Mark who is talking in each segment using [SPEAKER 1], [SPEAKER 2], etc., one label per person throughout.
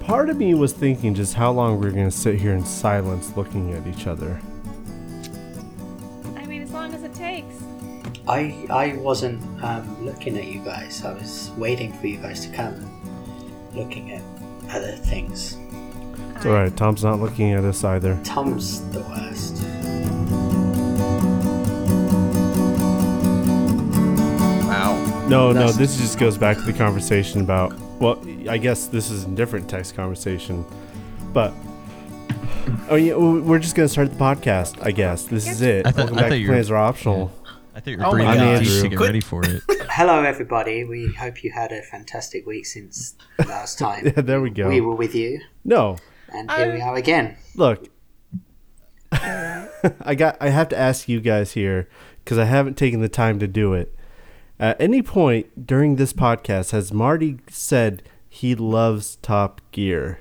[SPEAKER 1] part of me was thinking just how long we are going to sit here in silence looking at each other.
[SPEAKER 2] I mean, as long as it takes.
[SPEAKER 3] I I wasn't um, looking at you guys. I was waiting for you guys to come, and looking at other things.
[SPEAKER 1] It's alright, Tom's not looking at us either.
[SPEAKER 3] Tom's the worst.
[SPEAKER 4] Wow.
[SPEAKER 1] No, no,
[SPEAKER 3] That's-
[SPEAKER 1] this just goes back to the conversation about. Well, I guess this is a different text conversation, but. Oh yeah, we- we're just gonna start the podcast. I guess this is it.
[SPEAKER 5] I thought-
[SPEAKER 1] Welcome
[SPEAKER 5] I
[SPEAKER 1] back
[SPEAKER 5] thought
[SPEAKER 1] to
[SPEAKER 5] you were-
[SPEAKER 1] Plans Are Optional.
[SPEAKER 5] I thought you were
[SPEAKER 4] Oh my
[SPEAKER 5] breathing
[SPEAKER 1] God.
[SPEAKER 5] deep
[SPEAKER 1] Andrew.
[SPEAKER 5] to get
[SPEAKER 4] Quit-
[SPEAKER 5] ready for it.
[SPEAKER 3] Hello, everybody. We hope you had a fantastic week since last time.
[SPEAKER 1] Yeah, there we go.
[SPEAKER 3] We were with you,
[SPEAKER 1] No,
[SPEAKER 3] and here
[SPEAKER 2] Um,
[SPEAKER 3] we are again.
[SPEAKER 1] look, I got. I have to ask you guys here because I haven't taken the time to do it. At any point during this podcast, has Marty said he loves Top Gear?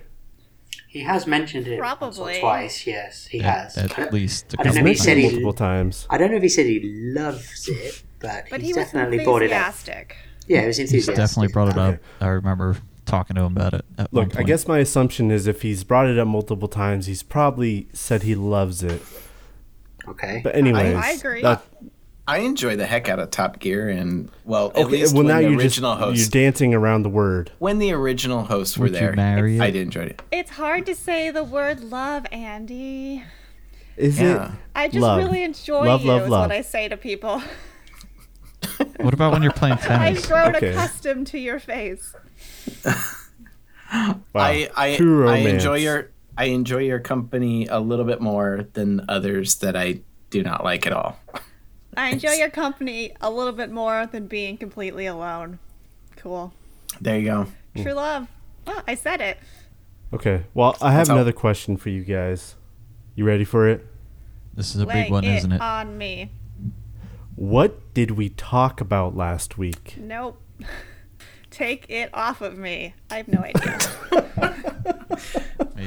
[SPEAKER 3] He has mentioned it once or
[SPEAKER 2] Probably.
[SPEAKER 3] twice. Yes, he has.
[SPEAKER 5] at
[SPEAKER 3] I don't-
[SPEAKER 5] least a
[SPEAKER 3] I don't know
[SPEAKER 5] couple
[SPEAKER 3] if he said he.
[SPEAKER 1] multiple times.
[SPEAKER 3] I don't know if he said he loves it, but,
[SPEAKER 2] But
[SPEAKER 3] he's
[SPEAKER 2] he was
[SPEAKER 3] definitely brought it up.
[SPEAKER 2] enthusiastic.
[SPEAKER 3] Yeah, it was
[SPEAKER 5] He's
[SPEAKER 3] enthusiastic.
[SPEAKER 5] definitely brought it up. I remember talking to him about it. At one
[SPEAKER 1] Look, I
[SPEAKER 5] point.
[SPEAKER 1] guess my assumption is if he's brought it up multiple times, he's probably said he loves it.
[SPEAKER 3] Okay.
[SPEAKER 1] But anyways, uh,
[SPEAKER 2] I agree.
[SPEAKER 1] that-
[SPEAKER 4] I enjoy the heck out of Top Gear, and well, at
[SPEAKER 1] okay,
[SPEAKER 4] least
[SPEAKER 1] well
[SPEAKER 4] when
[SPEAKER 1] now
[SPEAKER 4] the
[SPEAKER 1] you're just
[SPEAKER 4] original
[SPEAKER 1] you're
[SPEAKER 4] hosts,
[SPEAKER 1] dancing around the word.
[SPEAKER 4] when the original hosts were
[SPEAKER 5] Would you
[SPEAKER 4] there,
[SPEAKER 5] marry
[SPEAKER 4] I
[SPEAKER 5] it?
[SPEAKER 4] did enjoy it.
[SPEAKER 2] It's hard to say the word love, Andy.
[SPEAKER 1] Is
[SPEAKER 4] Yeah.
[SPEAKER 1] it?
[SPEAKER 2] I just
[SPEAKER 1] Love.
[SPEAKER 2] really enjoy
[SPEAKER 1] Love,
[SPEAKER 2] you,
[SPEAKER 1] love,
[SPEAKER 2] is
[SPEAKER 1] love.
[SPEAKER 2] what I say to people.
[SPEAKER 5] What about when you're playing
[SPEAKER 2] I've
[SPEAKER 5] tennis?
[SPEAKER 2] grown
[SPEAKER 1] Okay.
[SPEAKER 2] accustomed to your face.
[SPEAKER 1] Wow.
[SPEAKER 4] I I,
[SPEAKER 1] True
[SPEAKER 4] I
[SPEAKER 1] romance.
[SPEAKER 4] enjoy your I enjoy your company a little bit more than others that I do not like at all.
[SPEAKER 2] I enjoy your company a little bit more than being completely alone. Cool.
[SPEAKER 4] There you go.
[SPEAKER 2] True love. Oh, I said it.
[SPEAKER 1] Okay. Well, I have
[SPEAKER 4] That's all.
[SPEAKER 1] another question for you guys. You ready for it?
[SPEAKER 5] This is a
[SPEAKER 2] Lay
[SPEAKER 5] big one,
[SPEAKER 2] it
[SPEAKER 5] isn't it?
[SPEAKER 2] on me.
[SPEAKER 1] What did we talk about last week?
[SPEAKER 2] Nope. Take it off of me. I have no idea.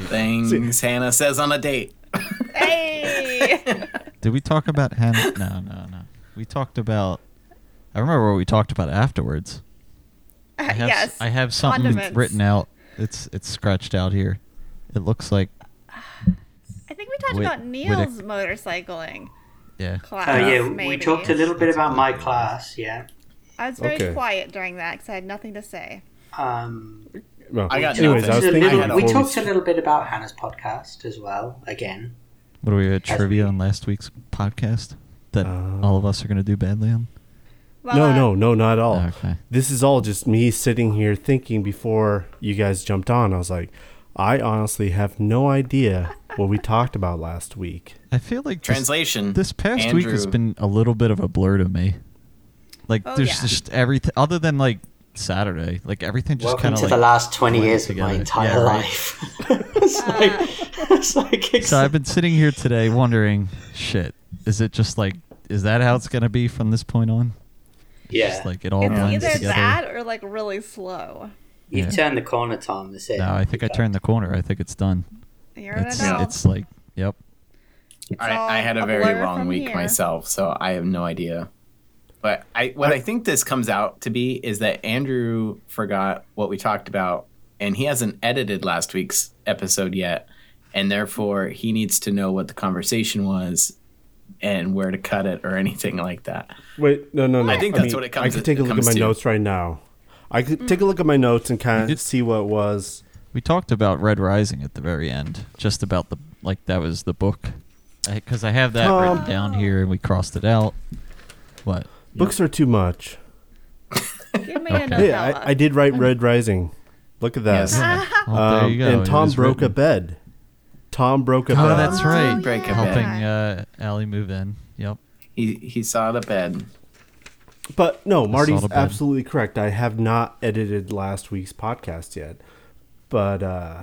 [SPEAKER 4] Things Hannah says on a date.
[SPEAKER 2] hey!
[SPEAKER 5] Did we talk about Hannah? No, no, no. We talked about. I remember what we talked about afterwards. I have,
[SPEAKER 2] yes.
[SPEAKER 5] I have something
[SPEAKER 2] condiments.
[SPEAKER 5] written out. It's it's scratched out here. It looks like
[SPEAKER 2] I think we talked
[SPEAKER 5] Wait-
[SPEAKER 2] about
[SPEAKER 5] wait
[SPEAKER 2] Neil's
[SPEAKER 5] a-
[SPEAKER 2] motorcycling
[SPEAKER 5] yeah.
[SPEAKER 2] class.
[SPEAKER 3] Oh yeah,
[SPEAKER 2] maybe.
[SPEAKER 3] we talked a little bit about my class. Yeah.
[SPEAKER 2] I was very
[SPEAKER 1] Okay.
[SPEAKER 2] quiet during that because I had nothing to say.
[SPEAKER 3] Um,
[SPEAKER 1] Well,
[SPEAKER 4] I
[SPEAKER 1] anyways,
[SPEAKER 4] got nothing.
[SPEAKER 1] I was
[SPEAKER 4] Just a
[SPEAKER 1] thinking
[SPEAKER 4] little-
[SPEAKER 1] before
[SPEAKER 3] we
[SPEAKER 1] we
[SPEAKER 3] talked a little bit about Hannah's podcast as well. Again,
[SPEAKER 5] What are we at
[SPEAKER 3] As
[SPEAKER 5] trivia on last week's podcast that
[SPEAKER 1] Uh,
[SPEAKER 5] all of us are going to do badly on?
[SPEAKER 2] Well,
[SPEAKER 1] no,
[SPEAKER 2] uh,
[SPEAKER 1] no, no, not at all.
[SPEAKER 5] Okay.
[SPEAKER 1] This is all just me sitting here thinking before you guys jumped on. I was like, I honestly have no idea what we talked about last week.
[SPEAKER 5] I feel like this-
[SPEAKER 4] Translation.
[SPEAKER 5] This past week has
[SPEAKER 4] Andrew-
[SPEAKER 5] been a little bit of a blur to me. Like
[SPEAKER 2] Oh,
[SPEAKER 5] there's
[SPEAKER 2] yeah.
[SPEAKER 5] just everything other than like Saturday. Like everything just
[SPEAKER 3] welcome
[SPEAKER 5] kind
[SPEAKER 3] to
[SPEAKER 5] of like
[SPEAKER 3] the last twenty
[SPEAKER 5] blended
[SPEAKER 3] years of my
[SPEAKER 5] together.
[SPEAKER 3] entire
[SPEAKER 5] Yeah, right.
[SPEAKER 3] life. it's like, it's like, it's,
[SPEAKER 5] So I've been sitting here today wondering, shit, is it just like is that how it's going to be from this point on?
[SPEAKER 3] yeah.
[SPEAKER 5] Just like it all
[SPEAKER 2] It's
[SPEAKER 5] blends
[SPEAKER 2] either
[SPEAKER 5] together.
[SPEAKER 2] that or like really slow.
[SPEAKER 3] You've
[SPEAKER 5] yeah.
[SPEAKER 3] turned the corner, Tom. That's it.
[SPEAKER 5] No, I think I turned the corner. I think it's done.
[SPEAKER 2] You're an
[SPEAKER 5] It's
[SPEAKER 2] adult.
[SPEAKER 5] it's like yep.
[SPEAKER 2] all
[SPEAKER 4] I, I had a
[SPEAKER 2] a
[SPEAKER 4] very
[SPEAKER 2] blur
[SPEAKER 4] long
[SPEAKER 2] from
[SPEAKER 4] week
[SPEAKER 2] here.
[SPEAKER 4] myself, so I have no idea. But I what I think this comes out to be is that Andrew forgot what we talked about and he hasn't edited last week's episode yet and therefore he needs to know what the conversation was and where to cut it or anything like that.
[SPEAKER 1] Wait, no, no, no.
[SPEAKER 4] I think that's what it comes-
[SPEAKER 1] I could take a
[SPEAKER 4] it
[SPEAKER 1] look at
[SPEAKER 4] comes
[SPEAKER 1] my
[SPEAKER 4] to.
[SPEAKER 1] notes right now. I could take a look at my notes and kind of
[SPEAKER 5] did-
[SPEAKER 1] see what it was.
[SPEAKER 5] We talked about Red Rising at the very end, just about the like that was the book, because I, have that
[SPEAKER 1] Tom.
[SPEAKER 5] written
[SPEAKER 2] Oh.
[SPEAKER 5] down here and we crossed it out. What?
[SPEAKER 1] Books are too much.
[SPEAKER 2] Give me
[SPEAKER 5] Okay.
[SPEAKER 2] a
[SPEAKER 1] Hey, I, I
[SPEAKER 2] novella.
[SPEAKER 1] did write Red Rising. Look at that.
[SPEAKER 4] Yes.
[SPEAKER 5] Well, there
[SPEAKER 1] Um,
[SPEAKER 5] you go.
[SPEAKER 1] And
[SPEAKER 5] it
[SPEAKER 1] Tom
[SPEAKER 5] was
[SPEAKER 1] broke
[SPEAKER 5] written.
[SPEAKER 1] a bed. Tom broke a
[SPEAKER 5] Oh,
[SPEAKER 1] bed.
[SPEAKER 5] that's right.
[SPEAKER 4] Break a
[SPEAKER 5] Helping
[SPEAKER 4] bed.
[SPEAKER 5] uh, Allie move in. Yep.
[SPEAKER 4] He he saw the bed.
[SPEAKER 1] But no, Marty's
[SPEAKER 5] the bed.
[SPEAKER 1] absolutely correct. I have not edited last week's podcast yet. But uh,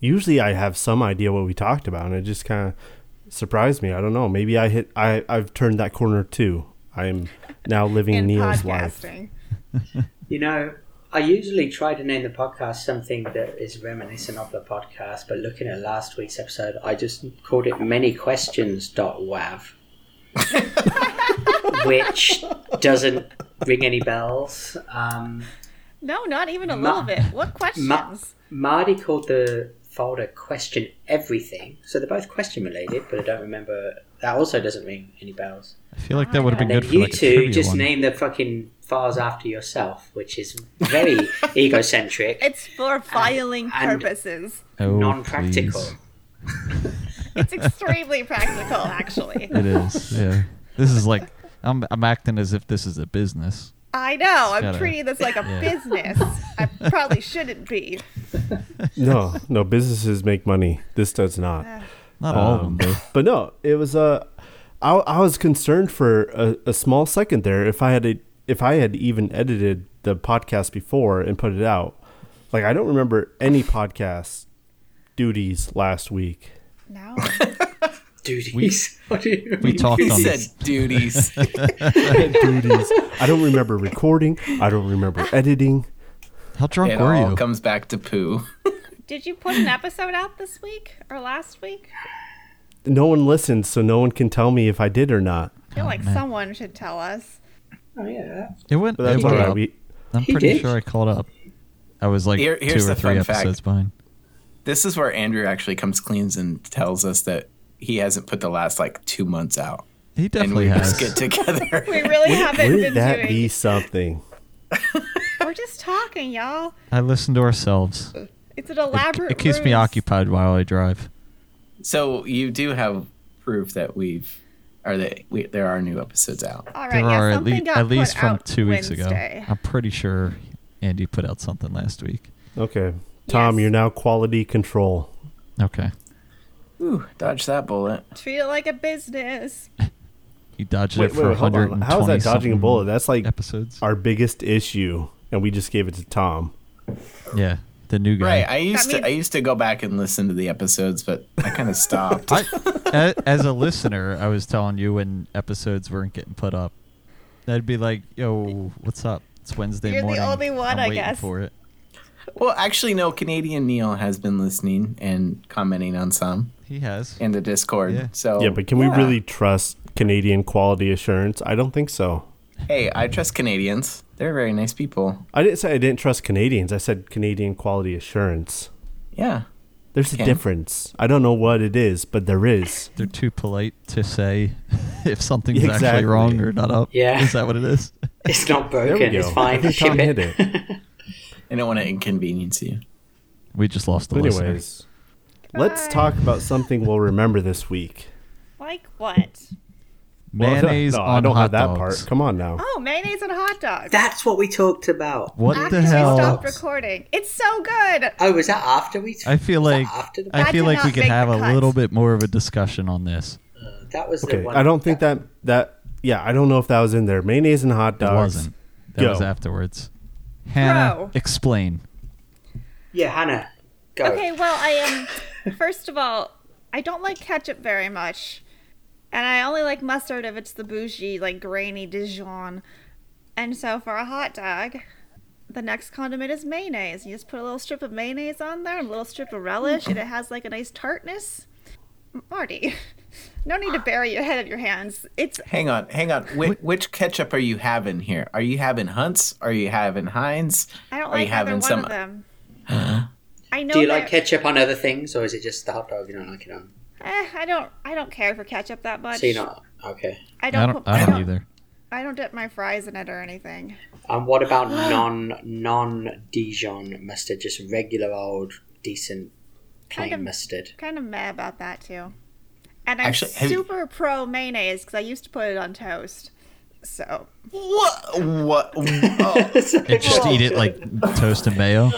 [SPEAKER 1] usually I have some idea what we talked about, and it just kind of surprised me. I don't know. Maybe I hit. I I've turned that corner too. I'm now living
[SPEAKER 2] in
[SPEAKER 1] Neil's life.
[SPEAKER 2] podcasting.
[SPEAKER 3] You know, I usually try to name the podcast something that is reminiscent of the podcast, but looking at last week's episode, I just called it many questions dot wav. which doesn't ring any bells. Um,
[SPEAKER 2] No, not even a
[SPEAKER 3] Ma-
[SPEAKER 2] little bit. What questions?
[SPEAKER 3] Ma- Marty called the folder question everything. So they're both question related, but I don't remember. That also doesn't ring any bells.
[SPEAKER 5] I feel like that would have been
[SPEAKER 3] And then
[SPEAKER 5] good for
[SPEAKER 3] you
[SPEAKER 5] like a
[SPEAKER 3] two
[SPEAKER 5] trivia
[SPEAKER 3] just
[SPEAKER 5] one.
[SPEAKER 3] name the fucking files after yourself, which is very egocentric,
[SPEAKER 2] It's for filing
[SPEAKER 3] and-
[SPEAKER 2] purposes.
[SPEAKER 5] Oh,
[SPEAKER 3] non practical.
[SPEAKER 5] please.
[SPEAKER 2] It's extremely practical, actually.
[SPEAKER 5] It is. Yeah. This is like I'm I'm acting as if this is a business.
[SPEAKER 2] I know. I'm
[SPEAKER 5] gotta-
[SPEAKER 2] treating this like a
[SPEAKER 5] yeah.
[SPEAKER 2] business. I probably shouldn't be.
[SPEAKER 1] No, no, businesses make money. This does not.
[SPEAKER 5] Not all of
[SPEAKER 1] Um,
[SPEAKER 5] them, though.
[SPEAKER 1] But no, it was Uh, I, I was concerned for a, a small second there if I had a, if I had even edited the podcast before and put it out. Like I don't remember any podcast duties last week.
[SPEAKER 2] No.
[SPEAKER 3] Duties. What do you
[SPEAKER 5] We
[SPEAKER 3] mean?
[SPEAKER 5] talked
[SPEAKER 4] He
[SPEAKER 5] on
[SPEAKER 4] said
[SPEAKER 5] this.
[SPEAKER 4] duties.
[SPEAKER 1] duties. I don't remember recording. I don't remember editing.
[SPEAKER 5] How drunk
[SPEAKER 4] it
[SPEAKER 5] were
[SPEAKER 4] all
[SPEAKER 5] you?
[SPEAKER 4] comes back to poo.
[SPEAKER 2] Did you put an episode out this week or last week?
[SPEAKER 1] No one listened, so no one can tell me if I did or not.
[SPEAKER 2] I
[SPEAKER 5] Oh,
[SPEAKER 2] feel like someone should tell us.
[SPEAKER 3] Oh, yeah.
[SPEAKER 5] it went.
[SPEAKER 1] But that's
[SPEAKER 5] it
[SPEAKER 1] all
[SPEAKER 5] went
[SPEAKER 1] right.
[SPEAKER 5] up.
[SPEAKER 1] We,
[SPEAKER 5] I'm
[SPEAKER 3] He
[SPEAKER 5] pretty
[SPEAKER 3] did.
[SPEAKER 5] sure I called up. I was like
[SPEAKER 4] Here- here's
[SPEAKER 5] two or
[SPEAKER 4] the
[SPEAKER 5] three
[SPEAKER 4] fun fact.
[SPEAKER 5] episodes behind.
[SPEAKER 4] This is where Andrew actually comes clean and tells us that he hasn't put the last like two months out.
[SPEAKER 5] He
[SPEAKER 4] And we
[SPEAKER 5] definitely
[SPEAKER 4] just get
[SPEAKER 5] has.
[SPEAKER 4] together.
[SPEAKER 2] We really haven't been
[SPEAKER 1] wouldn't that
[SPEAKER 2] doing.
[SPEAKER 1] be something?
[SPEAKER 2] We're just talking, y'all.
[SPEAKER 5] I listen to ourselves. It-
[SPEAKER 2] It's an elaborate.
[SPEAKER 5] It, keeps me
[SPEAKER 2] ruse.
[SPEAKER 5] occupied while I drive.
[SPEAKER 4] so you do have proof that we've, or that we, there are new episodes out.
[SPEAKER 2] All right,
[SPEAKER 5] there
[SPEAKER 2] yeah,
[SPEAKER 5] are at,
[SPEAKER 2] something
[SPEAKER 5] least
[SPEAKER 2] got
[SPEAKER 5] at least
[SPEAKER 2] put
[SPEAKER 5] from
[SPEAKER 2] out
[SPEAKER 5] two weeks
[SPEAKER 2] Wednesday.
[SPEAKER 5] ago. I'm pretty sure Andy put out something last week.
[SPEAKER 1] Okay, Tom,
[SPEAKER 2] Yes.
[SPEAKER 1] you're now quality control.
[SPEAKER 5] Okay,
[SPEAKER 4] Ooh, dodge that bullet.
[SPEAKER 2] Treat it like a business.
[SPEAKER 5] he dodged
[SPEAKER 1] Wait,
[SPEAKER 5] it
[SPEAKER 1] wait,
[SPEAKER 5] for
[SPEAKER 1] wait, hold on.
[SPEAKER 5] 120
[SPEAKER 1] How is that dodging a
[SPEAKER 5] something
[SPEAKER 1] bullet? That's like
[SPEAKER 5] Episodes.
[SPEAKER 1] our biggest issue, and we just gave it to Tom.
[SPEAKER 5] Yeah, the new guy.
[SPEAKER 4] Right. I used
[SPEAKER 2] means-
[SPEAKER 4] to I used to go back and listen to the episodes, but I kind of stopped.
[SPEAKER 5] I, a- as a listener, I was telling you when episodes weren't getting put up, that'd be like, "Yo, what's up? It's Wednesday
[SPEAKER 2] You're the
[SPEAKER 5] morning.
[SPEAKER 2] only one,
[SPEAKER 5] I'm
[SPEAKER 2] I
[SPEAKER 5] waiting
[SPEAKER 2] guess."
[SPEAKER 5] for it."
[SPEAKER 4] well, actually, no. Canadian Neil has been listening and commenting on some
[SPEAKER 5] He has.
[SPEAKER 4] in the Discord.
[SPEAKER 5] Yeah.
[SPEAKER 4] So
[SPEAKER 3] Oh,
[SPEAKER 1] yeah, but can we
[SPEAKER 4] yeah.
[SPEAKER 1] really trust Canadian quality assurance? I don't think so.
[SPEAKER 4] Hey, I trust Canadians. They're very nice people.
[SPEAKER 1] I didn't say I didn't trust Canadians. I said Canadian quality assurance.
[SPEAKER 4] Yeah.
[SPEAKER 1] There's
[SPEAKER 4] Okay.
[SPEAKER 1] a difference. I don't know what it is, but there is.
[SPEAKER 5] They're too polite to say if something's actually
[SPEAKER 1] Exactly.
[SPEAKER 5] wrong or not up.
[SPEAKER 3] Yeah.
[SPEAKER 5] Is that what it is?
[SPEAKER 3] It's not
[SPEAKER 1] we
[SPEAKER 3] broken.
[SPEAKER 1] go.
[SPEAKER 3] It's fine.
[SPEAKER 1] I think Tom
[SPEAKER 3] Ship
[SPEAKER 1] hit it.
[SPEAKER 4] I don't want to inconvenience you.
[SPEAKER 5] We just lost the listeners.
[SPEAKER 1] Anyways, let's
[SPEAKER 2] Bye.
[SPEAKER 1] talk about something we'll remember this week.
[SPEAKER 2] Like what?
[SPEAKER 1] Well,
[SPEAKER 5] Mayonnaise
[SPEAKER 1] no,
[SPEAKER 5] on
[SPEAKER 1] I don't
[SPEAKER 5] hot
[SPEAKER 1] have that
[SPEAKER 5] dogs.
[SPEAKER 1] part. Come on now.
[SPEAKER 2] Oh, mayonnaise and hot dogs.
[SPEAKER 3] That's what we talked about.
[SPEAKER 5] What
[SPEAKER 2] After
[SPEAKER 5] the
[SPEAKER 2] we
[SPEAKER 5] hell?
[SPEAKER 2] stopped recording, it's so good.
[SPEAKER 3] Oh, was that after we?
[SPEAKER 5] I feel
[SPEAKER 3] was that
[SPEAKER 5] like
[SPEAKER 3] after the,
[SPEAKER 5] I
[SPEAKER 2] That
[SPEAKER 5] feel
[SPEAKER 2] did
[SPEAKER 5] like we
[SPEAKER 2] not
[SPEAKER 5] could
[SPEAKER 2] make
[SPEAKER 5] have
[SPEAKER 2] the
[SPEAKER 5] a
[SPEAKER 2] cut.
[SPEAKER 5] little bit more of a discussion on this.
[SPEAKER 3] that was
[SPEAKER 1] Okay,
[SPEAKER 3] the one.
[SPEAKER 1] I don't think that that yeah, I don't know if that was in there. Mayonnaise and hot
[SPEAKER 5] It
[SPEAKER 1] dogs.
[SPEAKER 5] wasn't. That
[SPEAKER 1] Yo.
[SPEAKER 5] was afterwards. Hannah,
[SPEAKER 2] Bro.
[SPEAKER 5] explain.
[SPEAKER 3] Yeah, Hannah, go.
[SPEAKER 2] Okay, well, I am. First of all, I don't like ketchup very much, and I only like mustard if it's the bougie, like grainy Dijon. And so for a hot dog, the next condiment is mayonnaise. You just put a little strip of mayonnaise on there, and a little strip of relish, and it has like a nice tartness. Marty, no need to bury your head in your hands. It's
[SPEAKER 4] Hang on, hang on. Wh- which ketchup are you having here? Are you having Hunt's? Are you having Heinz?
[SPEAKER 2] I don't
[SPEAKER 4] Are
[SPEAKER 2] like
[SPEAKER 4] you
[SPEAKER 2] either
[SPEAKER 4] having
[SPEAKER 2] one
[SPEAKER 4] some-
[SPEAKER 2] of them. I know.
[SPEAKER 3] Do you
[SPEAKER 2] they're-
[SPEAKER 3] like ketchup on other things, or is it just the hot dog you don't like it on?
[SPEAKER 2] Eh, I don't. I don't care for ketchup that much.
[SPEAKER 3] So you're um, not okay.
[SPEAKER 2] I
[SPEAKER 5] I
[SPEAKER 2] don't.
[SPEAKER 5] don't,
[SPEAKER 2] put-
[SPEAKER 5] I don't either.
[SPEAKER 2] I don't dip my fries in it or anything.
[SPEAKER 3] And what about non non Dijon mustard? Just regular old decent plain
[SPEAKER 2] Kind of-
[SPEAKER 3] mustard.
[SPEAKER 2] Kind of mad about that too. And I'm
[SPEAKER 4] Actually, have you-
[SPEAKER 2] super pro mayonnaise because I used to put it on toast. So
[SPEAKER 4] What? What? Oh,
[SPEAKER 5] And just eat it like toast and mayo.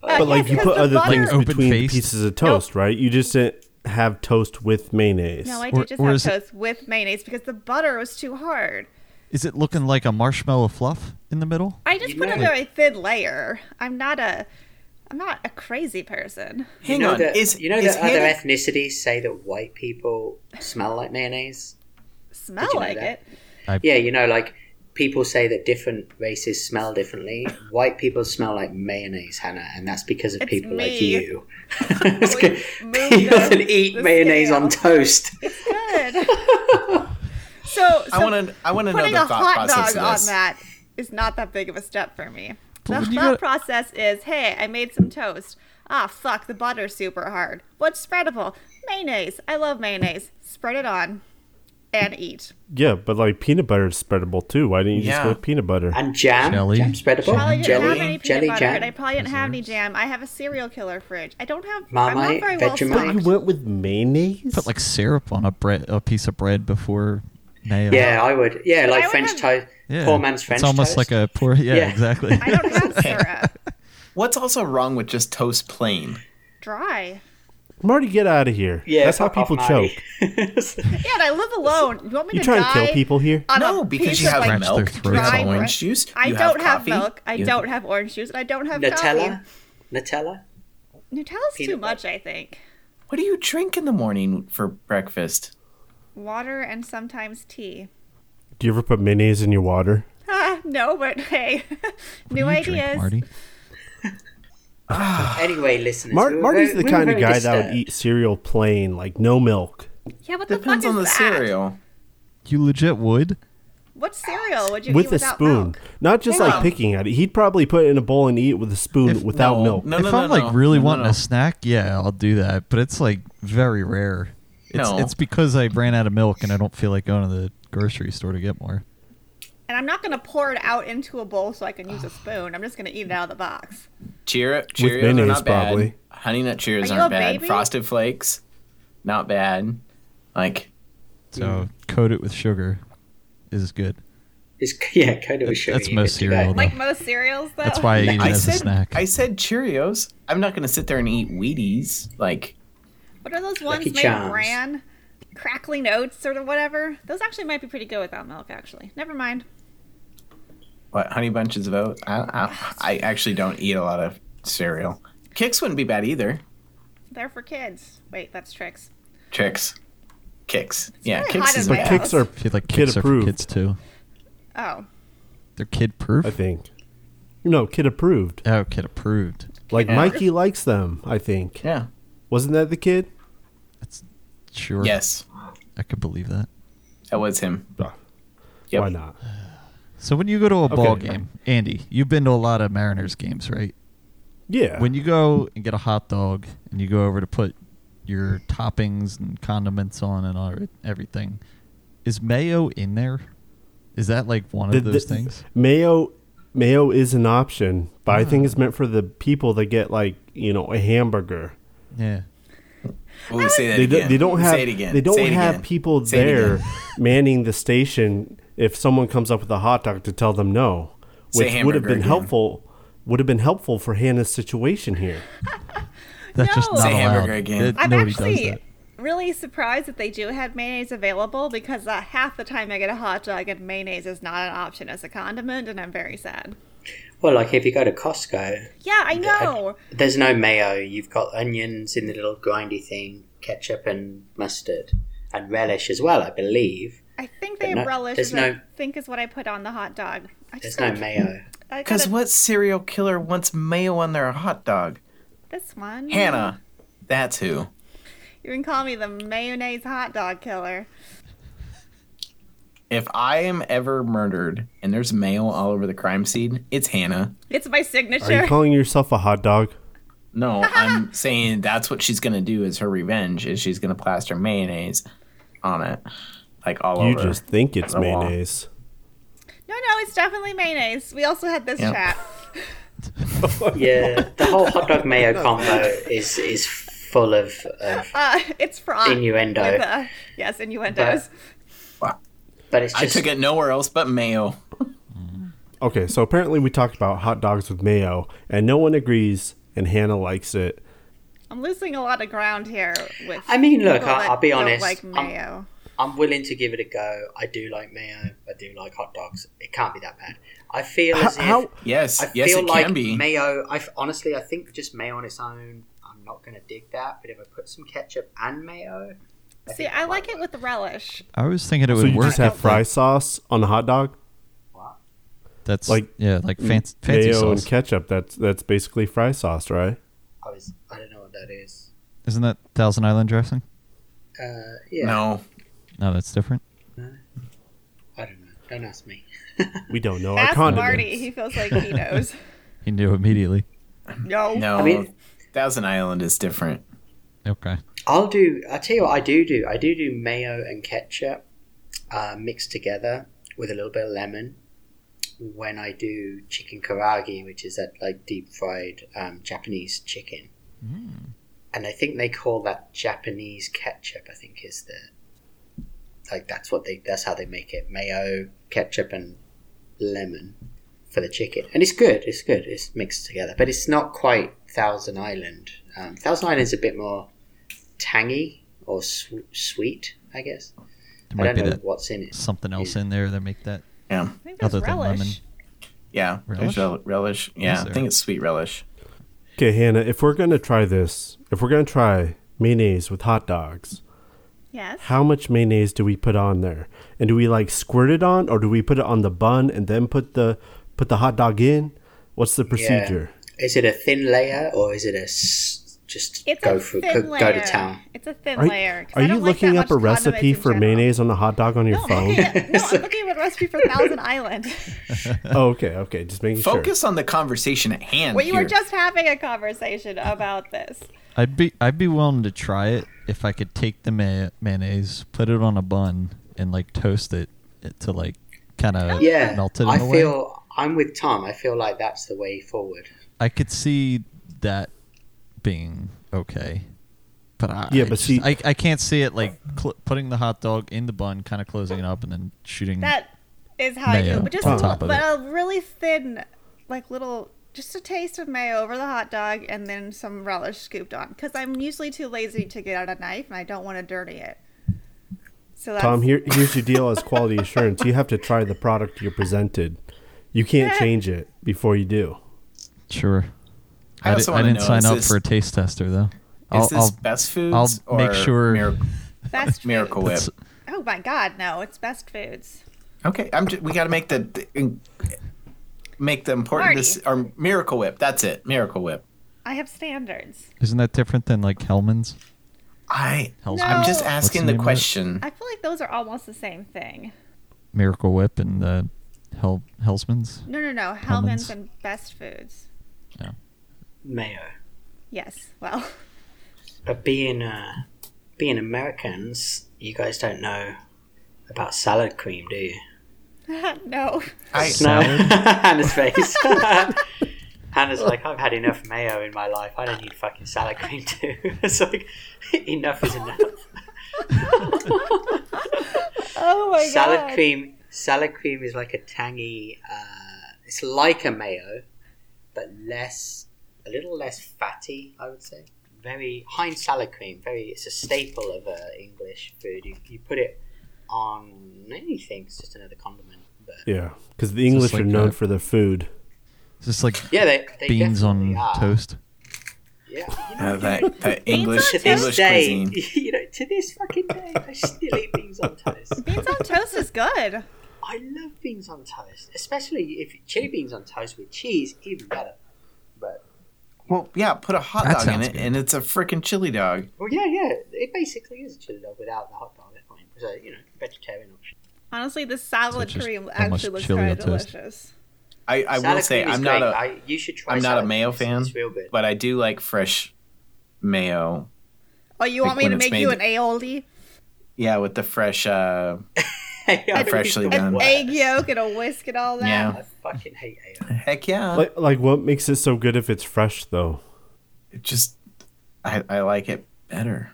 [SPEAKER 1] But like you put other things
[SPEAKER 5] Like
[SPEAKER 1] between the
[SPEAKER 5] open-faced?
[SPEAKER 1] pieces of toast, right? You just didn't have toast with mayonnaise.
[SPEAKER 2] No, I
[SPEAKER 5] Or-
[SPEAKER 2] did just
[SPEAKER 5] or
[SPEAKER 2] have
[SPEAKER 5] is it-
[SPEAKER 2] toast with mayonnaise because the butter was too hard.
[SPEAKER 5] Is it looking like a marshmallow fluff in the middle?
[SPEAKER 2] I just put a
[SPEAKER 3] know-
[SPEAKER 2] very thin layer. I'm not a, I'm not a crazy person.
[SPEAKER 4] hang
[SPEAKER 3] you know
[SPEAKER 4] on.
[SPEAKER 3] that,
[SPEAKER 4] is
[SPEAKER 3] you know
[SPEAKER 4] is
[SPEAKER 3] that other
[SPEAKER 4] Hannah-
[SPEAKER 3] ethnicities say that white people smell like mayonnaise?
[SPEAKER 2] Smell
[SPEAKER 3] you know
[SPEAKER 2] like
[SPEAKER 3] that?
[SPEAKER 2] it.
[SPEAKER 3] Yeah, you know, like people say that different races smell differently. White people smell like mayonnaise, Hannah, and that's because of
[SPEAKER 2] It's
[SPEAKER 3] people like
[SPEAKER 2] me.
[SPEAKER 3] you. It's
[SPEAKER 2] We
[SPEAKER 3] good.
[SPEAKER 2] moved
[SPEAKER 3] people
[SPEAKER 2] the-
[SPEAKER 3] that eat
[SPEAKER 2] the
[SPEAKER 3] mayonnaise on toast.
[SPEAKER 2] Good. so, so
[SPEAKER 4] I want to. I want to know
[SPEAKER 2] putting
[SPEAKER 4] the
[SPEAKER 2] a
[SPEAKER 4] thought
[SPEAKER 2] hot
[SPEAKER 4] process
[SPEAKER 2] dog
[SPEAKER 4] of
[SPEAKER 2] on
[SPEAKER 4] this.
[SPEAKER 2] that is not that big of a step for me. The
[SPEAKER 5] But
[SPEAKER 2] thought
[SPEAKER 5] you gotta-
[SPEAKER 2] process is, hey, I made some toast. Ah, fuck, the butter's super hard. What's spreadable? Mayonnaise. I love mayonnaise. Spread it on and eat.
[SPEAKER 1] Yeah, but like peanut butter is spreadable too. Why didn't you just
[SPEAKER 4] Yeah.
[SPEAKER 1] go with peanut butter?
[SPEAKER 3] And jam,
[SPEAKER 5] Jelly.
[SPEAKER 3] jam spreadable,
[SPEAKER 2] Probably didn't
[SPEAKER 3] jelly,
[SPEAKER 2] have any peanut
[SPEAKER 3] jelly
[SPEAKER 2] butter, and I
[SPEAKER 3] jam.
[SPEAKER 2] probably didn't have any jam. I have a cereal killer fridge. I don't have. I'm not
[SPEAKER 3] Marmite,
[SPEAKER 2] very well
[SPEAKER 3] Vegemite.
[SPEAKER 1] But you
[SPEAKER 2] stocked.
[SPEAKER 1] went with mayonnaise.
[SPEAKER 5] Put like syrup on a bread, a piece of bread before mayo.
[SPEAKER 3] Yeah, I would. Yeah, like
[SPEAKER 2] would
[SPEAKER 3] French
[SPEAKER 2] have-
[SPEAKER 3] toast.
[SPEAKER 5] Yeah.
[SPEAKER 3] Poor man's French
[SPEAKER 5] It's almost
[SPEAKER 3] toast.
[SPEAKER 5] like a poor. Yeah,
[SPEAKER 3] Yeah.
[SPEAKER 5] exactly.
[SPEAKER 2] I don't have syrup.
[SPEAKER 4] What's also wrong with just toast plain?
[SPEAKER 2] Dry.
[SPEAKER 1] Marty, get out of here.
[SPEAKER 3] Yeah,
[SPEAKER 1] that's how
[SPEAKER 3] fuck off,
[SPEAKER 1] people choke.
[SPEAKER 3] Marty.
[SPEAKER 2] Yeah, and I live alone. You want me
[SPEAKER 1] You
[SPEAKER 2] to
[SPEAKER 1] trying to
[SPEAKER 2] die?
[SPEAKER 1] kill people here?
[SPEAKER 2] on a
[SPEAKER 4] No, because
[SPEAKER 2] piece
[SPEAKER 4] you
[SPEAKER 2] of,
[SPEAKER 4] have
[SPEAKER 2] like,
[SPEAKER 5] Scratch their
[SPEAKER 4] milk, you
[SPEAKER 5] throats.
[SPEAKER 4] have
[SPEAKER 2] dry
[SPEAKER 5] Dry
[SPEAKER 4] orange
[SPEAKER 2] bread.
[SPEAKER 4] juice,
[SPEAKER 2] I
[SPEAKER 4] you
[SPEAKER 2] don't have,
[SPEAKER 4] coffee,
[SPEAKER 2] milk. I
[SPEAKER 4] you-
[SPEAKER 2] don't have orange juice, and I don't have
[SPEAKER 3] Nutella,
[SPEAKER 2] coffee.
[SPEAKER 3] Nutella.
[SPEAKER 2] Nutella's too
[SPEAKER 3] Peanut butter.
[SPEAKER 2] much, I think.
[SPEAKER 4] What do you drink in the morning for breakfast?
[SPEAKER 2] Water and sometimes tea.
[SPEAKER 1] Do you ever put mayonnaise in your water?
[SPEAKER 2] Ah, no, but hey,
[SPEAKER 5] What do
[SPEAKER 2] new
[SPEAKER 5] you
[SPEAKER 2] ideas.
[SPEAKER 5] drink, Marty?
[SPEAKER 3] Anyway, listeners,
[SPEAKER 1] Mar-
[SPEAKER 3] we were
[SPEAKER 1] Marty's
[SPEAKER 3] very-
[SPEAKER 1] the
[SPEAKER 3] we were
[SPEAKER 1] kind of
[SPEAKER 3] very
[SPEAKER 1] guy that
[SPEAKER 3] disturbed.
[SPEAKER 1] would eat cereal plain, like no milk.
[SPEAKER 2] Yeah, what
[SPEAKER 4] Depends
[SPEAKER 2] the fuck
[SPEAKER 4] on the
[SPEAKER 2] is that?
[SPEAKER 4] cereal.
[SPEAKER 5] You legit would.
[SPEAKER 2] What cereal would you eat
[SPEAKER 1] with a
[SPEAKER 2] without
[SPEAKER 1] spoon,
[SPEAKER 2] milk?
[SPEAKER 1] not just
[SPEAKER 2] Hang
[SPEAKER 1] like
[SPEAKER 2] on.
[SPEAKER 1] picking at it. He'd probably put it in a bowl and eat it with a spoon
[SPEAKER 5] If-
[SPEAKER 1] without
[SPEAKER 4] no,
[SPEAKER 1] milk.
[SPEAKER 4] No,
[SPEAKER 5] if
[SPEAKER 4] no,
[SPEAKER 5] I'm
[SPEAKER 4] no,
[SPEAKER 5] like
[SPEAKER 4] no.
[SPEAKER 5] really
[SPEAKER 4] No, no,
[SPEAKER 5] wanting
[SPEAKER 4] no.
[SPEAKER 5] a snack, yeah, I'll do that. But it's like very rare. It's,
[SPEAKER 4] No.
[SPEAKER 5] it's because I ran out of milk and I don't feel like going to the grocery store to get more.
[SPEAKER 2] And I'm not gonna pour it out into a bowl so I can use a spoon. I'm just gonna eat it out of the box.
[SPEAKER 4] Cheer, Cheerios are
[SPEAKER 1] mayonnaise,
[SPEAKER 4] not bad.
[SPEAKER 1] probably.
[SPEAKER 4] Honey Nut Cheerios
[SPEAKER 2] Are you
[SPEAKER 4] aren't
[SPEAKER 2] a
[SPEAKER 4] bad.
[SPEAKER 2] baby?
[SPEAKER 4] Frosted Flakes, not bad. Like
[SPEAKER 5] So coat it with sugar is good.
[SPEAKER 3] Is, yeah, kind of a
[SPEAKER 5] That's-
[SPEAKER 3] show.
[SPEAKER 5] that's most cereal, though.
[SPEAKER 2] Like most cereals, though.
[SPEAKER 5] That's why I eat it
[SPEAKER 4] I
[SPEAKER 5] as
[SPEAKER 4] said,
[SPEAKER 5] a snack.
[SPEAKER 4] I said Cheerios. I'm not gonna sit there and eat Wheaties. Like
[SPEAKER 2] What are those ones
[SPEAKER 3] Lucky
[SPEAKER 2] made
[SPEAKER 3] Charms.
[SPEAKER 2] of bran? Crackling oats or whatever. Those actually might be pretty good without milk. Actually, never mind.
[SPEAKER 4] what? Honey Bunches of Oats. I, I, I actually don't eat a lot of cereal. Kicks wouldn't be bad either.
[SPEAKER 2] They're for kids. Wait, that's tricks.
[SPEAKER 4] Tricks, kicks. yeah,
[SPEAKER 2] really
[SPEAKER 4] kicks
[SPEAKER 2] hot
[SPEAKER 4] is
[SPEAKER 2] in my
[SPEAKER 4] bad.
[SPEAKER 2] house.
[SPEAKER 1] Kicks are
[SPEAKER 5] I feel like
[SPEAKER 1] kid
[SPEAKER 5] kids are for
[SPEAKER 1] approved.
[SPEAKER 5] kids too.
[SPEAKER 2] Oh,
[SPEAKER 5] They're kid proof.
[SPEAKER 1] I think. No, kid approved.
[SPEAKER 5] Oh, kid approved.
[SPEAKER 1] Like
[SPEAKER 4] Yeah.
[SPEAKER 1] Mikey likes them. I think.
[SPEAKER 4] Yeah.
[SPEAKER 1] Wasn't that the kid?
[SPEAKER 5] That's sure.
[SPEAKER 4] Yes,
[SPEAKER 5] I could believe that.
[SPEAKER 4] that was him.
[SPEAKER 1] Ah,
[SPEAKER 4] Yep.
[SPEAKER 1] Why not?
[SPEAKER 5] So when you go to a ball
[SPEAKER 1] Okay.
[SPEAKER 5] game, Andy, you've been to a lot of Mariners games, right?
[SPEAKER 1] Yeah.
[SPEAKER 5] When you go and get a hot dog and you go over to put your toppings and condiments on and all, everything, is mayo in there? Is that like one
[SPEAKER 1] The-
[SPEAKER 5] of
[SPEAKER 1] the-
[SPEAKER 5] those things?
[SPEAKER 1] Mayo, mayo is an option, but
[SPEAKER 4] Hmm.
[SPEAKER 1] I think it's meant for the people that get like you know a hamburger.
[SPEAKER 5] Yeah.
[SPEAKER 4] Ooh, say that
[SPEAKER 1] They, do,
[SPEAKER 4] again.
[SPEAKER 1] they don't have
[SPEAKER 4] Say it again.
[SPEAKER 1] they don't
[SPEAKER 4] Say it
[SPEAKER 1] have
[SPEAKER 4] again.
[SPEAKER 1] people
[SPEAKER 4] Say it
[SPEAKER 1] there
[SPEAKER 4] again.
[SPEAKER 1] manning the station if someone comes up with a hot dog to tell them no,
[SPEAKER 4] Say
[SPEAKER 1] which would have
[SPEAKER 4] hamburger
[SPEAKER 1] been
[SPEAKER 4] again.
[SPEAKER 1] helpful. Would have been helpful for Hannah's situation here.
[SPEAKER 5] That's just
[SPEAKER 2] No.
[SPEAKER 5] not
[SPEAKER 2] Say
[SPEAKER 5] allowed.
[SPEAKER 4] hamburger again.
[SPEAKER 5] That-
[SPEAKER 2] I'm
[SPEAKER 5] nobody does
[SPEAKER 2] actually
[SPEAKER 5] that.
[SPEAKER 2] really surprised that they do have mayonnaise available because uh, half the time I get a hot dog and mayonnaise is not an option as a condiment, and I'm very sad.
[SPEAKER 3] Well, like if you go to Costco,
[SPEAKER 2] Yeah, I know.
[SPEAKER 3] there's no mayo. You've got onions in the little grindy thing, ketchup and mustard, and relish as well, I believe.
[SPEAKER 2] I think they
[SPEAKER 3] But no-
[SPEAKER 2] relish.
[SPEAKER 3] there's
[SPEAKER 2] Is I
[SPEAKER 3] no-
[SPEAKER 2] think is what I put on the hot dog. I
[SPEAKER 3] There's
[SPEAKER 2] just
[SPEAKER 3] no
[SPEAKER 2] gotta-
[SPEAKER 3] mayo.
[SPEAKER 2] I
[SPEAKER 4] Because
[SPEAKER 2] gotta-
[SPEAKER 4] what serial killer wants mayo on their hot dog?
[SPEAKER 2] This one,
[SPEAKER 4] Hannah. That's who.
[SPEAKER 2] You can call me the mayonnaise hot dog killer.
[SPEAKER 4] If I am ever murdered and there's mayo all over the crime scene, it's Hannah.
[SPEAKER 2] It's my
[SPEAKER 1] Are
[SPEAKER 2] signature.
[SPEAKER 1] you calling yourself a hot dog?
[SPEAKER 4] No, I'm saying that's what she's gonna do is her revenge is she's gonna plaster mayonnaise on it. Like all
[SPEAKER 1] You
[SPEAKER 5] Oh,
[SPEAKER 4] over.
[SPEAKER 1] just think it's
[SPEAKER 4] the wall.
[SPEAKER 1] mayonnaise.
[SPEAKER 2] no, no, it's definitely mayonnaise. We also had this
[SPEAKER 4] Yeah.
[SPEAKER 2] chat.
[SPEAKER 3] Yeah, the whole hot dog mayo combo is is full of, of
[SPEAKER 2] Uh, it's fraught
[SPEAKER 3] Innuendo.
[SPEAKER 2] With, uh, yes, innuendos.
[SPEAKER 3] but it's
[SPEAKER 4] I
[SPEAKER 3] just
[SPEAKER 4] took it nowhere else but mayo.
[SPEAKER 1] Okay, so apparently we talked about hot dogs with mayo, and no one agrees, and Hannah likes it.
[SPEAKER 2] I'm losing a lot of ground here with.
[SPEAKER 3] I mean, look,
[SPEAKER 2] people
[SPEAKER 3] I-
[SPEAKER 2] that
[SPEAKER 3] I'll be
[SPEAKER 2] don't
[SPEAKER 3] honest,
[SPEAKER 2] Like
[SPEAKER 3] I'm-
[SPEAKER 2] mayo.
[SPEAKER 3] I'm willing to give it a go. I do like mayo. I do like hot dogs. It can't be that bad. I feel as
[SPEAKER 1] How, how
[SPEAKER 3] if
[SPEAKER 4] Yes,
[SPEAKER 3] I
[SPEAKER 4] yes
[SPEAKER 3] feel
[SPEAKER 4] it
[SPEAKER 3] like
[SPEAKER 4] can be.
[SPEAKER 3] mayo. I f- honestly, I think just mayo on its own. I'm not going to dig that. But if I put some ketchup and mayo,
[SPEAKER 2] See, I like it with the relish.
[SPEAKER 5] I was thinking it would
[SPEAKER 1] so you
[SPEAKER 5] work.
[SPEAKER 1] just have fry sauce on a hot dog,
[SPEAKER 5] That's like
[SPEAKER 1] like,
[SPEAKER 5] yeah, like fancy, fancy
[SPEAKER 1] mayo
[SPEAKER 5] sauce.
[SPEAKER 1] and ketchup. That's that's basically fry sauce, right?
[SPEAKER 3] I was. I don't know what that is.
[SPEAKER 5] Isn't that Thousand Island dressing?
[SPEAKER 3] Uh, yeah.
[SPEAKER 4] No.
[SPEAKER 5] No, that's different.
[SPEAKER 3] I don't know. Don't ask me.
[SPEAKER 1] We don't know our
[SPEAKER 2] Ask
[SPEAKER 1] condiments.
[SPEAKER 2] Marty. He feels like he knows.
[SPEAKER 5] He knew immediately.
[SPEAKER 2] No.
[SPEAKER 4] No,
[SPEAKER 3] I mean-
[SPEAKER 4] Thousand Island is different.
[SPEAKER 5] Okay.
[SPEAKER 3] I'll do. I tell you what, I do do. I do do mayo and ketchup uh, mixed together with a little bit of lemon when I do chicken karagi, which is that like deep fried um, Japanese chicken.
[SPEAKER 2] Mm.
[SPEAKER 3] And I think they call that Japanese ketchup. I think is the like that's what they that's how they make it mayo, ketchup, and lemon for the chicken. And it's good. It's good. It's mixed together, but it's not quite Thousand Island. Um, Thousand Island's a bit more tangy or sw- sweet, I guess.
[SPEAKER 5] There
[SPEAKER 3] I
[SPEAKER 5] might
[SPEAKER 3] don't
[SPEAKER 5] be
[SPEAKER 3] know
[SPEAKER 5] that
[SPEAKER 3] what's in it.
[SPEAKER 5] something else in there that make that
[SPEAKER 4] Yeah.
[SPEAKER 2] I think that's
[SPEAKER 5] Other than
[SPEAKER 2] relish.
[SPEAKER 5] lemon.
[SPEAKER 4] Yeah.
[SPEAKER 5] Relish?
[SPEAKER 4] There's rel- relish.
[SPEAKER 5] Is
[SPEAKER 4] Yeah. I
[SPEAKER 5] there?
[SPEAKER 4] think it's sweet relish.
[SPEAKER 1] Okay, Hannah, if we're gonna try this, if we're gonna try mayonnaise with hot dogs,
[SPEAKER 2] Yes.
[SPEAKER 1] how much mayonnaise do we put on there? And do we like squirt it on, or do we put it on the bun and then put the put the hot dog in? What's the procedure?
[SPEAKER 3] Is it a thin layer or is it a s- just
[SPEAKER 2] It's
[SPEAKER 3] go
[SPEAKER 2] a
[SPEAKER 3] for
[SPEAKER 2] thin
[SPEAKER 3] cook,
[SPEAKER 2] layer.
[SPEAKER 3] go to town?
[SPEAKER 2] It's a thin
[SPEAKER 1] Are,
[SPEAKER 2] layer. 'cause
[SPEAKER 1] are
[SPEAKER 2] I
[SPEAKER 1] you
[SPEAKER 2] don't like that
[SPEAKER 1] looking up a
[SPEAKER 2] much condiments
[SPEAKER 1] recipe
[SPEAKER 2] in
[SPEAKER 1] for
[SPEAKER 2] general.
[SPEAKER 1] mayonnaise on a hot dog on your
[SPEAKER 2] No, I'm
[SPEAKER 1] phone?
[SPEAKER 2] looking at- no, I'm looking at a recipe for Thousand Island.
[SPEAKER 1] oh, okay, okay, just making
[SPEAKER 4] Focus on the conversation at hand.
[SPEAKER 2] Well, you were
[SPEAKER 4] here.
[SPEAKER 2] just having a conversation about this.
[SPEAKER 5] I'd be I'd be willing to try it if I could take the may- mayonnaise, put it on a bun, and like toast it it to like kind of
[SPEAKER 3] Yeah,
[SPEAKER 5] melt it in
[SPEAKER 3] I
[SPEAKER 5] a way.
[SPEAKER 3] feel I'm with Tom. I feel like that's the way forward.
[SPEAKER 5] I could see that being okay, but I
[SPEAKER 1] Yeah,
[SPEAKER 5] I
[SPEAKER 1] but
[SPEAKER 5] just-
[SPEAKER 1] see-
[SPEAKER 5] I, I can't see it like cl- putting the hot dog in the bun, kind of closing it up, and then shooting.
[SPEAKER 2] That is how I
[SPEAKER 5] Mayo
[SPEAKER 2] do. But just
[SPEAKER 5] on
[SPEAKER 2] a,
[SPEAKER 5] top
[SPEAKER 2] li-
[SPEAKER 5] of
[SPEAKER 2] but a really thin, like little, just a taste of mayo over the hot dog, and then some relish scooped on. Because I'm usually too lazy to get out a knife, and I don't want to dirty it. So that's,
[SPEAKER 1] Tom, here, here's your deal as quality assurance. You have to try the product you're presented. You can't change it before you do.
[SPEAKER 5] sure. I,
[SPEAKER 4] I
[SPEAKER 5] di-
[SPEAKER 4] also
[SPEAKER 5] I
[SPEAKER 4] wanna
[SPEAKER 5] didn't
[SPEAKER 4] know,
[SPEAKER 5] sign
[SPEAKER 4] is
[SPEAKER 5] up
[SPEAKER 4] this-
[SPEAKER 5] for a taste tester though.
[SPEAKER 4] Is this best foods?
[SPEAKER 5] I'll
[SPEAKER 4] or
[SPEAKER 5] make sure-
[SPEAKER 4] Miracle,
[SPEAKER 2] Best food.
[SPEAKER 4] Miracle Whip.
[SPEAKER 5] That's-
[SPEAKER 2] Oh my God, no! It's best foods.
[SPEAKER 4] Okay, I'm. Just, we got to make the, the- make the important
[SPEAKER 2] Marty.
[SPEAKER 4] dis- or Miracle Whip. That's it, Miracle Whip.
[SPEAKER 2] I have standards.
[SPEAKER 5] isn't that different than like Hellman's?
[SPEAKER 4] I
[SPEAKER 5] Hell's
[SPEAKER 4] I'm just
[SPEAKER 2] No.
[SPEAKER 5] What's the
[SPEAKER 4] asking the
[SPEAKER 5] name of it?
[SPEAKER 4] question.
[SPEAKER 2] I feel like those are almost the same thing.
[SPEAKER 5] Miracle Whip and the Hell Hellsman's.
[SPEAKER 2] No, no, no. Hellman's
[SPEAKER 5] Hellmann's.
[SPEAKER 2] and Best Foods.
[SPEAKER 3] Mayo,
[SPEAKER 2] Yes. Well,
[SPEAKER 3] but being uh, being Americans, you guys don't know about salad cream, do you?
[SPEAKER 2] no.
[SPEAKER 4] I,
[SPEAKER 3] No, Hannah's face. Hannah's like, I've had enough mayo in my life. I don't need fucking salad cream too. it's like, enough is enough.
[SPEAKER 2] Oh my
[SPEAKER 3] salad
[SPEAKER 2] God.
[SPEAKER 3] cream. Salad cream is like a tangy. Uh, it's like a mayo, but less, a little less fatty. I would say. Very Heinz salad cream. Very. It's a staple of uh, English food. You, you put it on anything. It's just another condiment. But
[SPEAKER 1] Yeah, because the English
[SPEAKER 5] like
[SPEAKER 1] are known
[SPEAKER 5] that.
[SPEAKER 1] for their food.
[SPEAKER 5] It's just like
[SPEAKER 3] yeah, they, they
[SPEAKER 5] beans on
[SPEAKER 3] definitely are.
[SPEAKER 5] toast.
[SPEAKER 3] Yeah.
[SPEAKER 4] uh, that, that English
[SPEAKER 3] to this
[SPEAKER 4] English
[SPEAKER 3] day,
[SPEAKER 4] cuisine.
[SPEAKER 3] you know, to this fucking day, I still eat beans on toast.
[SPEAKER 2] Beans on toast is good.
[SPEAKER 3] I love beans on toast, especially if chili beans on toast with cheese, even better. But
[SPEAKER 4] Well, yeah, put a hot
[SPEAKER 5] That
[SPEAKER 4] dog in
[SPEAKER 5] sounds
[SPEAKER 4] it,
[SPEAKER 5] good.
[SPEAKER 4] and it's a freaking chili dog.
[SPEAKER 3] well, yeah, yeah, it basically is a chili dog without the hot dog. That's fine. So you know, vegetarian option.
[SPEAKER 2] Honestly, the salad
[SPEAKER 5] So just
[SPEAKER 2] cream
[SPEAKER 5] how much
[SPEAKER 2] actually looks
[SPEAKER 5] chili
[SPEAKER 2] kind
[SPEAKER 5] on
[SPEAKER 2] of
[SPEAKER 5] toast.
[SPEAKER 2] delicious.
[SPEAKER 4] I, I will
[SPEAKER 3] Salad
[SPEAKER 4] say
[SPEAKER 3] cream is
[SPEAKER 4] I'm not
[SPEAKER 3] great.
[SPEAKER 4] a
[SPEAKER 3] I, you should try.
[SPEAKER 4] I'm not
[SPEAKER 3] salad
[SPEAKER 4] a mayo
[SPEAKER 3] cream.
[SPEAKER 4] fan,
[SPEAKER 3] It's real good.
[SPEAKER 4] but I do like fresh mayo.
[SPEAKER 2] Oh, you
[SPEAKER 4] Like
[SPEAKER 2] want me
[SPEAKER 4] when
[SPEAKER 2] to
[SPEAKER 4] it's
[SPEAKER 2] make you an
[SPEAKER 4] made-
[SPEAKER 2] aioli,
[SPEAKER 4] Yeah, with the fresh. Uh,
[SPEAKER 3] I think
[SPEAKER 4] freshly
[SPEAKER 3] it's the
[SPEAKER 4] done.
[SPEAKER 3] worst.
[SPEAKER 2] egg yolk, and a whisk, and all that?
[SPEAKER 4] Yeah.
[SPEAKER 3] I fucking hate ale.
[SPEAKER 4] heck
[SPEAKER 2] Uh-huh.
[SPEAKER 4] yeah,
[SPEAKER 1] Like, like what makes it so good if it's fresh though?
[SPEAKER 4] it just I, I like it better.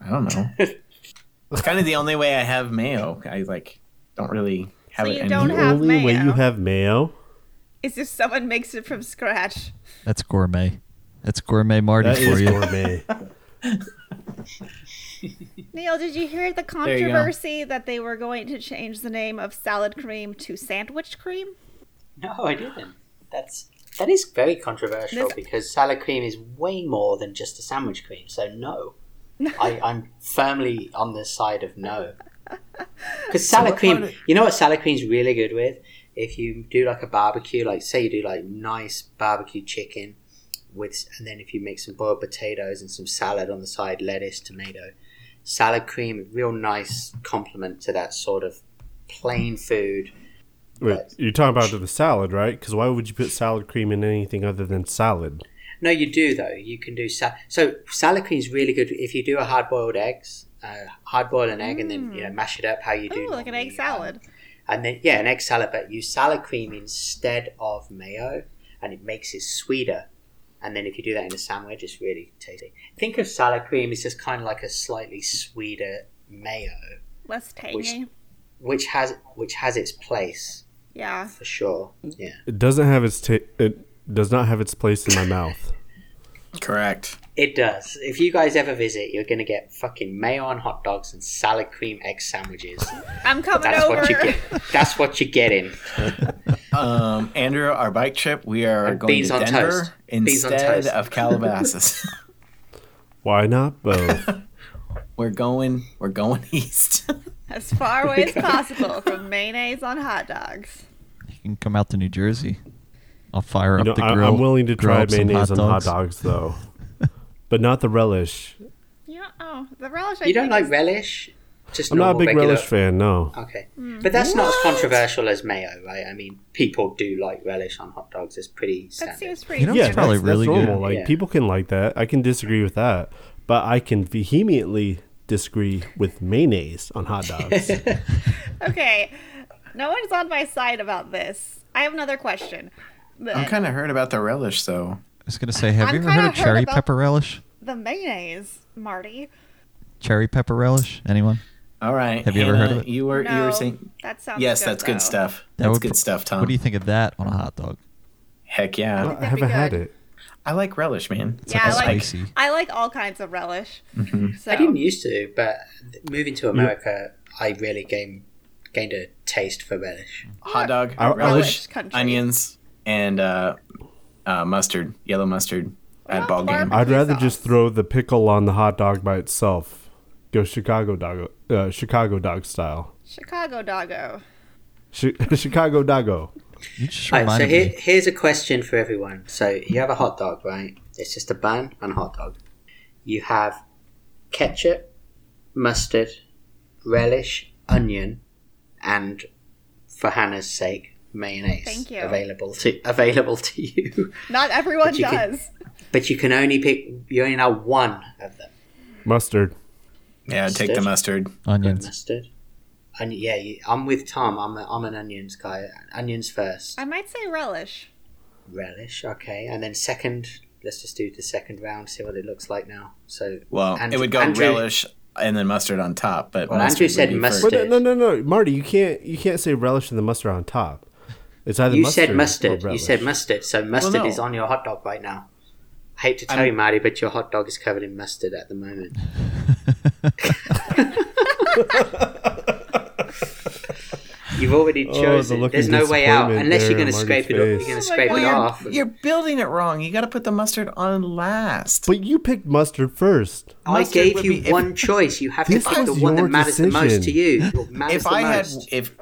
[SPEAKER 4] I don't know. it's kind of the only way I have mayo. I like don't really have
[SPEAKER 2] So
[SPEAKER 4] it.
[SPEAKER 2] you
[SPEAKER 4] any-
[SPEAKER 2] don't
[SPEAKER 1] The
[SPEAKER 2] have-
[SPEAKER 1] only way you
[SPEAKER 2] mayo.
[SPEAKER 1] have mayo.
[SPEAKER 2] Is if someone makes it from scratch.
[SPEAKER 5] That's gourmet. That's gourmet Marty
[SPEAKER 1] That
[SPEAKER 5] for
[SPEAKER 1] is
[SPEAKER 5] you.
[SPEAKER 1] gourmet.
[SPEAKER 2] Neil, did you hear the
[SPEAKER 4] you go.
[SPEAKER 2] controversy that they were going to change the name of salad cream to sandwich cream?
[SPEAKER 3] No, I didn't. That's that is very controversial
[SPEAKER 2] This-
[SPEAKER 3] because salad cream is way more than just a sandwich cream. So no, I, I'm firmly on the side of no. Because salad
[SPEAKER 4] what
[SPEAKER 3] cream,
[SPEAKER 4] part of-
[SPEAKER 3] you know what salad cream's really good with? If you do like a barbecue, like say you do like nice barbecue chicken with, and then if you make some boiled potatoes and some salad on the side, lettuce, tomato, salad cream, real nice complement to that sort of plain food
[SPEAKER 1] Wait,
[SPEAKER 3] But-
[SPEAKER 1] you're talking about the salad, right? Because why would you put salad cream in anything other than salad?
[SPEAKER 3] No, you do though. You can do sal- so. Salad cream is really good if you do a hard boiled eggs. Uh, hard boil an egg and then you know mash it up how you do.
[SPEAKER 2] Mm. Ooh, like an egg
[SPEAKER 3] normally,
[SPEAKER 2] salad.
[SPEAKER 3] um, and then yeah, an egg salad, but use salad cream instead of mayo, and it makes it sweeter. And then if you do that in a sandwich, it's really tasty. Think of salad cream as just kind of like a slightly sweeter mayo,
[SPEAKER 2] Less tangy.
[SPEAKER 3] which has which has its place
[SPEAKER 2] yeah.
[SPEAKER 3] for sure. Yeah,
[SPEAKER 1] It doesn't have its ta- it does not have its place in my mouth.
[SPEAKER 4] Correct.
[SPEAKER 3] it does. If you guys ever visit, you're gonna get fucking mayo on hot dogs and salad cream egg sandwiches.
[SPEAKER 2] I'm coming
[SPEAKER 3] That's
[SPEAKER 2] over.
[SPEAKER 3] what you get. That's what you're getting.
[SPEAKER 4] Um, Andrew, our bike trip, we are
[SPEAKER 3] And
[SPEAKER 4] going
[SPEAKER 3] beans
[SPEAKER 4] to
[SPEAKER 3] on
[SPEAKER 4] Denver
[SPEAKER 3] toast. Beans on
[SPEAKER 4] instead
[SPEAKER 3] toast.
[SPEAKER 4] of Calabasas.
[SPEAKER 1] Why not both?
[SPEAKER 4] we're going. We're going east.
[SPEAKER 2] As far away as possible from mayonnaise on hot dogs.
[SPEAKER 5] You can come out to New Jersey. I'll fire
[SPEAKER 1] You
[SPEAKER 5] up
[SPEAKER 1] know,
[SPEAKER 5] the
[SPEAKER 1] I,
[SPEAKER 5] grill.
[SPEAKER 1] I'm willing to
[SPEAKER 5] grill
[SPEAKER 1] try
[SPEAKER 5] up some
[SPEAKER 1] mayonnaise on hot dogs
[SPEAKER 5] dogs.
[SPEAKER 1] though, but not the relish.
[SPEAKER 2] You don't, oh, the relish. I
[SPEAKER 3] You don't
[SPEAKER 2] think
[SPEAKER 3] like
[SPEAKER 2] is-
[SPEAKER 3] relish? Just
[SPEAKER 1] I'm not a
[SPEAKER 3] normal,
[SPEAKER 1] big
[SPEAKER 3] regular-
[SPEAKER 1] relish fan. No,
[SPEAKER 3] Okay,
[SPEAKER 2] Mm.
[SPEAKER 3] but that's not as controversial as mayo, right? I mean, people do like relish on hot dogs. It's pretty
[SPEAKER 2] That
[SPEAKER 3] standard.
[SPEAKER 2] seems pretty.
[SPEAKER 5] know, it's
[SPEAKER 2] standard.
[SPEAKER 5] probably really good.
[SPEAKER 1] Like
[SPEAKER 3] Yeah.
[SPEAKER 1] people can like that. I can disagree with that, but I can vehemently disagree with mayonnaise on hot dogs.
[SPEAKER 2] Okay. No one's on my side about this. I have another question. The,
[SPEAKER 4] I'm kind of hurt about the relish, though.
[SPEAKER 5] I was gonna say, have
[SPEAKER 2] I'm
[SPEAKER 5] you ever heard
[SPEAKER 2] kinda
[SPEAKER 5] of cherry
[SPEAKER 2] heard about-
[SPEAKER 5] pepper relish?
[SPEAKER 2] the mayonnaise, Marty.
[SPEAKER 5] Cherry pepper relish? Anyone?
[SPEAKER 4] All right.
[SPEAKER 5] Have you ever heard of it?
[SPEAKER 4] You were you
[SPEAKER 2] No,
[SPEAKER 4] were saying
[SPEAKER 2] that sounds
[SPEAKER 4] yes.
[SPEAKER 2] good,
[SPEAKER 4] that's
[SPEAKER 2] though.
[SPEAKER 4] good stuff.
[SPEAKER 5] That
[SPEAKER 4] That's
[SPEAKER 5] would
[SPEAKER 4] good
[SPEAKER 5] pr-
[SPEAKER 4] stuff,
[SPEAKER 1] Uh,
[SPEAKER 4] Tom.
[SPEAKER 5] What do you think of that on a hot dog?
[SPEAKER 4] Heck yeah.
[SPEAKER 1] I
[SPEAKER 2] be
[SPEAKER 1] haven't had
[SPEAKER 2] good.
[SPEAKER 1] it.
[SPEAKER 4] I like relish, man.
[SPEAKER 5] It's
[SPEAKER 2] yeah,
[SPEAKER 5] like a
[SPEAKER 2] I like
[SPEAKER 5] spicy.
[SPEAKER 2] I like all kinds of relish.
[SPEAKER 4] Mm-hmm.
[SPEAKER 2] So,
[SPEAKER 3] I didn't e- used to, but moving
[SPEAKER 1] Mm.
[SPEAKER 3] to America, I really gained gained a taste for relish.
[SPEAKER 4] Hot dog,
[SPEAKER 1] I- I like-
[SPEAKER 4] relish,
[SPEAKER 2] country.
[SPEAKER 4] onions, and uh, uh, mustard, yellow mustard at
[SPEAKER 2] about
[SPEAKER 4] ball game.
[SPEAKER 2] barbe-
[SPEAKER 1] I'd rather
[SPEAKER 2] sauce.
[SPEAKER 1] just throw the pickle on the hot dog by itself. Go Chicago dog, uh, Chicago dog style.
[SPEAKER 2] Chicago doggo.
[SPEAKER 1] Chi Chicago doggo.
[SPEAKER 5] You just
[SPEAKER 3] All right, so
[SPEAKER 5] reminded
[SPEAKER 3] here,
[SPEAKER 5] me.
[SPEAKER 3] here's a question for everyone. So you have a hot dog, right? It's just a bun and a hot dog. You have ketchup, mustard, relish, onion, and for Hannah's sake, mayonnaise.
[SPEAKER 2] Thank you.
[SPEAKER 3] Available to available to you,
[SPEAKER 2] Not everyone
[SPEAKER 3] But you can-
[SPEAKER 2] does.
[SPEAKER 3] but you can only pick. You only know one of them.
[SPEAKER 1] Mustard.
[SPEAKER 4] Yeah, take the mustard.
[SPEAKER 3] Good
[SPEAKER 5] Onions.
[SPEAKER 3] mustard. And yeah, you, I'm with Tom. I'm a, I'm an onions guy. Onions first.
[SPEAKER 2] I might say relish.
[SPEAKER 3] relish. Okay, and then second. Let's just do the second round. See what it looks like now. So
[SPEAKER 4] Well,
[SPEAKER 3] Andrew-
[SPEAKER 4] it would go
[SPEAKER 3] Andrew-
[SPEAKER 4] relish and then mustard on top. But
[SPEAKER 3] Well,
[SPEAKER 4] mustard
[SPEAKER 3] Andrew
[SPEAKER 4] would
[SPEAKER 3] said
[SPEAKER 4] be
[SPEAKER 3] mustard.
[SPEAKER 1] But no, no, no, no, Marty, you can't you can't say relish and the mustard on top. It's either
[SPEAKER 3] You
[SPEAKER 1] mustard
[SPEAKER 3] said
[SPEAKER 1] or
[SPEAKER 3] mustard. You
[SPEAKER 1] relish.
[SPEAKER 3] said mustard. So mustard
[SPEAKER 4] no.
[SPEAKER 3] is on your hot dog right now. I hate to tell
[SPEAKER 4] I'm-
[SPEAKER 3] you, Marty, but your hot dog is covered in mustard at the moment. You've already
[SPEAKER 1] Oh, the
[SPEAKER 3] chosen.
[SPEAKER 1] look of
[SPEAKER 3] There's no way out
[SPEAKER 1] disappointment
[SPEAKER 3] unless you're
[SPEAKER 1] there
[SPEAKER 3] going
[SPEAKER 1] in
[SPEAKER 3] to scrape
[SPEAKER 1] Marty's face.
[SPEAKER 3] it. off. You're
[SPEAKER 2] Oh my
[SPEAKER 3] going to scrape
[SPEAKER 2] God.
[SPEAKER 3] it off.
[SPEAKER 4] You're building it wrong. You got to put the mustard on last.
[SPEAKER 1] But you picked mustard first.
[SPEAKER 3] I
[SPEAKER 4] Mustard
[SPEAKER 3] gave
[SPEAKER 4] would
[SPEAKER 3] you
[SPEAKER 4] be- if-
[SPEAKER 3] one choice. You have to
[SPEAKER 1] This
[SPEAKER 3] pick the
[SPEAKER 1] was
[SPEAKER 3] one that
[SPEAKER 1] your
[SPEAKER 3] matters the most to
[SPEAKER 1] decision.
[SPEAKER 3] you. What matters
[SPEAKER 4] if
[SPEAKER 3] the
[SPEAKER 4] I had,
[SPEAKER 3] most.
[SPEAKER 4] if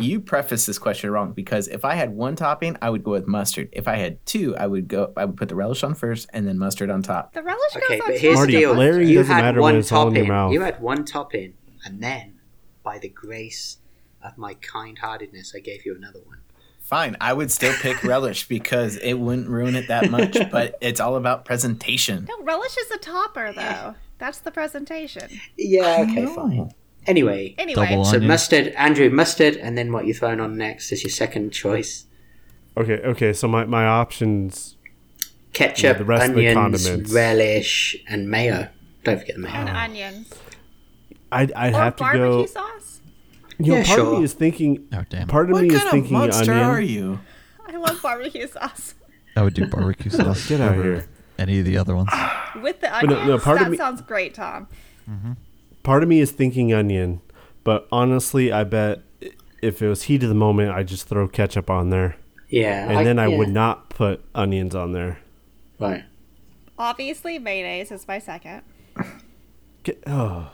[SPEAKER 4] you preface this question wrong, because if I had one topping, I would go with mustard. If I had two, I would go. I would put the relish on first and then mustard on top.
[SPEAKER 2] The relish
[SPEAKER 3] okay,
[SPEAKER 2] goes on
[SPEAKER 3] but
[SPEAKER 2] top.
[SPEAKER 3] here's
[SPEAKER 1] Marty,
[SPEAKER 3] the deal.
[SPEAKER 1] layering
[SPEAKER 3] you
[SPEAKER 1] doesn't
[SPEAKER 3] had
[SPEAKER 1] matter when
[SPEAKER 3] one
[SPEAKER 1] it's all
[SPEAKER 3] topping.
[SPEAKER 1] in your mouth.
[SPEAKER 3] You had one topping, and then, by the grace of my kind-heartedness, I gave you another one.
[SPEAKER 4] Fine, I would still pick relish because it wouldn't ruin it that much. But it's all about presentation.
[SPEAKER 2] No, relish is a topper though. That's the presentation.
[SPEAKER 3] Yeah. Okay. Fine. Anyway,
[SPEAKER 2] Anyway,
[SPEAKER 5] Double
[SPEAKER 3] so
[SPEAKER 5] onions.
[SPEAKER 3] mustard, Andrew, mustard, and then what you're throwing on next is your second choice:
[SPEAKER 1] Okay, okay, so my, my options Yeah,
[SPEAKER 3] ketchup,
[SPEAKER 1] the rest of the
[SPEAKER 3] onions,
[SPEAKER 1] condiments.
[SPEAKER 3] relish, and mayo. Don't forget the mayo.
[SPEAKER 2] and onions
[SPEAKER 1] I'd I'd
[SPEAKER 2] or
[SPEAKER 1] have to
[SPEAKER 2] barbecue
[SPEAKER 1] go
[SPEAKER 2] sauce.
[SPEAKER 1] you know,
[SPEAKER 3] Yeah,
[SPEAKER 1] part of
[SPEAKER 3] sure.
[SPEAKER 1] me is thinking
[SPEAKER 5] Oh damn.
[SPEAKER 1] part of
[SPEAKER 4] What
[SPEAKER 1] me is
[SPEAKER 4] kind of
[SPEAKER 1] thinking
[SPEAKER 4] monster
[SPEAKER 1] onion.
[SPEAKER 4] are you?
[SPEAKER 2] I love barbecue sauce
[SPEAKER 5] I would do barbecue sauce.
[SPEAKER 1] Get out of
[SPEAKER 5] over
[SPEAKER 1] here.
[SPEAKER 5] Any of the other ones.
[SPEAKER 2] with the
[SPEAKER 1] no,
[SPEAKER 2] onions.
[SPEAKER 1] part of
[SPEAKER 2] that
[SPEAKER 1] me-
[SPEAKER 2] sounds great, Tom.
[SPEAKER 1] part of me is thinking onion, but honestly, I bet if it was heat of the moment, I just throw ketchup on there,
[SPEAKER 3] Yeah.
[SPEAKER 1] and then I
[SPEAKER 3] yeah.
[SPEAKER 1] would not put onions on there.
[SPEAKER 3] Right.
[SPEAKER 2] Obviously, mayonnaise is my second.
[SPEAKER 1] Get, oh,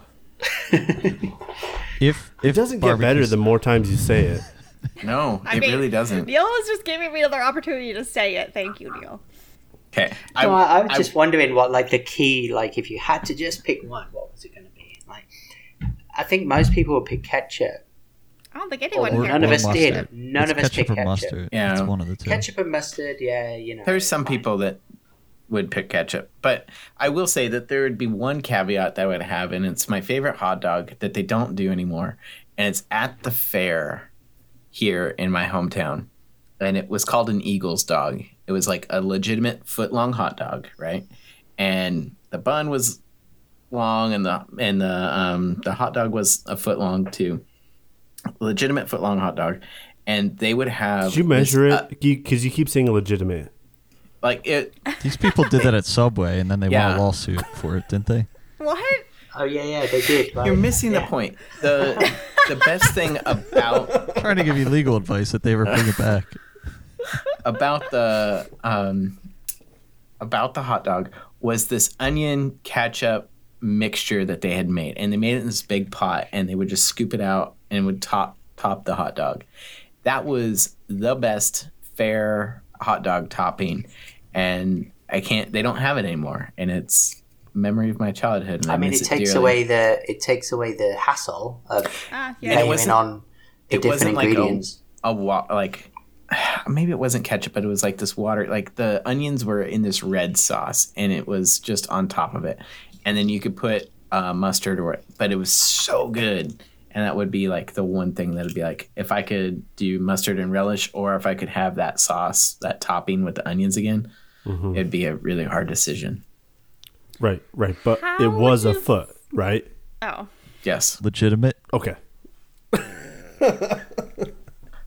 [SPEAKER 5] If if
[SPEAKER 1] it doesn't get better the more times you say it.
[SPEAKER 4] No,
[SPEAKER 2] I
[SPEAKER 4] it
[SPEAKER 2] mean,
[SPEAKER 4] really doesn't.
[SPEAKER 2] Neil was just giving me another opportunity to say it. Thank you, Neil.
[SPEAKER 4] Okay,
[SPEAKER 3] I, no, I, I was just wondering what, like, the key, like, if you had to just pick one, what was it going to be? Like, I think most people would pick ketchup
[SPEAKER 2] I don't think anyone
[SPEAKER 3] Or-
[SPEAKER 2] here.
[SPEAKER 3] None of
[SPEAKER 5] or
[SPEAKER 3] us did.
[SPEAKER 5] mustard.
[SPEAKER 3] None
[SPEAKER 5] It's
[SPEAKER 3] of us
[SPEAKER 5] ketchup
[SPEAKER 3] picked
[SPEAKER 5] or
[SPEAKER 3] ketchup.
[SPEAKER 5] mustard.
[SPEAKER 4] Yeah.
[SPEAKER 5] It's one of the two.
[SPEAKER 3] Ketchup and mustard, yeah, you know.
[SPEAKER 4] There's some people that would pick ketchup, but I will say that there would be one caveat that I would have, and it's my favorite hot dog that they don't do anymore, and it's at the fair here in my hometown, and it was called an Eagles dog. It was like a legitimate foot long hot dog, right? And the bun was long, and the and the um, the hot dog was a foot long too, legitimate foot long hot dog, and they would have.
[SPEAKER 1] Did you
[SPEAKER 4] this,
[SPEAKER 1] measure
[SPEAKER 4] uh,
[SPEAKER 1] it? Because you keep saying legitimate.
[SPEAKER 4] like it,
[SPEAKER 5] These people did that at Subway, and then they
[SPEAKER 4] Yeah.
[SPEAKER 5] won a lawsuit for it, didn't they?
[SPEAKER 2] What?
[SPEAKER 3] Oh yeah, yeah, they did. Right?
[SPEAKER 4] You're missing the
[SPEAKER 3] Yeah.
[SPEAKER 4] point. The the best thing about
[SPEAKER 5] Trying to give you legal advice that they ever bring it back.
[SPEAKER 4] about the um about the hot dog was this onion ketchup mixture that they had made and they made it in this big pot and they would just scoop it out and would top top the hot dog. That was the best fair hot dog topping and I can't they don't have it anymore and it's memory of my childhood and I,
[SPEAKER 3] I mean,
[SPEAKER 4] miss
[SPEAKER 3] it takes
[SPEAKER 4] dearly.
[SPEAKER 3] away the it takes away the hassle of
[SPEAKER 2] Ah, yeah.
[SPEAKER 4] And it
[SPEAKER 3] naming
[SPEAKER 4] wasn't-
[SPEAKER 3] on the
[SPEAKER 4] it
[SPEAKER 3] different
[SPEAKER 4] wasn't like a-
[SPEAKER 3] ingredients.
[SPEAKER 4] a wa- like maybe it wasn't ketchup but it was like this water like the onions were in this red sauce and it was just on top of it and then you could put uh, mustard or but it was so good and that would be like the one thing that would be like if i could do mustard and relish or if i could have that sauce that topping with the onions again it'd be a really hard decision
[SPEAKER 1] Right, right. But
[SPEAKER 2] How
[SPEAKER 1] it was
[SPEAKER 2] would
[SPEAKER 1] a
[SPEAKER 2] you-
[SPEAKER 1] foot, right?
[SPEAKER 2] Oh,
[SPEAKER 4] yes
[SPEAKER 5] Legitimate.
[SPEAKER 1] Okay.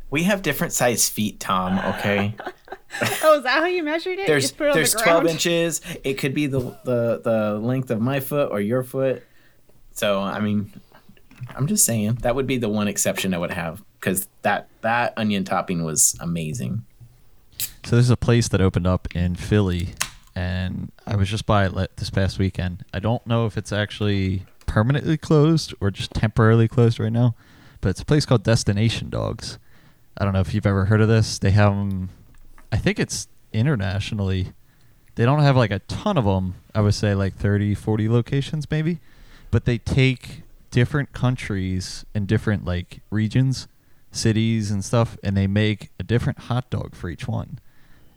[SPEAKER 4] we have different size feet tom okay
[SPEAKER 2] oh, is that how you measured it? you
[SPEAKER 4] there's
[SPEAKER 2] just put it on
[SPEAKER 4] there's
[SPEAKER 2] the
[SPEAKER 4] 12
[SPEAKER 2] ground?
[SPEAKER 4] inches it could be the, the the length of my foot or your foot so i mean i'm just saying that would be the one exception i would have because that that onion topping was amazing
[SPEAKER 5] So there's a place that opened up in Philly, and I was just by it le- this past weekend. I don't know if it's actually permanently closed or just temporarily closed right now, but it's a place called Destination Dogs. I don't know if you've ever heard of this. They have them. I think it's internationally. They don't have like a ton of them. I would say like 30, 40 locations maybe, but they take different countries and different like regions, cities and stuff, and they make a different hot dog for each one.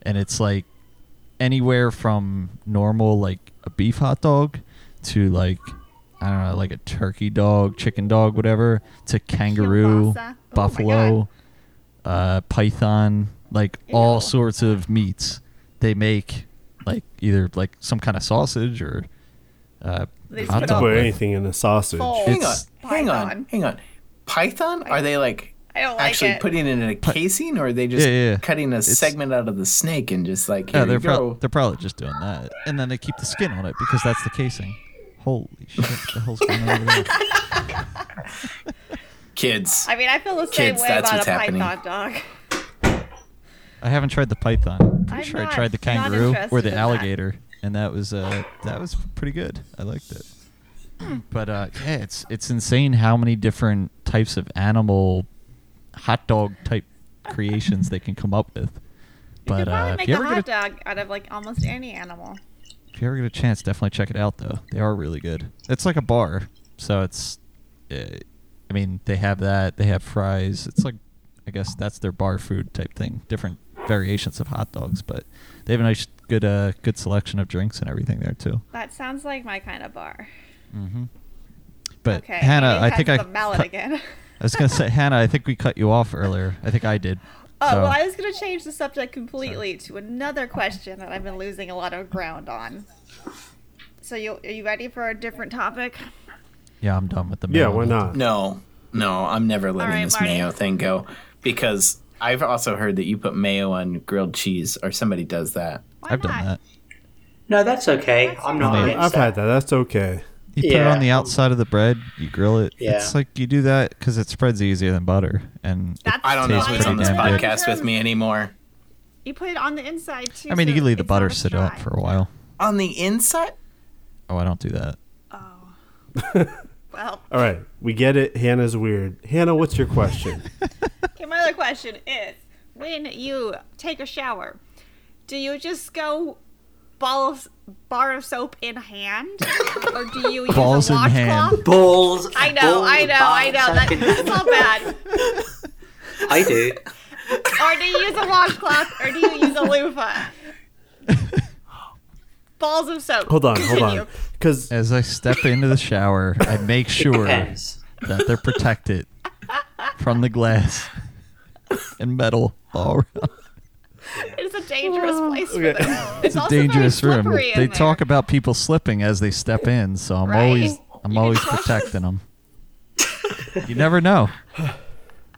[SPEAKER 5] And it's like anywhere from normal like a beef hot dog to like I don't know, like a turkey dog, chicken dog, whatever, to
[SPEAKER 2] Kielbasa. Oh
[SPEAKER 5] kangaroo,
[SPEAKER 2] my
[SPEAKER 5] buffalo,
[SPEAKER 2] God.
[SPEAKER 5] uh, python, like all
[SPEAKER 2] Ew.
[SPEAKER 5] sorts of meats. They make like either like some kind of sausage or uh,
[SPEAKER 2] They just
[SPEAKER 5] hot
[SPEAKER 2] put
[SPEAKER 3] Oh.
[SPEAKER 5] dog.
[SPEAKER 1] Put
[SPEAKER 2] but-
[SPEAKER 1] anything in a sausage.
[SPEAKER 2] Full.
[SPEAKER 4] hang on
[SPEAKER 5] It's-
[SPEAKER 4] hang on
[SPEAKER 2] Python.
[SPEAKER 4] hang on python are they like
[SPEAKER 2] I don't like
[SPEAKER 4] actually
[SPEAKER 2] it.
[SPEAKER 4] putting it in a casing or are they just
[SPEAKER 5] Yeah, yeah, yeah.
[SPEAKER 4] cutting a
[SPEAKER 5] It's-
[SPEAKER 4] segment out of the snake and just like here
[SPEAKER 5] Yeah, they're
[SPEAKER 4] you go.
[SPEAKER 5] pro- they're probably just doing that, and then they keep the skin on it because that's the casing. Holy shit! What the hell's going on over there?
[SPEAKER 4] kids
[SPEAKER 2] I mean, I feel the same
[SPEAKER 4] Kids,
[SPEAKER 2] way
[SPEAKER 4] that's
[SPEAKER 2] about a
[SPEAKER 4] what's happening.
[SPEAKER 2] python dog.
[SPEAKER 5] I haven't tried the python. I'm pretty
[SPEAKER 2] I'm
[SPEAKER 5] sure
[SPEAKER 2] not-
[SPEAKER 5] I tried the
[SPEAKER 2] not
[SPEAKER 5] kangaroo or
[SPEAKER 2] interested in
[SPEAKER 5] the
[SPEAKER 2] that.
[SPEAKER 5] alligator, and that was uh that was pretty good. I liked it.
[SPEAKER 2] Hmm.
[SPEAKER 5] But uh, yeah, it's it's insane how many different types of animal hot dog type creations they can come up
[SPEAKER 2] you
[SPEAKER 5] with. But
[SPEAKER 2] could
[SPEAKER 5] uh,
[SPEAKER 2] probably
[SPEAKER 5] if
[SPEAKER 2] make
[SPEAKER 5] you
[SPEAKER 2] a
[SPEAKER 5] ever get a
[SPEAKER 2] hot dog out of like almost any animal.
[SPEAKER 5] If you ever get a chance, definitely check it out though. They are really good. It's like a bar, so it's. Uh, I mean, they have that. They have fries. It's like, I guess that's their bar food type thing. Different variations of hot dogs, but they have a nice, good, uh, good selection of drinks and everything there too.
[SPEAKER 2] That sounds like my kind of bar.
[SPEAKER 1] Mm-hmm.
[SPEAKER 5] But
[SPEAKER 2] Okay,
[SPEAKER 5] Hannah, I
[SPEAKER 2] maybe
[SPEAKER 5] think
[SPEAKER 2] time
[SPEAKER 5] I.
[SPEAKER 2] for the mallet
[SPEAKER 5] cut-
[SPEAKER 2] again.
[SPEAKER 5] I was gonna say Hannah. I think we cut you off earlier. I think I did.
[SPEAKER 2] Oh,
[SPEAKER 5] So-
[SPEAKER 2] well, I was going to change the subject completely to another question that I've been losing a lot of ground on. So, you, are you ready for a different topic?
[SPEAKER 5] yeah, I'm done with the.
[SPEAKER 1] Yeah,
[SPEAKER 5] mail.
[SPEAKER 1] why not?
[SPEAKER 4] No, no, I'm never letting
[SPEAKER 2] right,
[SPEAKER 4] this
[SPEAKER 2] Marty.
[SPEAKER 4] mayo thing go because I've also heard that you put mayo on grilled cheese or somebody does that.
[SPEAKER 2] Why
[SPEAKER 5] I've done that.
[SPEAKER 3] No, that's okay. I'm not.
[SPEAKER 5] fine.
[SPEAKER 1] I- I've
[SPEAKER 3] against
[SPEAKER 1] had that. That's okay.
[SPEAKER 5] You put it
[SPEAKER 3] Yeah.
[SPEAKER 5] on the outside of the bread. You grill it.
[SPEAKER 3] Yeah.
[SPEAKER 5] It's like you do that because it spreads easier than butter, and
[SPEAKER 2] That's
[SPEAKER 4] I don't know
[SPEAKER 5] Tastes
[SPEAKER 4] who's
[SPEAKER 5] pretty
[SPEAKER 4] on this
[SPEAKER 5] damn good.
[SPEAKER 4] podcast with me anymore.
[SPEAKER 2] You put it on the inside too.
[SPEAKER 5] I mean, you
[SPEAKER 2] so
[SPEAKER 5] can leave the
[SPEAKER 2] it's
[SPEAKER 5] butter
[SPEAKER 2] not as
[SPEAKER 5] sit up
[SPEAKER 2] dry.
[SPEAKER 5] for a while.
[SPEAKER 4] On the inside?
[SPEAKER 5] Oh, I don't do that.
[SPEAKER 2] Well,
[SPEAKER 1] All right, we get it. Hannah's weird. Hannah, what's your question?
[SPEAKER 2] okay, my other question is: When you take a shower, do you just go ball of, bar of soap in hand, or do you use
[SPEAKER 5] Balls
[SPEAKER 2] a
[SPEAKER 5] in
[SPEAKER 2] washcloth?
[SPEAKER 5] hand.
[SPEAKER 3] Balls.
[SPEAKER 2] I know, I know, I know. That, that's not bad.
[SPEAKER 3] I do.
[SPEAKER 2] Or do you use a washcloth, or do you use a loofah? Balls of soap.
[SPEAKER 1] Hold on, hold on.
[SPEAKER 2] Continue.
[SPEAKER 1] Because
[SPEAKER 5] As I step into the shower, I make sure that
[SPEAKER 3] Depends.
[SPEAKER 5] they're protected from the glass and metal all around.
[SPEAKER 2] It's a dangerous
[SPEAKER 3] Oh.
[SPEAKER 2] place for
[SPEAKER 1] Okay.
[SPEAKER 2] them. It's, also very
[SPEAKER 5] dangerous room.
[SPEAKER 2] slippery in
[SPEAKER 5] They
[SPEAKER 2] there.
[SPEAKER 5] talk about people slipping as they step in, so I'm
[SPEAKER 2] Right.
[SPEAKER 5] always I'm
[SPEAKER 2] You
[SPEAKER 5] always
[SPEAKER 2] trust-
[SPEAKER 5] protecting them. You never know.
[SPEAKER 1] all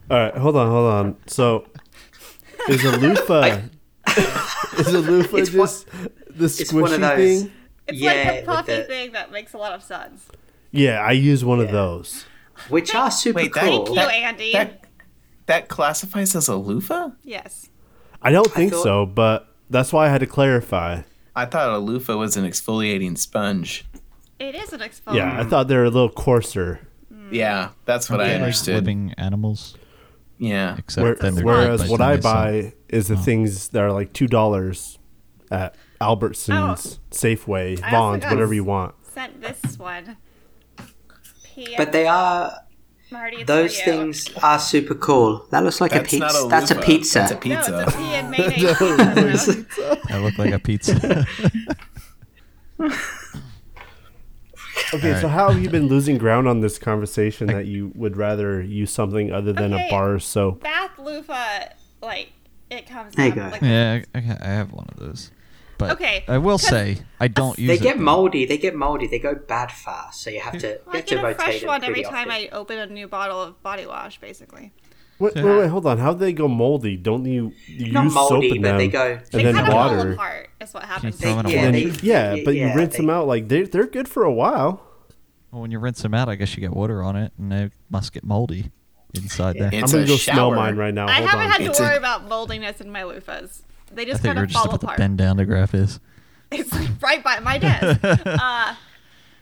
[SPEAKER 1] right, hold on, hold on. So is a loofah? is a loofah
[SPEAKER 3] It's one-
[SPEAKER 1] just the
[SPEAKER 3] It's one of
[SPEAKER 1] squishy
[SPEAKER 3] those.
[SPEAKER 1] thing?
[SPEAKER 2] It's
[SPEAKER 3] yeah,
[SPEAKER 2] like
[SPEAKER 3] with
[SPEAKER 2] a puffy
[SPEAKER 3] the-
[SPEAKER 2] thing that makes a lot of sense.
[SPEAKER 1] Yeah, I use one of those.
[SPEAKER 3] which are super
[SPEAKER 4] Wait, that-
[SPEAKER 3] cool.
[SPEAKER 2] Thank you,
[SPEAKER 4] That-
[SPEAKER 2] Andy.
[SPEAKER 4] That that classifies as a loofah?
[SPEAKER 2] Yes.
[SPEAKER 1] I don't think
[SPEAKER 3] thought-
[SPEAKER 1] so, but that's why I had to clarify.
[SPEAKER 4] I thought a loofah was an exfoliating sponge.
[SPEAKER 2] It is an exfoliant.
[SPEAKER 1] Yeah, I
[SPEAKER 3] Mm.
[SPEAKER 1] thought they were a little coarser.
[SPEAKER 4] Yeah, that's what I
[SPEAKER 5] They're like
[SPEAKER 4] understood.
[SPEAKER 5] living animals,
[SPEAKER 4] Yeah.
[SPEAKER 5] except
[SPEAKER 1] Where,
[SPEAKER 5] then they're
[SPEAKER 1] whereas
[SPEAKER 5] dead by
[SPEAKER 1] what
[SPEAKER 5] the time
[SPEAKER 1] I
[SPEAKER 5] they sell.
[SPEAKER 1] buy is the
[SPEAKER 4] Oh.
[SPEAKER 1] things that are like two dollars at Albertsons, Safeway,
[SPEAKER 2] also
[SPEAKER 1] Vons,
[SPEAKER 2] got-
[SPEAKER 1] whatever you want.
[SPEAKER 2] Sent this one. PM
[SPEAKER 3] But they are
[SPEAKER 2] Marty, it's
[SPEAKER 3] those
[SPEAKER 2] for you.
[SPEAKER 3] things are super cool. That looks like
[SPEAKER 4] That's
[SPEAKER 3] a
[SPEAKER 4] not
[SPEAKER 3] pizza.
[SPEAKER 4] a
[SPEAKER 3] That's a
[SPEAKER 4] loofah.
[SPEAKER 3] pizza.
[SPEAKER 4] That's a
[SPEAKER 2] No,
[SPEAKER 4] pizza.
[SPEAKER 2] it's a pea and mayonnaise pizza.
[SPEAKER 5] I look like a pizza.
[SPEAKER 1] Okay, so
[SPEAKER 5] Alright.
[SPEAKER 1] how have you been losing ground on this conversation that you would rather use something other than
[SPEAKER 2] Okay.
[SPEAKER 1] a bar of soap?
[SPEAKER 2] Bath loofah, like it comes
[SPEAKER 3] There you
[SPEAKER 2] up,
[SPEAKER 3] go.
[SPEAKER 2] like-
[SPEAKER 5] yeah, I, I have one of those. But
[SPEAKER 2] Okay,
[SPEAKER 5] I will say I don't use
[SPEAKER 3] they
[SPEAKER 5] it.
[SPEAKER 3] get
[SPEAKER 5] though.
[SPEAKER 3] moldy. They get moldy. They go bad fast. So you have to you
[SPEAKER 2] I
[SPEAKER 3] have to
[SPEAKER 2] get a
[SPEAKER 3] rotate
[SPEAKER 2] fresh
[SPEAKER 3] them
[SPEAKER 2] one every
[SPEAKER 3] pretty
[SPEAKER 2] time
[SPEAKER 3] often.
[SPEAKER 2] I open a new bottle of body wash, basically.
[SPEAKER 1] Wait, wait, wait, hold on. How do they go moldy? Don't you, you
[SPEAKER 3] Not
[SPEAKER 1] use
[SPEAKER 3] moldy,
[SPEAKER 1] soap in
[SPEAKER 3] but
[SPEAKER 1] them
[SPEAKER 3] they go- They
[SPEAKER 1] and then
[SPEAKER 2] kind of fall
[SPEAKER 1] water?
[SPEAKER 2] apart is what happens.
[SPEAKER 5] throw
[SPEAKER 2] They-
[SPEAKER 5] in a
[SPEAKER 3] yeah,
[SPEAKER 5] water.
[SPEAKER 1] And
[SPEAKER 3] they-
[SPEAKER 1] you- yeah, but
[SPEAKER 3] yeah,
[SPEAKER 1] you rinse
[SPEAKER 3] they-
[SPEAKER 1] them out like they they're good for a while.
[SPEAKER 5] When you rinse them out, I guess you get water on it, and they must get moldy inside there.
[SPEAKER 4] It's
[SPEAKER 1] I'm gonna
[SPEAKER 4] a
[SPEAKER 1] go smell
[SPEAKER 4] shower.
[SPEAKER 1] mine right now.
[SPEAKER 2] I
[SPEAKER 1] Hold
[SPEAKER 2] haven't
[SPEAKER 1] on.
[SPEAKER 2] had to
[SPEAKER 4] It's a-
[SPEAKER 2] worry about moldiness in my loofahs. They
[SPEAKER 5] I
[SPEAKER 2] just
[SPEAKER 5] think
[SPEAKER 2] kind
[SPEAKER 5] we're
[SPEAKER 2] of
[SPEAKER 5] just
[SPEAKER 2] fall
[SPEAKER 5] about to
[SPEAKER 2] apart.
[SPEAKER 5] bend down to graph is.
[SPEAKER 2] It's like right by my desk. uh,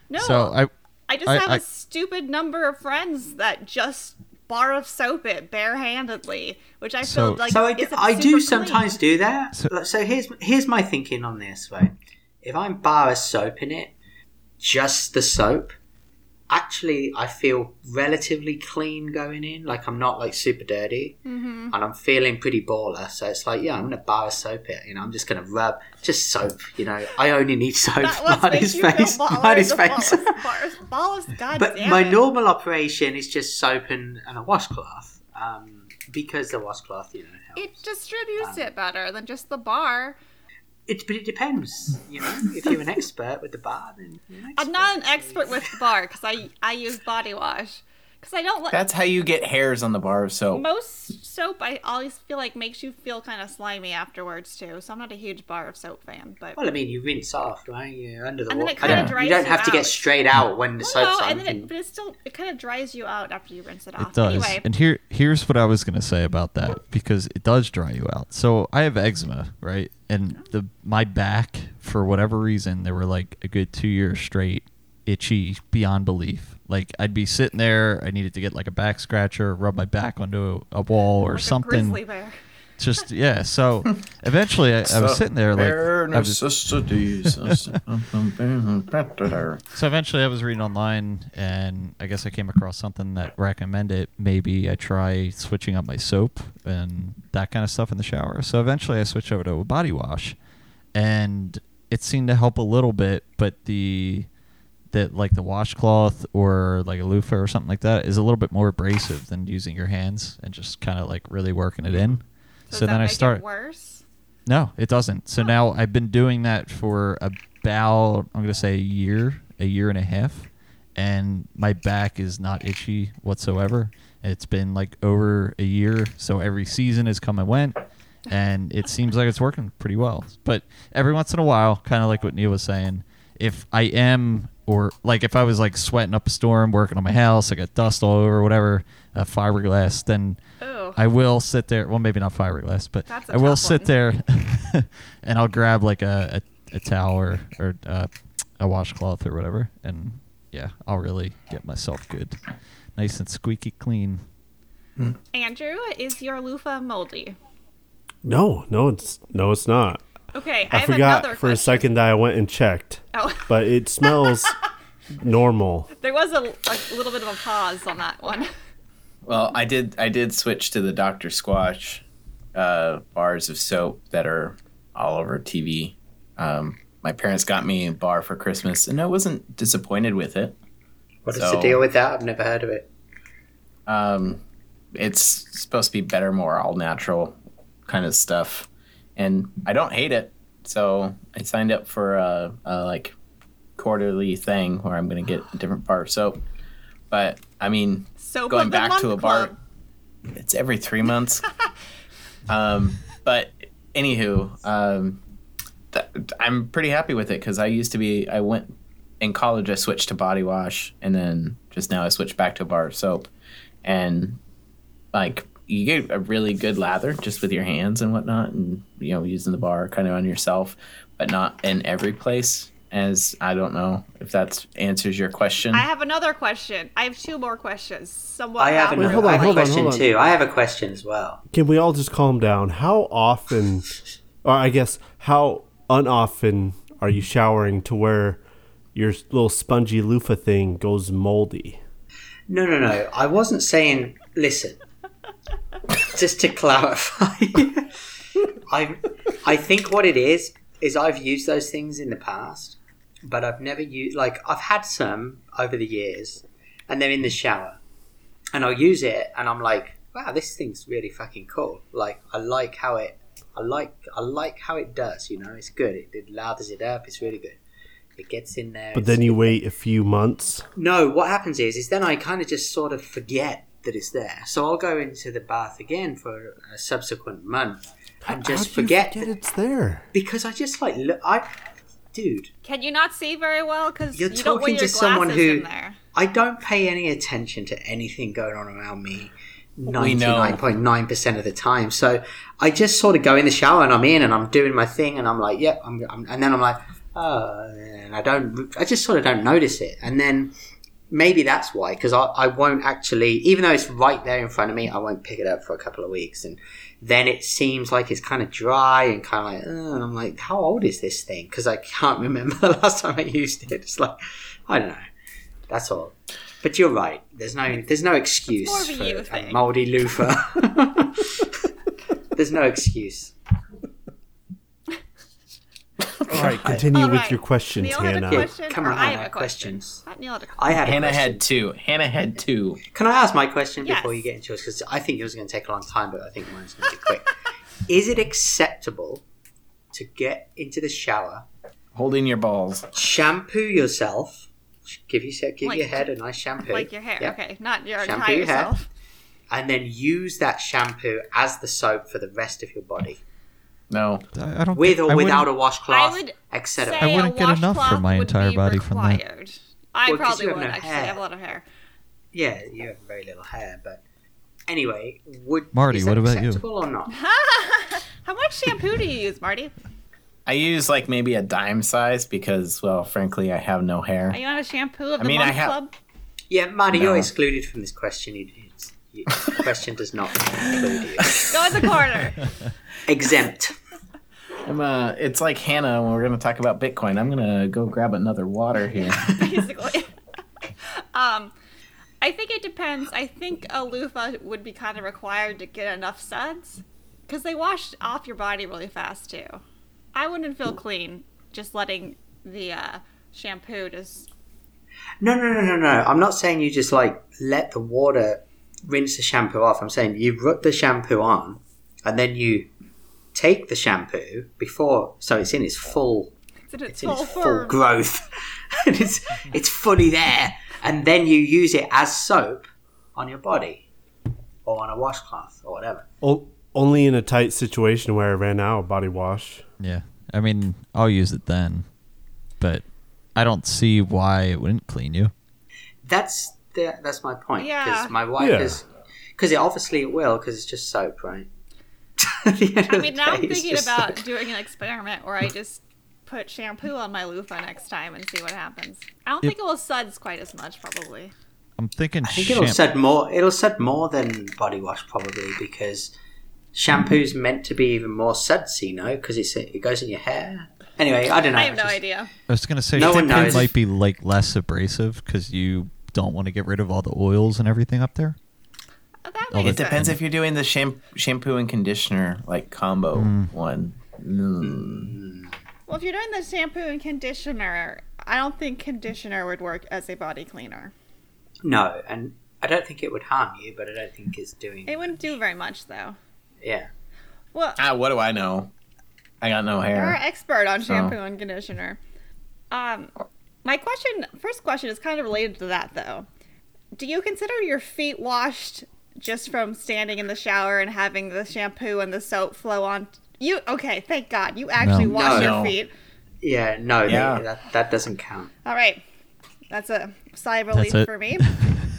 [SPEAKER 2] no,
[SPEAKER 5] So I
[SPEAKER 2] I just
[SPEAKER 5] I-
[SPEAKER 2] have a
[SPEAKER 5] I-
[SPEAKER 2] stupid number of friends that just bar of soap it barehandedly, which I
[SPEAKER 5] So-
[SPEAKER 2] feel like
[SPEAKER 3] So I,
[SPEAKER 2] isn't
[SPEAKER 3] I
[SPEAKER 2] super
[SPEAKER 3] do
[SPEAKER 2] clean.
[SPEAKER 3] sometimes do that.
[SPEAKER 5] So-
[SPEAKER 3] So, so here's here's my thinking on this. Right, if I'm bar of soap in it, just the soap. Actually, I feel relatively clean going in. Like I'm not like super dirty, mm-hmm. and I'm feeling pretty baller. So it's like, yeah, I'm gonna bar of soap it. You know, I'm just gonna rub just soap. You know, I only need soap.
[SPEAKER 2] That was
[SPEAKER 3] on
[SPEAKER 2] makes
[SPEAKER 3] his
[SPEAKER 2] you
[SPEAKER 3] face.
[SPEAKER 2] feel baller is
[SPEAKER 3] on his
[SPEAKER 2] the
[SPEAKER 3] face.
[SPEAKER 2] ballers- ballers- ballers, God
[SPEAKER 3] But
[SPEAKER 2] damn
[SPEAKER 3] my
[SPEAKER 2] it.
[SPEAKER 3] normal operation is just soap and, and a washcloth, um, because the washcloth, you know, helps.
[SPEAKER 2] it distributes it better than just the bar.
[SPEAKER 3] It, but it depends, you know. If you're an expert with the bar, then you're an
[SPEAKER 2] I'm
[SPEAKER 3] expert.
[SPEAKER 2] not an expert with the bar because I I use body wash because I don't like
[SPEAKER 4] That's how you get hairs on the bar of
[SPEAKER 3] Oh.
[SPEAKER 4] soap.
[SPEAKER 2] most soap. I always feel like makes you feel kind of slimy afterwards too. So I'm not a huge bar of soap fan, but
[SPEAKER 3] Well, I mean, you rinse off, right? You're under the
[SPEAKER 2] And then
[SPEAKER 3] water.
[SPEAKER 2] it
[SPEAKER 3] I
[SPEAKER 2] kinda
[SPEAKER 3] don't,
[SPEAKER 2] dries
[SPEAKER 3] you don't
[SPEAKER 2] you
[SPEAKER 3] have to
[SPEAKER 2] out.
[SPEAKER 3] get straight out when the
[SPEAKER 2] Well,
[SPEAKER 3] soap's on.
[SPEAKER 2] and then it, but it still it kind of dries you out after you rinse it off.
[SPEAKER 5] It does.
[SPEAKER 2] Anyway,
[SPEAKER 5] And here here's what I was gonna say about that because it does dry you out. So I have eczema, right? And the my back, for whatever reason, there were like a good two years straight itchy beyond belief. Like I'd be sitting there, I needed to get like a back scratcher, rub my back onto a, a wall or
[SPEAKER 2] like A
[SPEAKER 5] something.
[SPEAKER 2] grizzly bear.
[SPEAKER 5] Just yeah. So eventually I, I was sitting there like
[SPEAKER 4] Bare
[SPEAKER 5] I was-
[SPEAKER 4] necessities.
[SPEAKER 5] So eventually, I was reading online, and I guess I came across something that recommended maybe I try switching up my soap and that kind of stuff in the shower. So eventually, I switched over to a body wash, and it seemed to help a little bit. But the that like the washcloth or like a loofah or something like that is a little bit more abrasive than using your hands and just kind of like really working it in.
[SPEAKER 2] So, does
[SPEAKER 5] so
[SPEAKER 2] that
[SPEAKER 5] then I
[SPEAKER 2] make it
[SPEAKER 5] start.
[SPEAKER 2] worse.
[SPEAKER 5] No, it doesn't. So now I've been doing that for about I'm gonna say a year, a year and a half, and my back is not itchy whatsoever. It's been like over a year, so every season has come and went, and it seems like it's working pretty well. But every once in a while, kind of like what Neil was saying, if I am or like if I was like sweating up a storm, working on my house, I got dust all over, whatever, uh, fiberglass, then
[SPEAKER 2] Ew.
[SPEAKER 5] I will sit there. Well, maybe not fiberglass, but
[SPEAKER 2] That's a
[SPEAKER 5] I will
[SPEAKER 2] tough
[SPEAKER 5] sit
[SPEAKER 2] one.
[SPEAKER 5] there and I'll grab like a, a, a towel or, or uh, a washcloth or whatever. And yeah, I'll really get myself good. Nice and squeaky clean.
[SPEAKER 2] Andrew, is your loofah moldy?
[SPEAKER 1] No, no, it's no, it's not.
[SPEAKER 2] Okay, I,
[SPEAKER 1] I,
[SPEAKER 2] have another
[SPEAKER 1] forgot for a
[SPEAKER 2] question.
[SPEAKER 1] second that I went and checked,
[SPEAKER 2] Oh,
[SPEAKER 1] but it smells normal.
[SPEAKER 2] there was a, a little bit of a pause on that one.
[SPEAKER 4] Well, I did. I did switch to the Doctor Squatch uh, bars of soap that are all over TV. Um, my parents got me a bar for Christmas, and I wasn't disappointed with it.
[SPEAKER 3] What is
[SPEAKER 4] So-
[SPEAKER 3] the deal with that? I've never heard of it.
[SPEAKER 4] Um, it's supposed to be better, more all natural kind of stuff, and I don't hate it. So I signed up for a, a like quarterly thing where I'm going to get a different bar of soap. But I mean,
[SPEAKER 2] So
[SPEAKER 4] Going
[SPEAKER 2] put them
[SPEAKER 4] back
[SPEAKER 2] on
[SPEAKER 4] to
[SPEAKER 2] the
[SPEAKER 4] a bar-
[SPEAKER 2] club.
[SPEAKER 4] it's every three months. um, but anywho, um, th- I'm pretty happy with it because I used to be. I went in college. I switched to body wash, and then just now I switched back to a bar of soap, and like you get a really good lather just with your hands and whatnot, and you know using the bar kind of on yourself, but not in every place. As I don't know if that answers your question.
[SPEAKER 2] I have another question. I have two more questions. Somewhat.
[SPEAKER 3] I
[SPEAKER 2] about
[SPEAKER 3] have, an,
[SPEAKER 1] Wait, hold on,
[SPEAKER 3] I have
[SPEAKER 1] hold
[SPEAKER 3] a
[SPEAKER 1] on,
[SPEAKER 3] question
[SPEAKER 1] hold on.
[SPEAKER 3] too. I have a question as well.
[SPEAKER 1] Can we all just calm down? How often, or I guess, how unoften are you showering to where your little spongy loofah thing goes moldy?
[SPEAKER 3] No, no, no. I wasn't saying. Listen, just to clarify, I, I think what it is is I've used those things in the past, but I've never used. Like I've had some over the years, and they're in the shower, and I'll use it, and I'm like, wow, this thing's really fucking cool. Like I like how it, I like, I like how it does. You know, it's good. It, it lathers it up. It's really good. It gets in there.
[SPEAKER 1] But
[SPEAKER 3] it's
[SPEAKER 1] then you wait a few months.
[SPEAKER 3] no, what happens is, is then I kind of just sort of forget that it's there. So I'll go into the bath again for a subsequent month and just
[SPEAKER 1] How do you
[SPEAKER 3] forget,
[SPEAKER 1] forget
[SPEAKER 3] that-
[SPEAKER 1] it's there.
[SPEAKER 3] because I just like look. I, dude,
[SPEAKER 2] Can you not see very well? Because you
[SPEAKER 3] You're
[SPEAKER 2] don't wear
[SPEAKER 3] talking
[SPEAKER 2] your
[SPEAKER 3] to
[SPEAKER 2] glasses
[SPEAKER 3] someone who-
[SPEAKER 2] in there.
[SPEAKER 3] I don't pay any attention to anything going on around me.
[SPEAKER 4] know.
[SPEAKER 3] Ninety-nine point nine percent of the time, so I just sort of go in the shower and I'm in and I'm doing my thing and I'm like, yep, I'm, I'm and then I'm like, oh, and I don't, I just sort of don't notice it, and then maybe that's why because I, I won't actually, even though it's right there in front of me, I won't pick it up for a couple of weeks, and then it seems like it's kind of dry and kind of like, oh, and I'm like, how old is this thing? Because I can't remember the last time I used it. It's like, I don't know. That's all. But you're right. There's no there's no excuse
[SPEAKER 2] more of a
[SPEAKER 3] for
[SPEAKER 2] you
[SPEAKER 3] a
[SPEAKER 2] thing.
[SPEAKER 3] mouldy loofah. there's no excuse.
[SPEAKER 1] All right, continue
[SPEAKER 2] All
[SPEAKER 1] with
[SPEAKER 2] right.
[SPEAKER 1] your questions,
[SPEAKER 2] Neil had a
[SPEAKER 1] Hannah.
[SPEAKER 2] question.
[SPEAKER 3] Come
[SPEAKER 2] or
[SPEAKER 3] on,
[SPEAKER 2] I have
[SPEAKER 3] Hannah,
[SPEAKER 2] a question.
[SPEAKER 3] questions.
[SPEAKER 2] Not Neil had a
[SPEAKER 3] I had a
[SPEAKER 4] Hannah
[SPEAKER 3] question.
[SPEAKER 4] had two. Hannah had two.
[SPEAKER 3] Can I ask my question
[SPEAKER 2] Yes.
[SPEAKER 3] before you get into yours? Because I think yours is going to take a long time, but I think mine's going to be quick. is it acceptable to get into the shower,
[SPEAKER 4] Holding your balls.
[SPEAKER 3] shampoo yourself, give yourself give
[SPEAKER 2] Like-
[SPEAKER 3] your head a nice shampoo,
[SPEAKER 2] like your hair.
[SPEAKER 3] yeah,
[SPEAKER 2] Okay, not your
[SPEAKER 3] Shampoo
[SPEAKER 2] entire
[SPEAKER 3] your hair.
[SPEAKER 2] self.
[SPEAKER 3] and then use that shampoo as the soap for the rest of your body,
[SPEAKER 4] No.
[SPEAKER 5] I I don't
[SPEAKER 3] with
[SPEAKER 5] thi-
[SPEAKER 3] or
[SPEAKER 5] I
[SPEAKER 3] without a
[SPEAKER 5] wouldn't-
[SPEAKER 2] I
[SPEAKER 3] washcloth,
[SPEAKER 2] would
[SPEAKER 3] etc.
[SPEAKER 2] Say
[SPEAKER 5] I wouldn't
[SPEAKER 2] a
[SPEAKER 5] get enough for
[SPEAKER 2] washcloth
[SPEAKER 5] my
[SPEAKER 2] would
[SPEAKER 5] entire
[SPEAKER 2] be
[SPEAKER 5] body from that.
[SPEAKER 2] required. I
[SPEAKER 3] Well, 'cause
[SPEAKER 2] probably
[SPEAKER 3] you have
[SPEAKER 2] would
[SPEAKER 3] no
[SPEAKER 2] actually. I
[SPEAKER 3] hair.
[SPEAKER 2] have a lot of hair.
[SPEAKER 3] Yeah, you have very little hair, but anyway, would
[SPEAKER 5] Marty,
[SPEAKER 3] is that
[SPEAKER 5] what about you?
[SPEAKER 3] acceptable or not?
[SPEAKER 2] How much shampoo do you use, Marty?
[SPEAKER 4] I use like maybe a dime size because, well, frankly, I have no hair.
[SPEAKER 2] Are you on a shampoo of the
[SPEAKER 4] mean, I
[SPEAKER 2] month
[SPEAKER 4] have-
[SPEAKER 2] club?
[SPEAKER 3] Yeah, Marty,
[SPEAKER 4] No.
[SPEAKER 3] you're excluded from this question. You, it's- you, the question does not include you.
[SPEAKER 2] Go in the corner.
[SPEAKER 3] Exempt.
[SPEAKER 4] I'm, uh, it's like Hannah when we're going to talk about Bitcoin. I'm going to go grab another water here.
[SPEAKER 2] basically. um, I think it depends. I think a loofah would be kind of required to get enough suds because they wash off your body really fast too. I wouldn't feel clean just letting the uh, shampoo just.
[SPEAKER 3] No, no, no, no, no. I'm not saying you just like let the water rinse the shampoo off. I'm saying you rub the shampoo on, and then you take the shampoo before, so it's in its full
[SPEAKER 2] It's in its
[SPEAKER 3] in its
[SPEAKER 2] full
[SPEAKER 3] full
[SPEAKER 2] form.
[SPEAKER 3] growth. and it's it's fully there, and then you use it as soap on your body or on a washcloth or whatever.
[SPEAKER 1] O- only in a tight situation where I ran out of body wash.
[SPEAKER 5] Yeah. I mean, I'll use it then, but I don't see why it wouldn't clean you.
[SPEAKER 3] That's the, that's my point.
[SPEAKER 2] Yeah.
[SPEAKER 3] Because my wife
[SPEAKER 1] Yeah.
[SPEAKER 3] is because it obviously it will because it's just soap, right? I
[SPEAKER 2] I mean, now I'm thinking about doing an experiment where I just put shampoo on my loofah next time and see what happens. I don't think it will suds quite as much, probably.
[SPEAKER 5] I'm thinking
[SPEAKER 3] I think it'll
[SPEAKER 5] sham-
[SPEAKER 3] shed more. It'll shed more than body wash probably because Shampoo's
[SPEAKER 5] Mm.
[SPEAKER 3] meant to be even more sudsy, no? Because it's it goes in your hair. Anyway, I don't know.
[SPEAKER 2] I have no
[SPEAKER 3] Just-
[SPEAKER 2] idea.
[SPEAKER 5] I was gonna say
[SPEAKER 3] No one
[SPEAKER 5] shampoo
[SPEAKER 3] knows.
[SPEAKER 5] might be like less abrasive because you don't want to get rid of all the oils and everything up there.
[SPEAKER 2] Oh, that makes
[SPEAKER 5] Oh, that
[SPEAKER 4] It depends if you're doing the sham- shampoo and conditioner like combo one. Mm.
[SPEAKER 2] Well, if you're doing the shampoo and conditioner, I don't think conditioner would work as a body cleaner.
[SPEAKER 3] No, and I don't think it would harm you, but I don't think it's doing.
[SPEAKER 2] It wouldn't do very much, though.
[SPEAKER 3] Yeah.
[SPEAKER 2] Well,
[SPEAKER 4] Ah, what do I know? I got no
[SPEAKER 2] you're
[SPEAKER 4] hair.
[SPEAKER 2] an expert on shampoo and conditioner. Um, my question, first question, is kind of related to that, though. Do you consider your feet washed just from standing in the shower and having the shampoo and the soap flow on? You okay? Thank God you actually
[SPEAKER 5] No.
[SPEAKER 2] wash
[SPEAKER 4] No.
[SPEAKER 2] your feet.
[SPEAKER 3] Yeah. No.
[SPEAKER 4] Yeah.
[SPEAKER 3] They, that that doesn't count.
[SPEAKER 2] All right, that's a sigh of relief
[SPEAKER 5] it.
[SPEAKER 2] for me.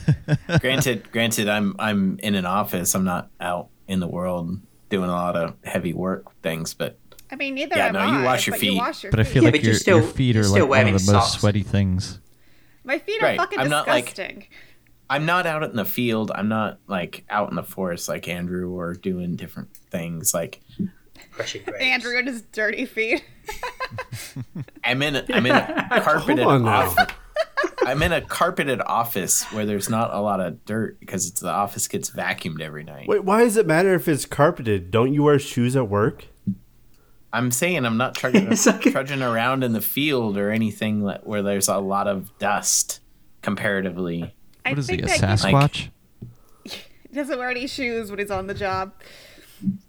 [SPEAKER 4] granted, granted, I'm I'm in an office. I'm not out in the world doing a lot of heavy work things, but
[SPEAKER 2] I mean, neither
[SPEAKER 4] Yeah,
[SPEAKER 2] am
[SPEAKER 4] no,
[SPEAKER 2] I.
[SPEAKER 4] you wash your
[SPEAKER 2] but
[SPEAKER 4] feet.
[SPEAKER 2] You wash your
[SPEAKER 5] But I
[SPEAKER 2] feet.
[SPEAKER 5] feel
[SPEAKER 3] Yeah,
[SPEAKER 5] like
[SPEAKER 3] but you're
[SPEAKER 5] your,
[SPEAKER 3] still-
[SPEAKER 5] your feet are
[SPEAKER 3] you're
[SPEAKER 5] like
[SPEAKER 3] still
[SPEAKER 5] one of the
[SPEAKER 3] wearing
[SPEAKER 5] most
[SPEAKER 3] socks.
[SPEAKER 5] sweaty things.
[SPEAKER 2] My feet are
[SPEAKER 4] Right,
[SPEAKER 2] fucking
[SPEAKER 4] I'm not, like-
[SPEAKER 2] disgusting.
[SPEAKER 4] I'm not out in the field. I'm not like out in the forest like Andrew or doing different things. Like
[SPEAKER 3] Crushing grapes.
[SPEAKER 2] Andrew and his dirty feet.
[SPEAKER 4] I'm in I'm in a carpeted
[SPEAKER 1] Hold on now.
[SPEAKER 4] office. I'm in a carpeted office where there's not a lot of dirt because it's the office gets vacuumed every night.
[SPEAKER 1] Wait, why does it matter if it's carpeted? Don't you wear shoes at work?
[SPEAKER 4] I'm saying I'm not trudging, trudging around in the field or anything that, where there's a lot of dust comparatively.
[SPEAKER 2] I
[SPEAKER 5] What is he,
[SPEAKER 2] think
[SPEAKER 5] a
[SPEAKER 2] that
[SPEAKER 5] Sasquatch?
[SPEAKER 2] he doesn't wear any shoes when he's on the job.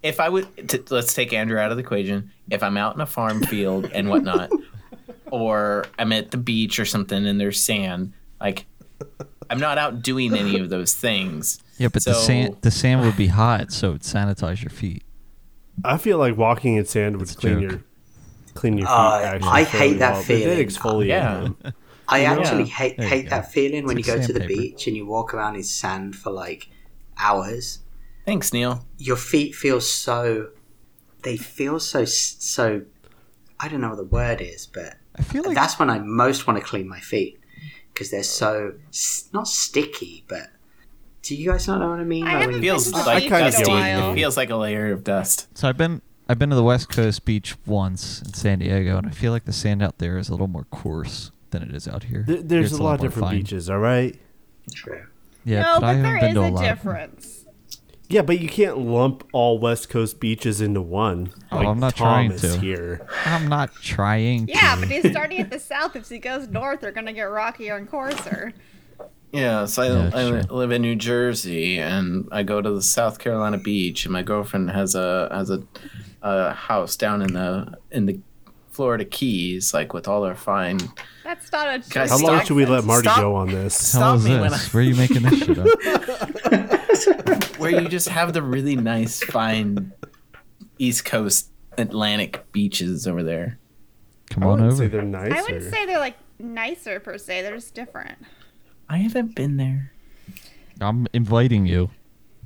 [SPEAKER 4] If I would, t- let's take Andrew out of the equation. If I'm out in a farm field and whatnot, or I'm at the beach or something and there's sand, like I'm not out doing any of those things.
[SPEAKER 5] yeah, but the
[SPEAKER 4] So-
[SPEAKER 5] sand the sand would be hot, so it'd sanitize your feet.
[SPEAKER 1] I feel like walking in sand would
[SPEAKER 5] a
[SPEAKER 1] clean
[SPEAKER 5] joke.
[SPEAKER 1] your clean your feet.
[SPEAKER 3] Uh,
[SPEAKER 1] actually
[SPEAKER 3] I
[SPEAKER 1] fairly
[SPEAKER 3] hate that
[SPEAKER 1] well, but they
[SPEAKER 3] feeling.
[SPEAKER 1] exfoliate
[SPEAKER 4] Yeah.
[SPEAKER 1] them.
[SPEAKER 3] I actually hate
[SPEAKER 5] There you
[SPEAKER 3] hate
[SPEAKER 5] go.
[SPEAKER 3] that feeling when
[SPEAKER 5] It's
[SPEAKER 3] you
[SPEAKER 5] like
[SPEAKER 3] go to the
[SPEAKER 5] sandpaper.
[SPEAKER 3] beach and you walk around in sand for like hours.
[SPEAKER 4] Thanks, Neil.
[SPEAKER 3] Your feet feel so. They feel so so. I don't know what the word is, but
[SPEAKER 5] I feel like
[SPEAKER 3] that's when I most want to clean my feet because they're so s- not sticky, but do you guys not know what I
[SPEAKER 2] I
[SPEAKER 3] mean? Like when
[SPEAKER 2] haven't
[SPEAKER 3] you-
[SPEAKER 4] Feels
[SPEAKER 2] I
[SPEAKER 4] like
[SPEAKER 1] kinda get
[SPEAKER 4] dusty.
[SPEAKER 1] what you mean.
[SPEAKER 4] It feels like a layer of dust.
[SPEAKER 5] so I've been I've been to the West Coast beach once in San Diego and I feel like the sand out there is a little more coarse than it is out here.
[SPEAKER 1] There,
[SPEAKER 5] Here
[SPEAKER 1] there's
[SPEAKER 5] it's
[SPEAKER 1] a lot of
[SPEAKER 5] more
[SPEAKER 1] different
[SPEAKER 5] fine.
[SPEAKER 1] beaches, all right.
[SPEAKER 3] True.
[SPEAKER 5] Yeah,
[SPEAKER 2] no,
[SPEAKER 5] but, I
[SPEAKER 2] but
[SPEAKER 5] haven't
[SPEAKER 2] there
[SPEAKER 5] been
[SPEAKER 2] is a
[SPEAKER 5] to a, lot. of them.
[SPEAKER 2] difference.
[SPEAKER 1] Yeah, but you can't lump all West Coast beaches into one.
[SPEAKER 5] Oh,
[SPEAKER 1] like
[SPEAKER 5] I'm not
[SPEAKER 1] Tom
[SPEAKER 5] trying
[SPEAKER 1] is
[SPEAKER 5] to.
[SPEAKER 1] here.
[SPEAKER 5] I'm not trying.
[SPEAKER 2] Yeah,
[SPEAKER 5] to.
[SPEAKER 2] but he's starting at the south. If he goes north, they're gonna get rockier and coarser.
[SPEAKER 4] Yeah, so I,
[SPEAKER 5] Yeah,
[SPEAKER 4] I
[SPEAKER 5] sure.
[SPEAKER 4] live in New Jersey, and I go to the South Carolina beach, and my girlfriend has a has a, a house down in the in the Florida Keys, like with all her fine.
[SPEAKER 2] That's not a.
[SPEAKER 4] Guys,
[SPEAKER 1] How
[SPEAKER 2] choice.
[SPEAKER 4] Stop.
[SPEAKER 1] long should we let Marty
[SPEAKER 4] Stop.
[SPEAKER 1] go on this?
[SPEAKER 5] How
[SPEAKER 4] Stop
[SPEAKER 5] is
[SPEAKER 4] me when
[SPEAKER 5] this? Where are you making this shit up?
[SPEAKER 4] where you just have the really nice fine East Coast Atlantic beaches over there.
[SPEAKER 5] Come
[SPEAKER 1] I
[SPEAKER 5] on
[SPEAKER 1] wouldn't say
[SPEAKER 5] over.
[SPEAKER 1] they're nicer.
[SPEAKER 2] I wouldn't say they're like nicer per se. They're just different.
[SPEAKER 4] I haven't been there.
[SPEAKER 5] I'm inviting you.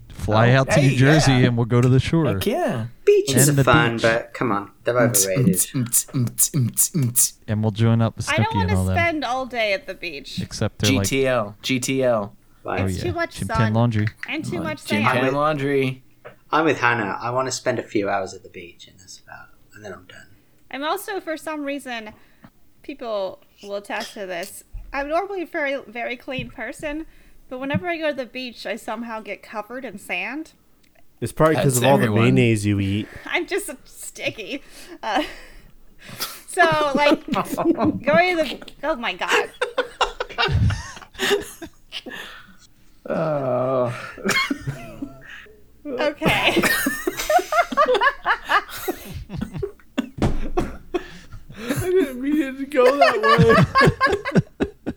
[SPEAKER 5] Fly out to
[SPEAKER 4] Oh, hey,
[SPEAKER 5] New Jersey
[SPEAKER 4] yeah.
[SPEAKER 5] and we'll go to the shore.
[SPEAKER 4] Heck yeah.
[SPEAKER 3] Beaches
[SPEAKER 5] And
[SPEAKER 3] are
[SPEAKER 5] the
[SPEAKER 3] fun,
[SPEAKER 5] beach.
[SPEAKER 3] but come on, they're overrated.
[SPEAKER 4] GTL.
[SPEAKER 5] And we'll join up with
[SPEAKER 2] I don't
[SPEAKER 5] Snooki
[SPEAKER 2] want
[SPEAKER 5] and
[SPEAKER 2] to
[SPEAKER 5] all that.
[SPEAKER 2] spend all day at the beach.
[SPEAKER 5] Except they're like,
[SPEAKER 4] GTL.
[SPEAKER 3] Like,
[SPEAKER 5] oh
[SPEAKER 2] It's
[SPEAKER 5] yeah,
[SPEAKER 2] too much
[SPEAKER 5] chimpan
[SPEAKER 2] sun.
[SPEAKER 5] laundry.
[SPEAKER 2] And too much
[SPEAKER 4] Gin
[SPEAKER 2] sand.
[SPEAKER 4] Pan Laundry.
[SPEAKER 3] I'm with Hannah. I want to spend a few hours at the beach, and that's about. And then I'm done.
[SPEAKER 2] I'm also, for some reason, people will attest to this. I'm normally a very, very clean person, but whenever I go to the beach, I somehow get covered in sand.
[SPEAKER 1] It's probably because
[SPEAKER 4] That's
[SPEAKER 1] of all the
[SPEAKER 4] everyone.
[SPEAKER 1] mayonnaise you eat.
[SPEAKER 2] I'm just sticky. Uh, so, like, going to the. Oh my god.
[SPEAKER 5] Uh.
[SPEAKER 4] Oh.
[SPEAKER 2] Okay.
[SPEAKER 1] We didn't go that way.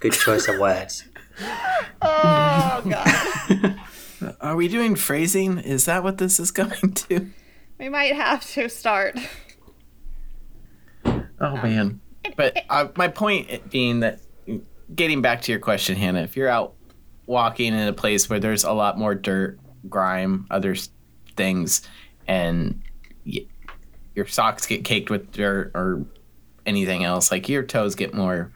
[SPEAKER 3] Good choice of words.
[SPEAKER 2] Oh god.
[SPEAKER 4] Are we doing phrasing? Is that what this is going to?
[SPEAKER 2] We might have to start. Um,
[SPEAKER 4] Oh man! But uh, my point being that, getting back to your question, Hannah, if you're out walking in a place where there's a lot more dirt, grime, other s- things, and y- your socks get caked with dirt or anything else, like your toes get more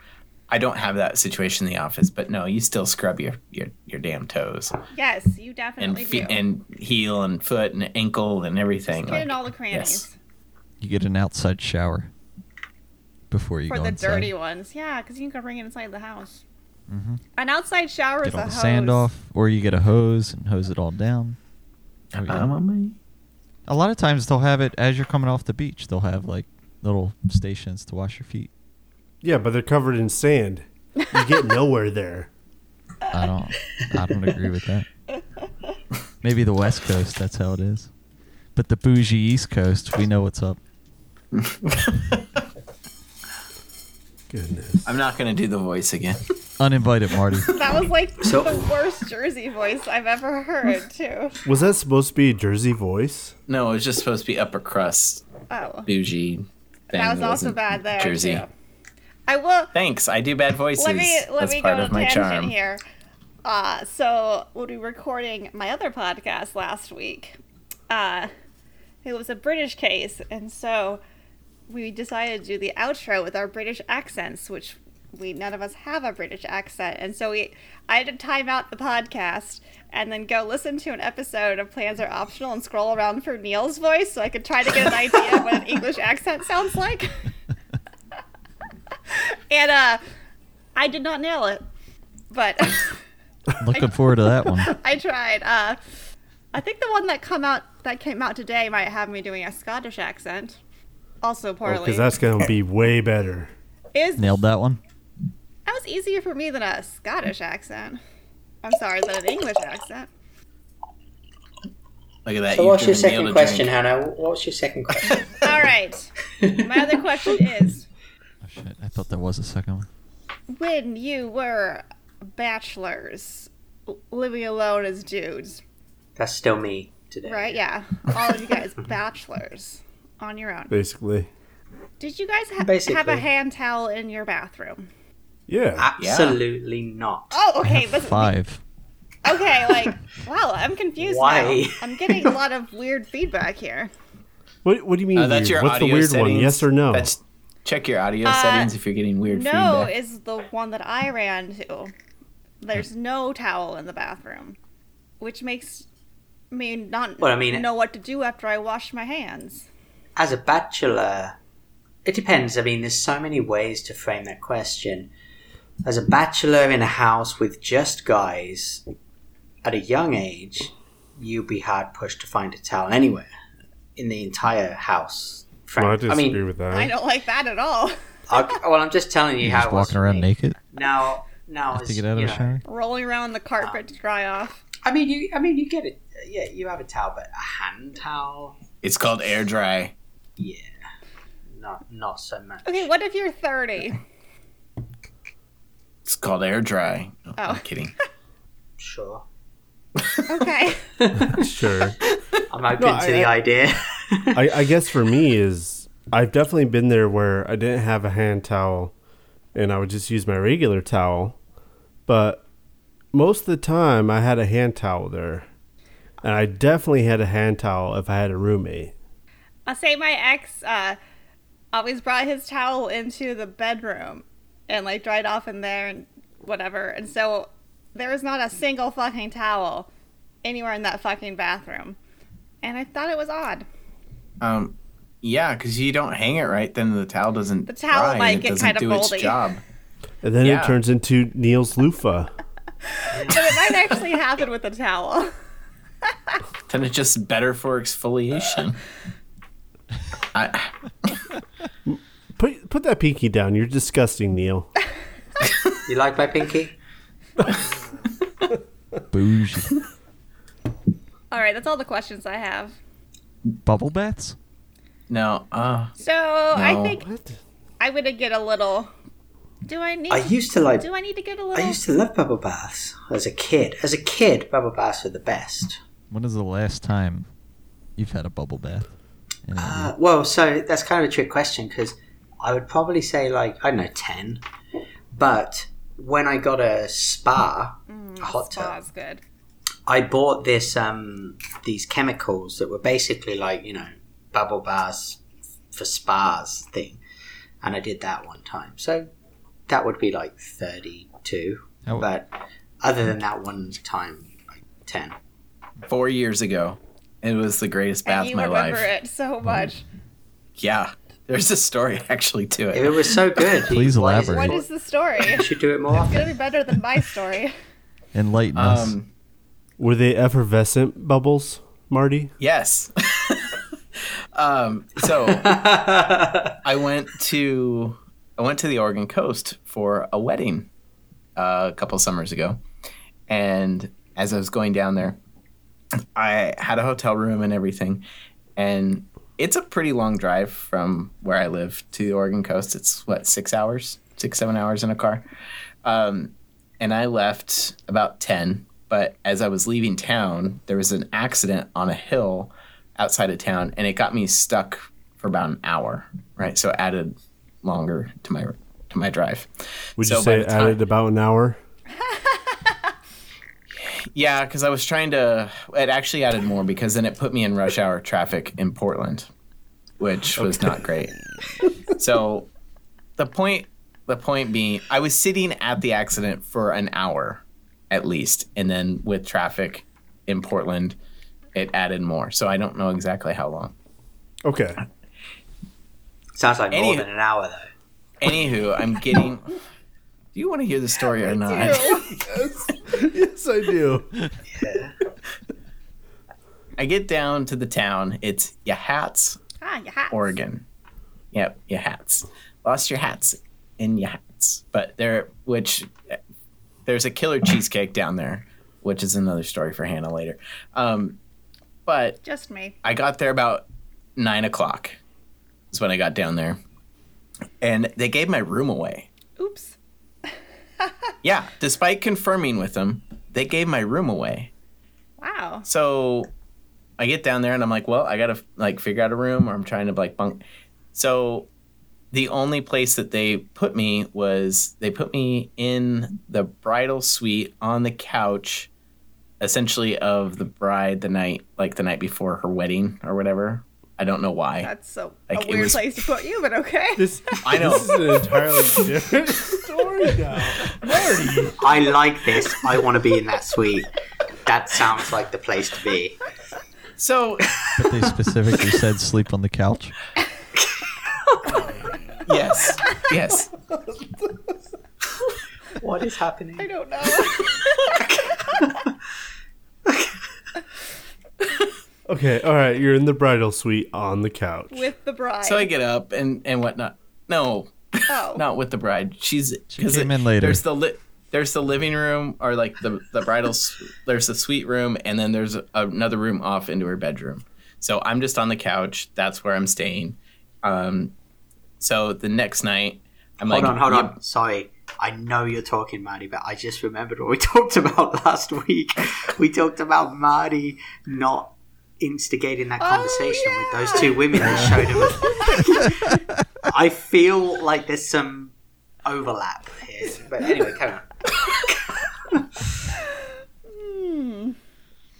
[SPEAKER 4] I don't have that situation in the office, but no, you still scrub your your, your damn toes
[SPEAKER 2] Yes, you
[SPEAKER 4] and
[SPEAKER 2] definitely
[SPEAKER 4] feet
[SPEAKER 2] do.
[SPEAKER 4] and heel and foot and ankle and everything.
[SPEAKER 2] Get in
[SPEAKER 4] Like,
[SPEAKER 2] all the crannies
[SPEAKER 5] You get an outside shower before you
[SPEAKER 2] for
[SPEAKER 5] go
[SPEAKER 2] the
[SPEAKER 5] inside.
[SPEAKER 2] dirty ones. Yeah, because you can bring it inside the house. An outside shower
[SPEAKER 5] Mm-hmm. Get
[SPEAKER 2] is a
[SPEAKER 5] all the
[SPEAKER 2] hose.
[SPEAKER 5] sand off, or you get a hose and hose it all down. There we go.
[SPEAKER 2] Um,
[SPEAKER 4] I'm on my-
[SPEAKER 5] A lot of times they'll have it as you're coming off the beach. They'll have like little stations to wash your feet.
[SPEAKER 1] Yeah, but they're covered in sand. You get nowhere there.
[SPEAKER 5] I don't. I don't agree with that. Maybe the West Coast. That's how it is. But the bougie East Coast, we know what's up.
[SPEAKER 1] Goodness.
[SPEAKER 4] I'm not gonna do the voice again.
[SPEAKER 5] Uninvited Marty.
[SPEAKER 2] That was like
[SPEAKER 3] So-
[SPEAKER 2] the worst Jersey voice I've ever heard, too.
[SPEAKER 1] Was that supposed to be a Jersey voice?
[SPEAKER 4] No, it was just supposed to be upper crust
[SPEAKER 2] Oh,
[SPEAKER 4] bougie. Thing.
[SPEAKER 2] that was
[SPEAKER 4] It
[SPEAKER 2] also
[SPEAKER 4] wasn't
[SPEAKER 2] bad there.
[SPEAKER 4] Jersey.
[SPEAKER 2] too. I will.
[SPEAKER 4] Thanks. I do bad voices.
[SPEAKER 2] let me let
[SPEAKER 4] That's
[SPEAKER 2] me go
[SPEAKER 4] part
[SPEAKER 2] on a
[SPEAKER 4] of my
[SPEAKER 2] tangent
[SPEAKER 4] charm.
[SPEAKER 2] here. Uh, so we'll be recording my other podcast last week. Uh, it was a British case, and so we decided to do the outro with our British accents, which we none of us have a British accent, and so we I had to time out the podcast and then go listen to an episode of Plans Are Optional and scroll around for Neil's voice so I could try to get an idea of what an English accent sounds like. and uh, I did not nail it, but
[SPEAKER 5] Looking forward to that one.
[SPEAKER 2] I tried. Uh, I think the one that come out that came out today might have me doing a Scottish accent, also poorly.
[SPEAKER 1] Because that's going to be way better.
[SPEAKER 2] It was
[SPEAKER 5] Nailed that one.
[SPEAKER 2] that was easier for me than a Scottish accent. I'm sorry, than an English accent.
[SPEAKER 4] Look at that.
[SPEAKER 3] So
[SPEAKER 4] you've
[SPEAKER 3] what's your
[SPEAKER 4] given Neil
[SPEAKER 3] second
[SPEAKER 4] a
[SPEAKER 3] question,
[SPEAKER 4] drink.
[SPEAKER 3] Hannah? What's your second question?
[SPEAKER 2] All right. My other question is:
[SPEAKER 5] Oh, shit. I thought there was a second one.
[SPEAKER 2] When you were bachelors, l- living alone as dudes,
[SPEAKER 3] That's still me today.
[SPEAKER 2] right? Yeah, all of you guys bachelors on your own.
[SPEAKER 1] Basically.
[SPEAKER 2] Did you guys ha- have a
[SPEAKER 3] Basically.
[SPEAKER 2] hand towel in your bathroom?
[SPEAKER 1] Yeah.
[SPEAKER 3] Absolutely not.
[SPEAKER 2] Oh,
[SPEAKER 5] I
[SPEAKER 2] okay.
[SPEAKER 5] have
[SPEAKER 2] But
[SPEAKER 5] five.
[SPEAKER 2] okay, like wow, I'm confused.
[SPEAKER 3] Why?
[SPEAKER 2] Now. I'm getting a lot of weird feedback here.
[SPEAKER 1] What, what do you mean?
[SPEAKER 4] Uh,
[SPEAKER 1] weird?
[SPEAKER 4] that's your
[SPEAKER 1] What's the
[SPEAKER 4] audio
[SPEAKER 1] weird
[SPEAKER 4] settings.
[SPEAKER 1] one? Yes or no?
[SPEAKER 4] That's, check your audio settings if you're getting weird
[SPEAKER 2] Uh, No
[SPEAKER 4] feedback.
[SPEAKER 2] is the one that I ran to. There's no towel in the bathroom, which makes me not
[SPEAKER 3] Well, I mean-
[SPEAKER 2] know what to do after I wash my hands.
[SPEAKER 3] As a bachelor, it depends. I mean, there's so many ways to frame that question. As a bachelor in a house with just guys at a young age, you'd be hard pushed to find a towel anywhere in the entire house.
[SPEAKER 1] Well, I
[SPEAKER 3] Frank.
[SPEAKER 1] disagree
[SPEAKER 3] I mean,
[SPEAKER 1] with that.
[SPEAKER 2] I don't like that at all.
[SPEAKER 3] I, well, I'm just telling you
[SPEAKER 5] You're
[SPEAKER 3] how
[SPEAKER 5] just
[SPEAKER 3] it was
[SPEAKER 5] walking
[SPEAKER 3] for
[SPEAKER 5] around
[SPEAKER 3] me.
[SPEAKER 5] naked
[SPEAKER 3] Now, now
[SPEAKER 5] after
[SPEAKER 3] it's,
[SPEAKER 5] you get out
[SPEAKER 3] you
[SPEAKER 5] of
[SPEAKER 3] know,
[SPEAKER 5] the shower.
[SPEAKER 2] Rolling around the
[SPEAKER 3] Ah.
[SPEAKER 2] carpet to dry off.
[SPEAKER 3] I mean, you. I mean, you get it. Yeah, you have a towel, but a hand towel,
[SPEAKER 4] It's called air dry.
[SPEAKER 3] yeah, not not so much.
[SPEAKER 2] Okay, what if you're 30?
[SPEAKER 4] It's called air dry. No,
[SPEAKER 2] Oh.
[SPEAKER 4] I'm kidding.
[SPEAKER 3] Sure,
[SPEAKER 2] Okay.
[SPEAKER 1] sure.
[SPEAKER 3] I'm open
[SPEAKER 1] No,
[SPEAKER 3] to
[SPEAKER 1] I-
[SPEAKER 3] the idea.
[SPEAKER 1] I, I guess for me is I've definitely been there where I didn't have a hand towel and I would just use my regular towel. But most of the time I had a hand towel there. And I definitely had a hand towel if I had a roommate.
[SPEAKER 2] I'll say my ex uh, always brought his towel into the bedroom and like dried off in there and whatever. And so there was not a single fucking towel anywhere in that fucking bathroom. And I thought it was odd.
[SPEAKER 4] Um, yeah, because you don't hang it right, then the towel doesn't. The
[SPEAKER 2] towel
[SPEAKER 4] dry, and
[SPEAKER 2] might
[SPEAKER 4] it
[SPEAKER 2] get
[SPEAKER 4] doesn't
[SPEAKER 2] kinda
[SPEAKER 4] do
[SPEAKER 2] moldy.
[SPEAKER 4] its job.
[SPEAKER 1] And then
[SPEAKER 4] Yeah.
[SPEAKER 1] it turns into Neil's loofah.
[SPEAKER 2] But it might actually happen with a towel.
[SPEAKER 4] Then it's just better for exfoliation. I,
[SPEAKER 1] Put put that pinky down. You're disgusting, Neil.
[SPEAKER 3] You like my pinky?
[SPEAKER 5] Bougie.
[SPEAKER 2] All right, that's all the questions I have.
[SPEAKER 5] Bubble baths?
[SPEAKER 4] no, uh,
[SPEAKER 2] So I
[SPEAKER 4] No.
[SPEAKER 2] think
[SPEAKER 1] What?
[SPEAKER 2] I'm gonna get a little. Do I need?
[SPEAKER 3] I used to like.
[SPEAKER 2] do I need to get a
[SPEAKER 3] I
[SPEAKER 2] little?
[SPEAKER 3] used to love bubble baths as a kid. As a kid, bubble baths were the best.
[SPEAKER 5] When is the last time you've had a bubble bath? Any idea?
[SPEAKER 4] Ah,
[SPEAKER 3] Uh, well, so that's kind of a trick question because I would probably say like I don't know ten, but when I got a spa, a hot tub,
[SPEAKER 2] Spa's good.
[SPEAKER 3] I bought this um these chemicals that were basically like you know bubble baths for spas thing, and I did that one time. So that would be like 32.
[SPEAKER 5] That would-
[SPEAKER 3] but other than that one time, like 10.
[SPEAKER 4] Four years ago, it was the greatest
[SPEAKER 2] and
[SPEAKER 4] bath of
[SPEAKER 2] you
[SPEAKER 4] my life.
[SPEAKER 2] remember it so much.
[SPEAKER 4] Yeah, there's a story actually to
[SPEAKER 3] If it
[SPEAKER 4] it.
[SPEAKER 3] was so good,
[SPEAKER 5] Please
[SPEAKER 3] you- why
[SPEAKER 5] elaborate.
[SPEAKER 2] What
[SPEAKER 3] it-
[SPEAKER 2] is the story?
[SPEAKER 3] You
[SPEAKER 2] it's
[SPEAKER 3] should do it more often.
[SPEAKER 2] gonna be better than my story.
[SPEAKER 5] Enlighten us.
[SPEAKER 4] Um,
[SPEAKER 1] Were they effervescent bubbles, Marty?
[SPEAKER 4] yes. um, so I went to I went to the Oregon coast for a wedding uh, a couple summers ago, and as I was going down there, I had a hotel room and everything, and it's a pretty long drive from where I live to the Oregon coast. It's what six hours, six seven hours in a car, um, and I left about ten. But as I was leaving town, there was an accident on a hill outside of town, and it got me stuck for about an hour. Right, so it added longer to my to my drive.
[SPEAKER 1] Would
[SPEAKER 4] So
[SPEAKER 1] you
[SPEAKER 4] by
[SPEAKER 1] say
[SPEAKER 4] the
[SPEAKER 1] it
[SPEAKER 4] time-
[SPEAKER 1] added about an hour?
[SPEAKER 4] Yeah, because I was trying to. It actually added more because then it put me in rush hour traffic in Portland, which was not great. so, the point, the point being, I was sitting at the accident for an hour, at least, and then with traffic in Portland, it added more. So I don't know exactly how long.
[SPEAKER 1] Okay.
[SPEAKER 3] Sounds like more
[SPEAKER 4] Anywho.
[SPEAKER 3] than an hour, though.
[SPEAKER 4] Anywho, I'm getting. Do you want to hear the story or not?
[SPEAKER 1] yes, I do.
[SPEAKER 4] I get down to the town. It's your hats
[SPEAKER 2] ah, your hats.
[SPEAKER 4] Oregon. Yep, your hats. Lost your hats in your hats. But there, which there's a killer cheesecake down there, which is another story for Hannah later. Um, but
[SPEAKER 2] Just me.
[SPEAKER 4] I got there about nine o'clock. Is when I got down there, and they gave my room away.
[SPEAKER 2] Oops.
[SPEAKER 4] Yeah, despite confirming with them, they gave my room away.
[SPEAKER 2] Wow.
[SPEAKER 4] so I get down there and I'm like, well, I gotta like figure out a room or I'm trying to like bunk. So the only place that they put me was they put me in the bridal suite on the couch, essentially of the bride the night like the night before her wedding or whatever. I don't know why.
[SPEAKER 2] That's so a
[SPEAKER 4] Like, it
[SPEAKER 2] weird
[SPEAKER 4] was-
[SPEAKER 2] place to put you, but okay.
[SPEAKER 1] This
[SPEAKER 4] I know.
[SPEAKER 1] This is an entirely different story now. Marty.
[SPEAKER 3] I like this. I want to be in that suite. That sounds like the place to be.
[SPEAKER 4] So
[SPEAKER 5] But they specifically said sleep on the couch.
[SPEAKER 4] yes, yes.
[SPEAKER 3] What is happening?
[SPEAKER 2] I don't know.
[SPEAKER 1] Okay, all right. You're in the bridal suite on the couch.
[SPEAKER 2] With the bride.
[SPEAKER 4] So I get up and and whatnot. No,
[SPEAKER 2] oh.
[SPEAKER 4] not with the bride. She's
[SPEAKER 5] She
[SPEAKER 4] 'cause
[SPEAKER 5] came in later.
[SPEAKER 4] There's the li- there's the living room or like the the bridal. s- there's the suite room, and then there's a, another room off into her bedroom. So I'm just on the couch. That's where I'm staying. Um, so the next night, I'm
[SPEAKER 3] Hold
[SPEAKER 4] like,
[SPEAKER 3] on, hold
[SPEAKER 4] "Yep,
[SPEAKER 3] on. Sorry. I know you're talking, Marty, but I just remembered what we talked about last week. We talked about Marty not instigating
[SPEAKER 2] Oh,
[SPEAKER 3] that conversation with those two women that showed him. I feel like there's some overlap here. But anyway, carry on.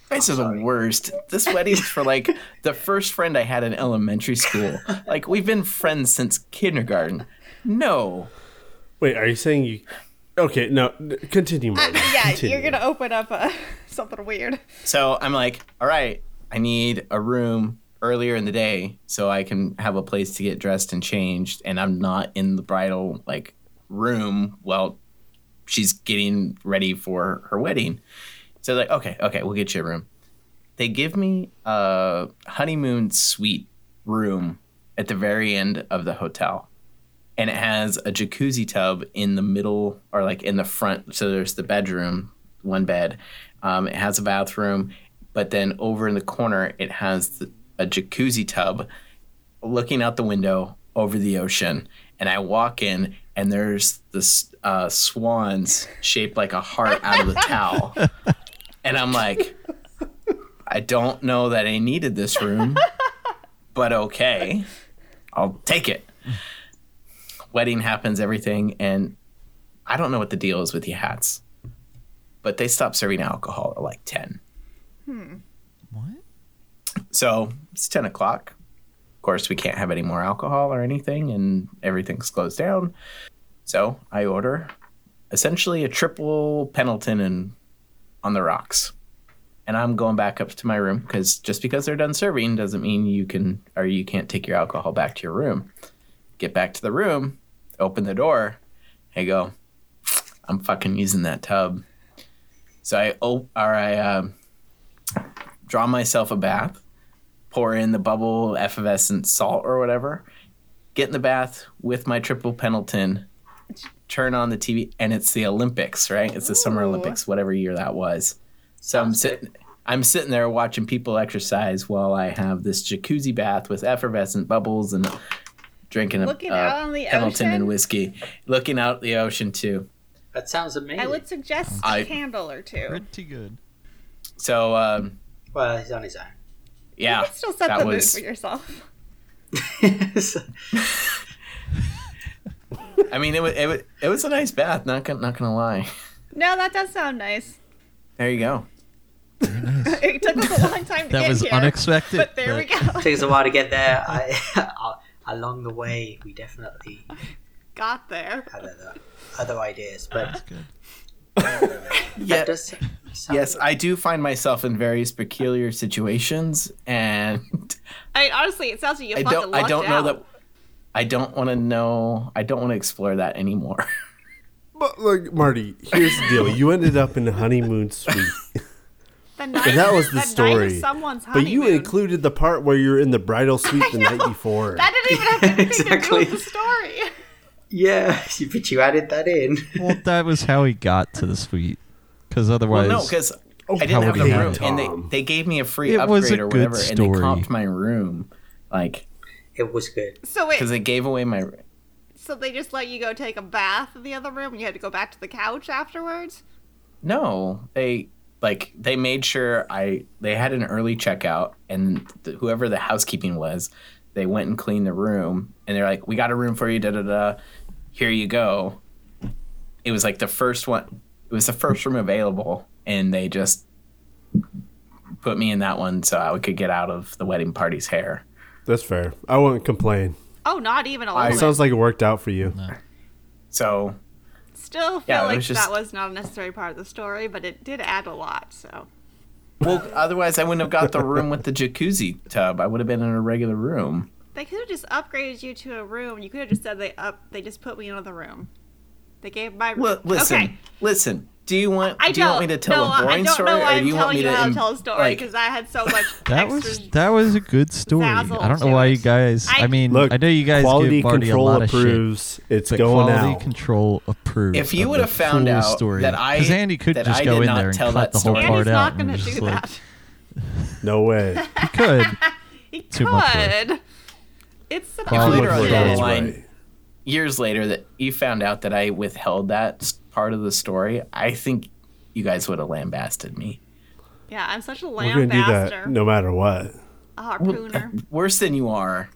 [SPEAKER 4] This is the worst. This wedding's for like the first friend I had in elementary school. Like we've been friends since kindergarten. No,
[SPEAKER 1] Wait, are you saying you? Okay, no. n- Continue, Marty.
[SPEAKER 2] Uh, yeah,
[SPEAKER 1] Continue.
[SPEAKER 2] you're gonna open up a, something weird.
[SPEAKER 4] So I'm like, all right, I need a room earlier in the day so I can have a place to get dressed and changed, and I'm not in the bridal like room while she's getting ready for her wedding. So like, okay, okay, we'll get you a room. They give me a honeymoon suite room at the very end of the hotel. And it has a jacuzzi tub in the middle or like in the front. So there's the bedroom, one bed. Um, it has a bathroom, but then over in the corner, it has the, a jacuzzi tub looking out the window over the ocean. And I walk in, and there's this uh, swans shaped like a heart out of the towel. And I'm like, I don't know that I needed this room, but okay, I'll take it. Wedding happens, everything, and I don't know what the deal is with your hats, but they stopped serving alcohol at like 10.
[SPEAKER 5] What?
[SPEAKER 4] So it's 10 o'clock. Of course, we can't have any more alcohol or anything, and everything's closed down. So I order essentially a triple Pendleton and on the rocks. And I'm going back up to my room because just because they're done serving doesn't mean you can or you can't take your alcohol back to your room. Get back to the room, open the door, I go, I'm fucking using that tub. So I op- or I um draw myself a bath, pour in the bubble effervescent salt or whatever, get in the bath with my triple Pendleton, turn on the TV, and it's the Olympics, right? It's the Summer
[SPEAKER 2] Ooh.
[SPEAKER 4] Olympics, whatever year that was. So I'm sitting. I'm sitting there watching people exercise while I have this jacuzzi bath with effervescent bubbles and drinking a,
[SPEAKER 2] Looking
[SPEAKER 4] a
[SPEAKER 2] out on the
[SPEAKER 4] Pendleton
[SPEAKER 2] ocean?
[SPEAKER 4] Um, uh, and whiskey, looking out the ocean too.
[SPEAKER 3] That sounds amazing.
[SPEAKER 2] I would suggest
[SPEAKER 4] I-
[SPEAKER 2] a candle or two.
[SPEAKER 5] Pretty good.
[SPEAKER 4] So um,
[SPEAKER 3] Well, he's on his own.
[SPEAKER 4] yeah,
[SPEAKER 2] you can still set
[SPEAKER 4] that
[SPEAKER 2] the
[SPEAKER 4] was.
[SPEAKER 2] mood for yourself.
[SPEAKER 4] I mean, it was, it was it was a nice bath. Not gonna not gonna lie.
[SPEAKER 2] No, that does sound nice.
[SPEAKER 4] There you go.
[SPEAKER 2] It took us a long time to
[SPEAKER 5] That
[SPEAKER 2] get
[SPEAKER 5] was
[SPEAKER 2] here,
[SPEAKER 5] unexpected.
[SPEAKER 2] but there we go.
[SPEAKER 3] Took us a while to get there. I, along the way, we definitely
[SPEAKER 2] Got there.
[SPEAKER 3] had other, other ideas, but
[SPEAKER 5] Good.
[SPEAKER 4] Yeah.
[SPEAKER 3] that does sound
[SPEAKER 4] Yes, I do find myself in various peculiar situations, and
[SPEAKER 2] I mean, honestly, it sounds like you
[SPEAKER 4] I
[SPEAKER 2] fucking
[SPEAKER 4] don't I don't
[SPEAKER 2] lucked
[SPEAKER 4] know
[SPEAKER 2] out.
[SPEAKER 4] that. I don't want to know. I don't want to explore that anymore.
[SPEAKER 1] But like Marty, here's the deal: you ended up in a honeymoon suite,
[SPEAKER 2] The night,
[SPEAKER 1] and that was the,
[SPEAKER 2] night of
[SPEAKER 1] story.
[SPEAKER 2] someone's
[SPEAKER 1] But you
[SPEAKER 2] honeymoon.
[SPEAKER 1] included the part where you're in the bridal suite the night before.
[SPEAKER 2] That didn't even have anything
[SPEAKER 3] Exactly.
[SPEAKER 2] to do with the story.
[SPEAKER 3] Yeah, but you added that in.
[SPEAKER 5] Well, that was how he got to the suite, because otherwise,
[SPEAKER 4] no, because I
[SPEAKER 1] how
[SPEAKER 4] didn't have
[SPEAKER 5] would
[SPEAKER 4] the
[SPEAKER 5] he
[SPEAKER 4] room,
[SPEAKER 1] have
[SPEAKER 4] and they,
[SPEAKER 1] Tom?
[SPEAKER 4] they gave me a free
[SPEAKER 5] It was a
[SPEAKER 4] upgrade or
[SPEAKER 5] good
[SPEAKER 4] whatever, and they
[SPEAKER 5] story.
[SPEAKER 4] comped my room, like
[SPEAKER 3] It was good.
[SPEAKER 2] So
[SPEAKER 4] because
[SPEAKER 2] wait,
[SPEAKER 4] they gave away my.
[SPEAKER 2] so they just let you go take a bath in the other room, and you had to go back to the couch afterwards?
[SPEAKER 4] No, they like they made sure I they had an early checkout, and th- whoever the housekeeping was, they went and cleaned the room, and they're like, "We got a room for you, da da da. Here you go." It was like the first one. It was the first room available, and they just put me in that one so I could get out of the wedding party's hair.
[SPEAKER 1] That's fair. I wouldn't complain.
[SPEAKER 2] Oh, not even a
[SPEAKER 4] I-
[SPEAKER 1] It
[SPEAKER 2] little. bit.
[SPEAKER 1] sounds like it worked out for you.
[SPEAKER 4] So
[SPEAKER 2] Still feel
[SPEAKER 4] Yeah, it
[SPEAKER 2] like
[SPEAKER 4] was just-
[SPEAKER 2] that was not a necessary part of the story, but it did add a lot. So
[SPEAKER 4] Well, otherwise I wouldn't have got the room with the jacuzzi tub. I would have been in a regular room.
[SPEAKER 2] they could have just upgraded you to a room. You could have just said they up. They just put me in another room. They gave my room.
[SPEAKER 4] Well, listen,
[SPEAKER 2] okay.
[SPEAKER 4] listen. Do you want?
[SPEAKER 2] I
[SPEAKER 4] do you want
[SPEAKER 2] don't-
[SPEAKER 4] me to tell
[SPEAKER 2] no,
[SPEAKER 4] a
[SPEAKER 2] I
[SPEAKER 4] boring
[SPEAKER 2] don't
[SPEAKER 4] story,
[SPEAKER 2] know why
[SPEAKER 4] or
[SPEAKER 2] I'm
[SPEAKER 4] do you want
[SPEAKER 2] telling
[SPEAKER 4] me
[SPEAKER 2] you
[SPEAKER 4] to
[SPEAKER 2] how to
[SPEAKER 4] im-
[SPEAKER 2] tell a story
[SPEAKER 4] like,
[SPEAKER 2] because I had so much
[SPEAKER 5] that
[SPEAKER 2] extra.
[SPEAKER 5] was that was a good story.
[SPEAKER 2] Zazzle
[SPEAKER 5] I don't know
[SPEAKER 2] to
[SPEAKER 5] why
[SPEAKER 2] it.
[SPEAKER 5] you guys. I,
[SPEAKER 2] I-
[SPEAKER 5] mean,
[SPEAKER 1] Look,
[SPEAKER 5] I know you guys
[SPEAKER 1] quality
[SPEAKER 5] give Marty
[SPEAKER 1] control
[SPEAKER 5] a lot of shit.
[SPEAKER 1] approves. it's
[SPEAKER 5] but
[SPEAKER 1] going
[SPEAKER 5] quality
[SPEAKER 1] out.
[SPEAKER 5] control approves.
[SPEAKER 4] If you
[SPEAKER 5] of
[SPEAKER 4] would
[SPEAKER 5] the
[SPEAKER 4] have found
[SPEAKER 5] full
[SPEAKER 4] out
[SPEAKER 5] story.
[SPEAKER 4] that I-
[SPEAKER 5] 'Cause Andy could
[SPEAKER 4] that
[SPEAKER 5] just
[SPEAKER 4] I
[SPEAKER 5] go
[SPEAKER 4] did
[SPEAKER 5] in
[SPEAKER 4] not
[SPEAKER 5] there and
[SPEAKER 4] tell
[SPEAKER 5] cut
[SPEAKER 4] that
[SPEAKER 5] the whole
[SPEAKER 4] story.
[SPEAKER 5] part
[SPEAKER 2] Andy's not
[SPEAKER 5] out. and
[SPEAKER 2] going to
[SPEAKER 5] just
[SPEAKER 2] do
[SPEAKER 5] like,
[SPEAKER 2] that.
[SPEAKER 1] no way.
[SPEAKER 5] He could.
[SPEAKER 2] He could.
[SPEAKER 5] Too much work.
[SPEAKER 2] It's such a
[SPEAKER 5] Quality
[SPEAKER 4] Later on
[SPEAKER 1] Look,
[SPEAKER 4] down the
[SPEAKER 1] that's
[SPEAKER 4] line,
[SPEAKER 1] right.
[SPEAKER 4] years later that you found out that I withheld that s- part of the story, I think you guys would have lambasted me.
[SPEAKER 2] Yeah, I'm such a
[SPEAKER 1] We're gonna do
[SPEAKER 2] lambaster,
[SPEAKER 1] that no uh, matter what.
[SPEAKER 2] a harpooner.
[SPEAKER 4] Worse than you are.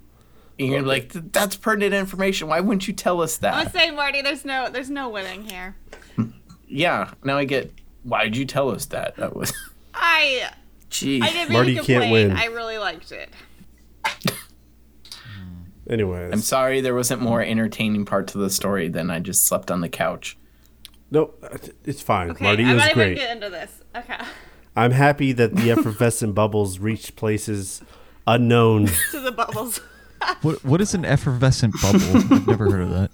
[SPEAKER 4] And you're gonna be like, "Th- that's pertinent information. Why wouldn't you tell us
[SPEAKER 2] I would
[SPEAKER 4] that?
[SPEAKER 2] say, Marty, there's no, there's no winning here.
[SPEAKER 4] Yeah. Now I get. Why did you tell us that? That was.
[SPEAKER 2] I,
[SPEAKER 4] Jeez.
[SPEAKER 2] I didn't mean
[SPEAKER 1] Marty
[SPEAKER 2] to
[SPEAKER 1] can't
[SPEAKER 2] complain.
[SPEAKER 1] win.
[SPEAKER 2] I really liked it.
[SPEAKER 1] Anyways,
[SPEAKER 4] I'm sorry there wasn't more entertaining part to the story than I just slept on the couch.
[SPEAKER 1] no, it's fine.
[SPEAKER 2] Okay,
[SPEAKER 1] Marty is
[SPEAKER 2] I'm not even
[SPEAKER 1] great.
[SPEAKER 2] gonna get into this. Okay,
[SPEAKER 1] I'm happy that the effervescent bubbles reached places unknown.
[SPEAKER 2] to the bubbles.
[SPEAKER 5] What what is an effervescent bubble? I've never heard of that.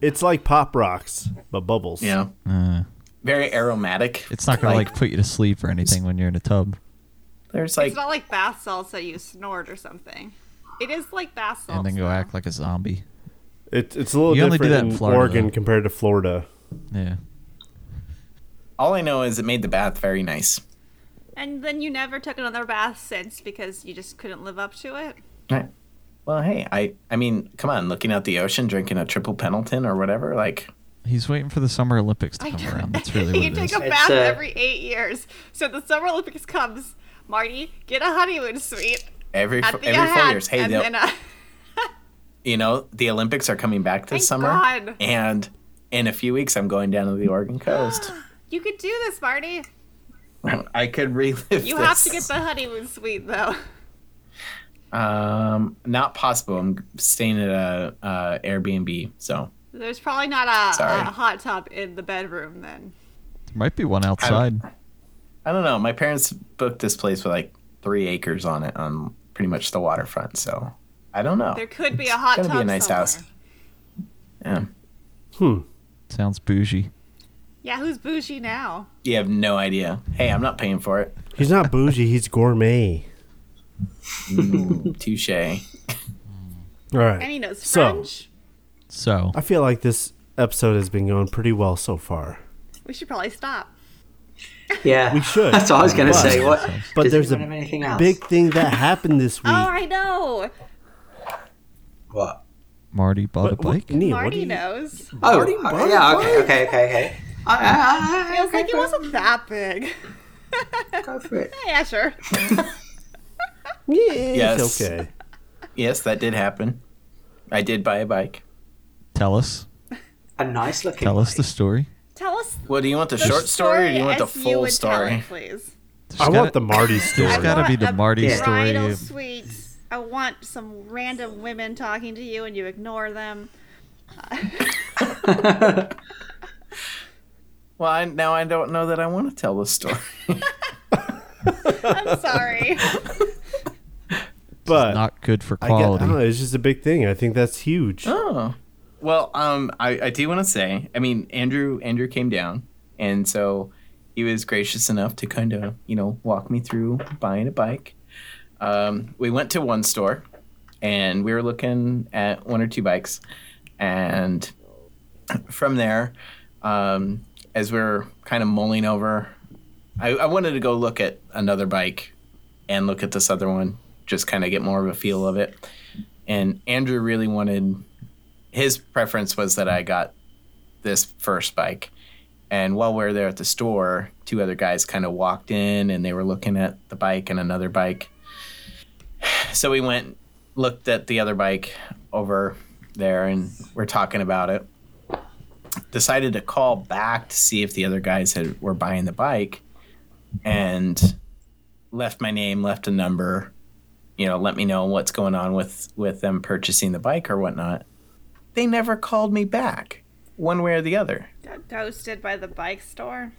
[SPEAKER 1] It's like pop rocks, but bubbles.
[SPEAKER 4] You know,
[SPEAKER 5] Uh,
[SPEAKER 4] very aromatic.
[SPEAKER 5] it's not gonna like, put you to sleep or anything when you're in a tub.
[SPEAKER 4] There's
[SPEAKER 2] It's
[SPEAKER 4] like
[SPEAKER 2] not like bath salts that you snort or something. It is like bath salts.
[SPEAKER 5] and then go
[SPEAKER 2] though.
[SPEAKER 5] act like a zombie.
[SPEAKER 1] It, it's a little
[SPEAKER 5] You only
[SPEAKER 1] different
[SPEAKER 5] do that in
[SPEAKER 1] in,
[SPEAKER 5] Florida,
[SPEAKER 1] Oregon
[SPEAKER 5] though.
[SPEAKER 1] compared to Florida.
[SPEAKER 5] Yeah.
[SPEAKER 4] all I know is it made the bath very nice.
[SPEAKER 2] And then you never took another bath since because you just couldn't live up to it.
[SPEAKER 4] Right. Well, hey, I I mean, come on, looking out the ocean, drinking a triple Pendleton or whatever, like
[SPEAKER 5] He's waiting for the Summer Olympics to come around. That's really
[SPEAKER 2] you
[SPEAKER 5] what it
[SPEAKER 2] take
[SPEAKER 5] is.
[SPEAKER 2] a bath
[SPEAKER 3] uh,
[SPEAKER 2] every eight years. So the Summer Olympics comes, Marty, get a honeymoon suite
[SPEAKER 4] every
[SPEAKER 2] at
[SPEAKER 4] f-
[SPEAKER 2] the
[SPEAKER 4] every four
[SPEAKER 2] Ahad,
[SPEAKER 4] years. Hey,
[SPEAKER 2] and
[SPEAKER 4] the,
[SPEAKER 2] then uh, a,
[SPEAKER 4] you know the Olympics are coming back this
[SPEAKER 2] Thank
[SPEAKER 4] summer,
[SPEAKER 2] God.
[SPEAKER 4] and in a few weeks I'm going down to the Oregon coast.
[SPEAKER 2] you could do this, Marty.
[SPEAKER 4] I could relive.
[SPEAKER 2] You
[SPEAKER 4] this.
[SPEAKER 2] have to get the honeymoon suite though.
[SPEAKER 4] Um, not possible. I'm staying at a uh, Airbnb, so
[SPEAKER 2] There's probably not a, a
[SPEAKER 4] Sorry.
[SPEAKER 2] hot tub in the bedroom then.
[SPEAKER 5] There might be one outside.
[SPEAKER 4] I don't know. My parents booked this place with like three acres on it on pretty much the waterfront. So I don't know.
[SPEAKER 2] There could be a hot
[SPEAKER 4] gotta
[SPEAKER 2] tub.
[SPEAKER 4] be a nice
[SPEAKER 2] somewhere.
[SPEAKER 4] house. Yeah.
[SPEAKER 1] Hmm.
[SPEAKER 5] Sounds bougie.
[SPEAKER 2] Yeah, who's bougie now?
[SPEAKER 4] You have no idea. Hey, I'm not paying for it.
[SPEAKER 1] He's not bougie. he's gourmet.
[SPEAKER 4] Mm, Touche.
[SPEAKER 1] All right.
[SPEAKER 2] And he knows
[SPEAKER 1] So-
[SPEAKER 2] French.
[SPEAKER 5] So
[SPEAKER 1] I feel like this episode has been going pretty well so far.
[SPEAKER 2] We should probably stop.
[SPEAKER 3] Yeah,
[SPEAKER 1] We should.
[SPEAKER 3] That's what I was gonna
[SPEAKER 1] But-
[SPEAKER 3] say. What?
[SPEAKER 1] But
[SPEAKER 3] does
[SPEAKER 1] there's
[SPEAKER 3] anyone
[SPEAKER 1] a
[SPEAKER 3] have anything else?
[SPEAKER 1] Big thing that happened this week.
[SPEAKER 2] Oh, I know.
[SPEAKER 3] what?
[SPEAKER 5] Marty bought a
[SPEAKER 1] What- what-
[SPEAKER 5] bike.
[SPEAKER 1] Nia, what do
[SPEAKER 2] Marty
[SPEAKER 1] you-
[SPEAKER 2] knows.
[SPEAKER 3] Oh,
[SPEAKER 1] Marty
[SPEAKER 3] uh, yeah. Okay, okay, okay, okay. I,
[SPEAKER 2] It was like it wasn't that big.
[SPEAKER 3] Go for it.
[SPEAKER 2] yeah, sure.
[SPEAKER 1] Yeah, it's
[SPEAKER 4] Yes.
[SPEAKER 1] okay.
[SPEAKER 4] Yes, that did happen. I did buy a bike.
[SPEAKER 5] Tell us.
[SPEAKER 3] A nice looking.
[SPEAKER 5] Tell us the
[SPEAKER 3] bike.
[SPEAKER 5] story.
[SPEAKER 2] Tell us
[SPEAKER 4] Well, do you want the,
[SPEAKER 2] the
[SPEAKER 4] short story or do you want the
[SPEAKER 2] as you
[SPEAKER 4] full
[SPEAKER 2] would tell
[SPEAKER 4] story?
[SPEAKER 2] it, please.
[SPEAKER 5] There's
[SPEAKER 1] I
[SPEAKER 5] gotta-
[SPEAKER 1] want the Marty
[SPEAKER 5] There's
[SPEAKER 1] story.
[SPEAKER 5] got to be the
[SPEAKER 2] A
[SPEAKER 5] Marty
[SPEAKER 3] Yeah.
[SPEAKER 5] story.
[SPEAKER 2] Bridal suite. I want some random women talking to you and you ignore them.
[SPEAKER 4] Well, I, now I don't know that I want to tell the story.
[SPEAKER 2] I'm sorry.
[SPEAKER 1] but
[SPEAKER 5] Not good for
[SPEAKER 1] I, get, I don't know.
[SPEAKER 5] quality.
[SPEAKER 1] It's just a big thing. I think that's huge.
[SPEAKER 4] Oh. Well, um, I, I do want to say, I mean, Andrew Andrew came down, and so he was gracious enough to kind of, you know, walk me through buying a bike. Um, we went to one store, and we were looking at one or two bikes, and from there, um, as we are kind of mulling over, I, I wanted to go look at another bike and look at this other one, just kind of get more of a feel of it. And Andrew really wanted his preference was that I got this first bike. And while we were there at the store, two other guys kind of walked in and they were looking at the bike and another bike. So we went, looked at the other bike over there, and we're talking about it. Decided to call back to see if the other guys had, were buying the bike and left my name, left a number, you know, let me know what's going on with, with them purchasing the bike or whatnot they never called me back one way or the other
[SPEAKER 2] Got ghosted by the bike store.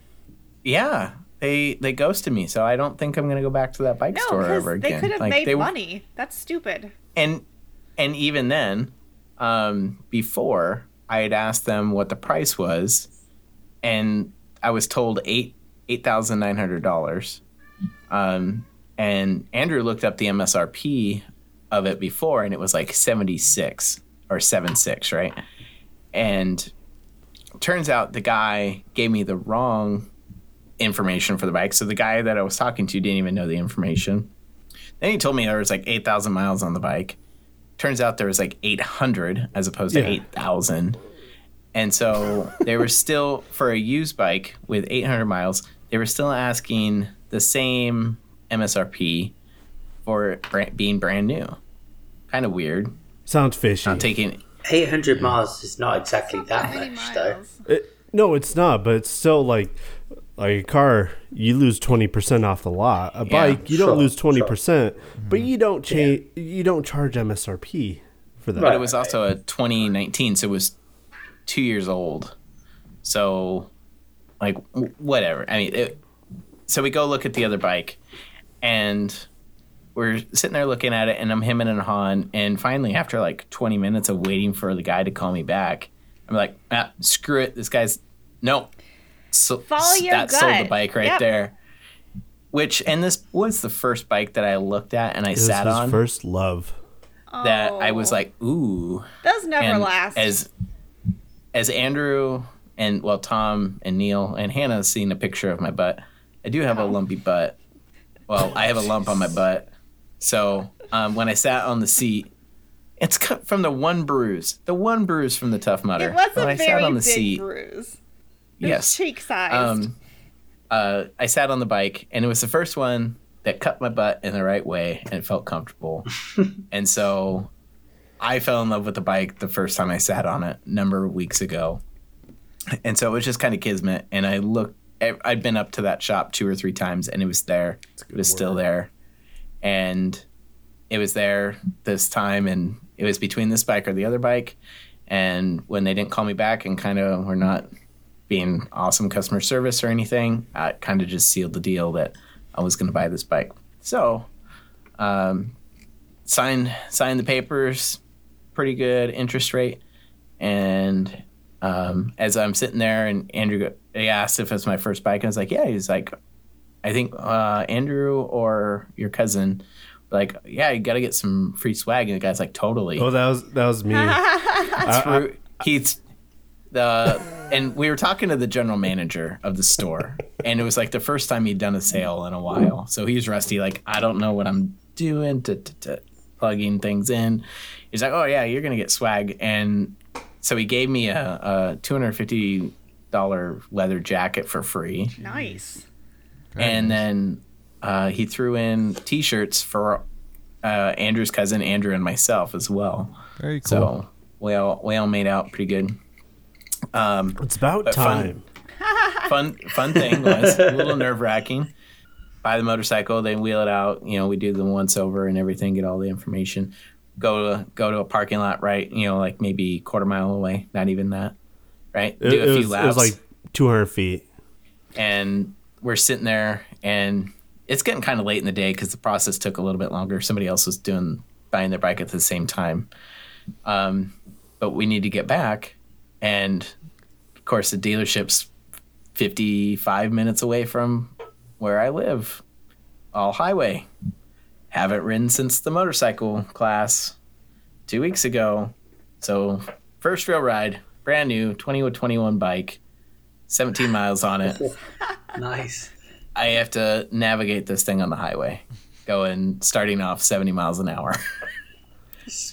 [SPEAKER 4] yeah they they ghosted me so i don't think i'm going to go back to that bike
[SPEAKER 2] No,
[SPEAKER 4] store ever
[SPEAKER 2] because they
[SPEAKER 4] again
[SPEAKER 2] could have
[SPEAKER 4] Like,
[SPEAKER 2] made
[SPEAKER 4] they-
[SPEAKER 2] money. That's stupid.
[SPEAKER 4] and and even then um before i had asked them what the price was and i was told eight eight thousand nine hundred dollars um and andrew looked up the msrp of it before and it was like 76 or 76 right and turns out the guy gave me the wrong information for the bike so the guy that i was talking to didn't even know the information then he told me there was like 8,000 miles on the bike. Turns out there was like 800 as opposed
[SPEAKER 1] Yeah.
[SPEAKER 4] to 8,000. And so they were still, for a used bike with 800 miles, they were still asking the same MSRP for it bra- being brand new. Kind of weird.
[SPEAKER 1] Sounds fishy.
[SPEAKER 4] Not taking,
[SPEAKER 3] 800 miles is not exactly that
[SPEAKER 2] Many
[SPEAKER 3] much, though.
[SPEAKER 2] miles.
[SPEAKER 1] It- no, it's not. But it's still like like a car. You lose twenty percent off the lot. A bike, you
[SPEAKER 3] Sure,
[SPEAKER 1] don't lose
[SPEAKER 3] sure.
[SPEAKER 1] twenty percent,
[SPEAKER 4] Mm-hmm.
[SPEAKER 1] but you don't change. You don't charge MSRP for that.
[SPEAKER 4] but it was also a 2019, so it was two years old. So, like, w- whatever. I mean, it, so we go look at the other bike, and we're sitting there looking at it, and I'm hemming and hawing. And finally, after like 20 minutes of waiting for the guy to call me back, I'm like, ah, screw it. This guy's, nope. So,
[SPEAKER 2] Follow your
[SPEAKER 4] that sold the
[SPEAKER 2] gut.
[SPEAKER 4] bike right
[SPEAKER 2] Yep.
[SPEAKER 4] there. Which, and this was the first bike that I looked at and I
[SPEAKER 1] It was
[SPEAKER 4] sat
[SPEAKER 1] his
[SPEAKER 4] on
[SPEAKER 1] first love.
[SPEAKER 4] that I
[SPEAKER 2] Oh.
[SPEAKER 4] was like, ooh
[SPEAKER 2] Those never
[SPEAKER 4] and
[SPEAKER 2] last.
[SPEAKER 4] As as Andrew and well Tom and Neil and Hannah has seen a picture of my butt. I do
[SPEAKER 2] Oh.
[SPEAKER 4] have a lumpy butt. Well, I have a lump on my butt. So um, when I sat on the seat, it's cut from the one bruise. The one bruise from the tough mutter.
[SPEAKER 2] it was a
[SPEAKER 4] when I
[SPEAKER 2] very
[SPEAKER 4] sat on the
[SPEAKER 2] big
[SPEAKER 4] seat.
[SPEAKER 2] bruise. It was
[SPEAKER 4] yes.
[SPEAKER 2] cheek sized.
[SPEAKER 4] Um, uh, I sat on the bike, and it was the first one that cut my butt in the right way, and it felt comfortable. and so, I fell in love with the bike the first time I sat on it a number of weeks ago. And so it was just kind of kismet. And I looked, I- I'd been up to that shop two or three times, and it was there. It was still there, and it was there this time, and it was between this bike or the other bike. And when they didn't call me back and kind of were not being awesome customer service or anything, I kind of just sealed the deal that I was going to buy this bike. So, um, signed signed the papers, pretty good interest rate, and um, as I'm sitting there and Andrew go- he asked if it's my first bike, and I was like, yeah. He's like, I think uh, Andrew or your cousin, like, yeah, you got to get some free swag, and the guy's like, totally.
[SPEAKER 1] Oh, that was that was me. I- I-
[SPEAKER 4] Through- he's the and we were talking to the general manager of the store and it was like the first time he'd done a sale in a while so he's rusty like i don't know what i'm doing to, to, to plugging things in he's like oh yeah you're gonna get swag and so he gave me a, a $250 leather jacket for free
[SPEAKER 2] Nice.
[SPEAKER 4] and then uh, he threw in t-shirts for uh, andrew's cousin andrew and myself as well
[SPEAKER 5] Very cool.
[SPEAKER 4] so we all we all made out pretty good. Um,
[SPEAKER 1] it's about
[SPEAKER 4] fun-
[SPEAKER 1] time.
[SPEAKER 4] fun fun thing was a little nerve wracking. Buy the motorcycle, they wheel it out. You know, we do the once over and everything, get all the information. Go to go to a parking lot, right? You know, like maybe quarter mile away, not even that, right?
[SPEAKER 1] It,
[SPEAKER 4] do a
[SPEAKER 1] it
[SPEAKER 4] few
[SPEAKER 1] was, it
[SPEAKER 4] laps,
[SPEAKER 1] was like 200 feet.
[SPEAKER 4] and we're sitting there, and it's getting kind of late in the day because the process took a little bit longer. Somebody else was doing buying their bike at the same time, um, but we need to get back, and of course the dealership's 55 minutes away from where I live, all highway. Haven't ridden since the motorcycle class two weeks ago. So, first real ride, brand new 20 with 21 bike, 17 miles on it.
[SPEAKER 3] Nice.
[SPEAKER 4] I have to navigate this thing on the highway, going starting off 70 miles an hour,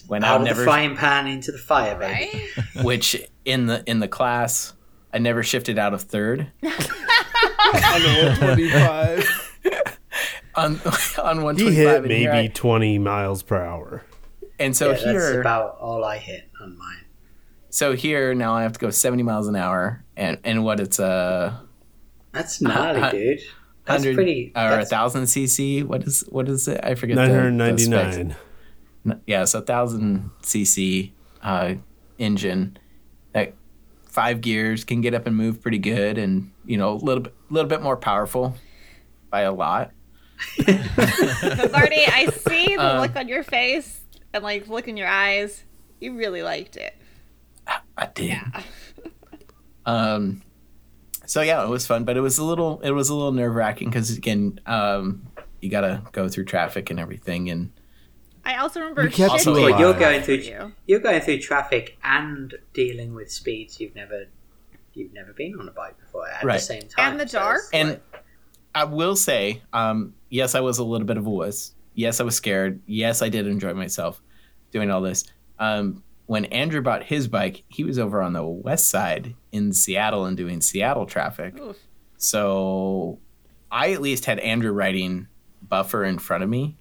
[SPEAKER 4] When
[SPEAKER 3] Out
[SPEAKER 4] I've
[SPEAKER 3] of
[SPEAKER 4] never-
[SPEAKER 3] the frying pan into the fire, baby.
[SPEAKER 2] Right?
[SPEAKER 4] which in the in the class I never shifted out of third. On on
[SPEAKER 1] He
[SPEAKER 4] 125
[SPEAKER 1] hit
[SPEAKER 4] and here
[SPEAKER 1] maybe
[SPEAKER 4] I-
[SPEAKER 1] 20 miles per hour.
[SPEAKER 4] and so
[SPEAKER 3] Yeah, that's
[SPEAKER 4] here
[SPEAKER 3] about all I hit on mine.
[SPEAKER 4] so here now I have to go 70 miles an hour and and what it's uh, a
[SPEAKER 3] That's gnarly,
[SPEAKER 4] Uh, uh,
[SPEAKER 3] dude. That's
[SPEAKER 4] 100
[SPEAKER 3] pretty.
[SPEAKER 4] or a
[SPEAKER 3] that's-
[SPEAKER 4] 1000 cc what is what is it I forget the- the specs.
[SPEAKER 1] 999.
[SPEAKER 4] N- yeah, so thousand cc uh, engine, like five gears can get up and move pretty good, and you know a little bit, little bit more powerful by a lot.
[SPEAKER 2] Marty, I see the
[SPEAKER 4] Um,
[SPEAKER 2] look on your face and like look in your eyes. You really liked it.
[SPEAKER 4] I did. um, so yeah, it was fun, but it was a little, it was a little nerve wracking because again, um, you gotta go through traffic and everything, and
[SPEAKER 2] I also remember
[SPEAKER 1] We kept
[SPEAKER 2] shit
[SPEAKER 1] you
[SPEAKER 2] being
[SPEAKER 1] alive.
[SPEAKER 3] You're
[SPEAKER 2] hard
[SPEAKER 3] going
[SPEAKER 2] for
[SPEAKER 3] through
[SPEAKER 2] you.
[SPEAKER 3] you're going through traffic and dealing with speeds you've never you've never been on a bike before at the
[SPEAKER 4] Right.
[SPEAKER 3] same time.
[SPEAKER 2] And the
[SPEAKER 3] so
[SPEAKER 2] dark.
[SPEAKER 3] it's
[SPEAKER 4] And I will say, um, yes, I was a little bit of a wuss. Yes, I was scared. Yes, I did enjoy myself doing all this. Um, when Andrew bought his bike, he was over on the west side in Seattle and doing Seattle traffic.
[SPEAKER 2] Oof.
[SPEAKER 4] So I at least had Andrew riding buffer in front of me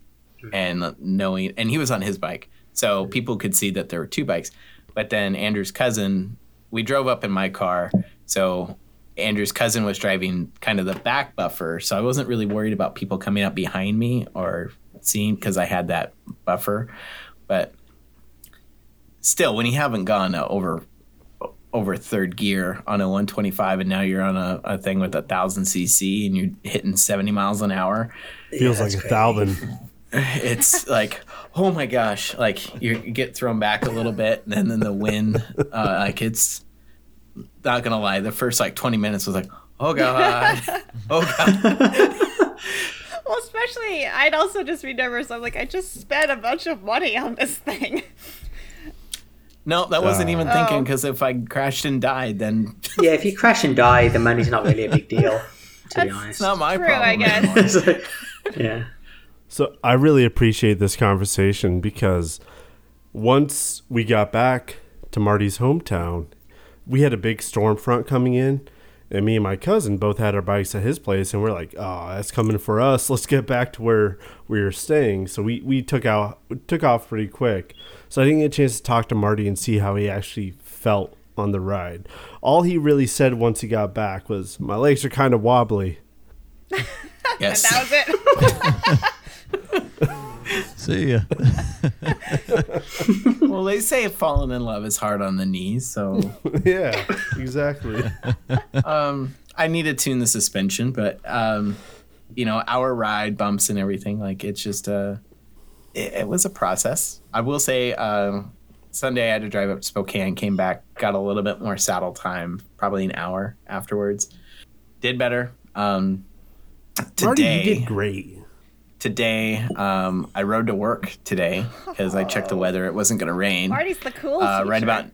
[SPEAKER 4] and knowing, and he was on his bike. So people could see that there were two bikes. But then Andrew's cousin, we drove up in my car. So Andrew's cousin was driving kind of the back buffer. So I wasn't really worried about people coming up behind me or seeing because I had that buffer. But still, when you haven't gone uh, over over third gear on a 125 and now you're on a, a thing with a thousand cc and you're hitting 70 miles an hour
[SPEAKER 1] Feels
[SPEAKER 3] that's
[SPEAKER 1] like a
[SPEAKER 3] crazy.
[SPEAKER 1] thousand.
[SPEAKER 4] it's like oh my gosh like you get thrown back a little bit and then, then the wind uh, like it's not gonna lie the first like 20 minutes was like oh god oh god
[SPEAKER 2] Well, especially, I'd also just be nervous. I'm like, I just spent a bunch of money on this thing.
[SPEAKER 4] no that wasn't even
[SPEAKER 2] Oh.
[SPEAKER 4] thinking because if i crashed and died then
[SPEAKER 3] yeah, if you crash and die, the money's not really a big deal. To be
[SPEAKER 4] it's
[SPEAKER 3] honest,
[SPEAKER 4] not my
[SPEAKER 2] True,
[SPEAKER 4] problem
[SPEAKER 2] I guess.
[SPEAKER 4] anymore.
[SPEAKER 3] So, yeah.
[SPEAKER 1] So I really appreciate this conversation because once we got back to Marty's hometown, we had a big storm front coming in, and me and my cousin both had our bikes at his place, and we're like, "Oh, that's coming for us. Let's get back to where we were staying." So we we took out took off pretty quick. So I didn't get a chance to talk to Marty and see how he actually felt on the ride. All he really said once he got back was, "My legs are kind of wobbly."
[SPEAKER 4] yes
[SPEAKER 2] That was it.
[SPEAKER 5] See ya.
[SPEAKER 4] well, they say falling in love is hard on the knees, so
[SPEAKER 1] yeah, exactly.
[SPEAKER 4] um, I need to tune the suspension, but um, you know, our ride bumps and everything, like it's just a, it, it was a process. I will say, um, Sunday I had to drive up to Spokane, came back, got a little bit more saddle time, probably an hour afterwards. Did better. Um, today,
[SPEAKER 1] Marty, you did great.
[SPEAKER 4] today um, I rode to work today because I checked the weather. It wasn't going to rain.
[SPEAKER 2] Marty's the coolest.
[SPEAKER 4] uh, right
[SPEAKER 2] teacher.
[SPEAKER 4] about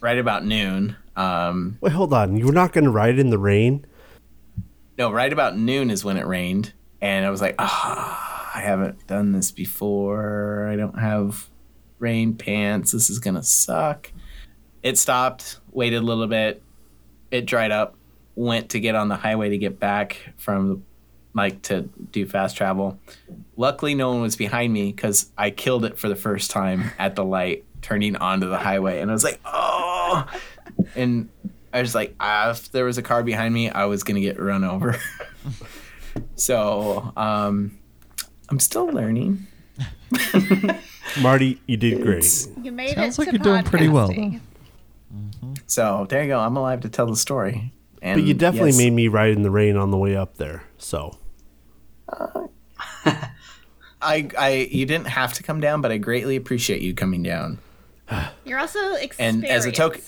[SPEAKER 4] right about noon. Um,
[SPEAKER 1] Wait, hold on. You were not going to ride in the rain?
[SPEAKER 4] no, right about noon is when it rained, and I was like, ah, I haven't done this before. I don't have rain pants. This is gonna suck. It stopped, waited a little bit, it dried up. Went to get on the highway to get back from like to do fast travel. Luckily, no one was behind me because I killed it for the first time at the light, turning onto the highway, and I was like, oh, and I was like, ah, if there was a car behind me, I was gonna get run over. so um, I'm still learning.
[SPEAKER 1] Marty, you did great.
[SPEAKER 4] It's-
[SPEAKER 2] You made
[SPEAKER 5] Sounds
[SPEAKER 2] it
[SPEAKER 5] like
[SPEAKER 2] to
[SPEAKER 5] you're doing pretty well.
[SPEAKER 2] podcasting.
[SPEAKER 4] So there you go. I'm alive to tell the story. And
[SPEAKER 1] But you definitely
[SPEAKER 4] yes,
[SPEAKER 1] made me ride in the rain on the way up there. So
[SPEAKER 4] I, I, you didn't have to come down, but I greatly appreciate you coming down.
[SPEAKER 2] You're also experienced.
[SPEAKER 4] as a token-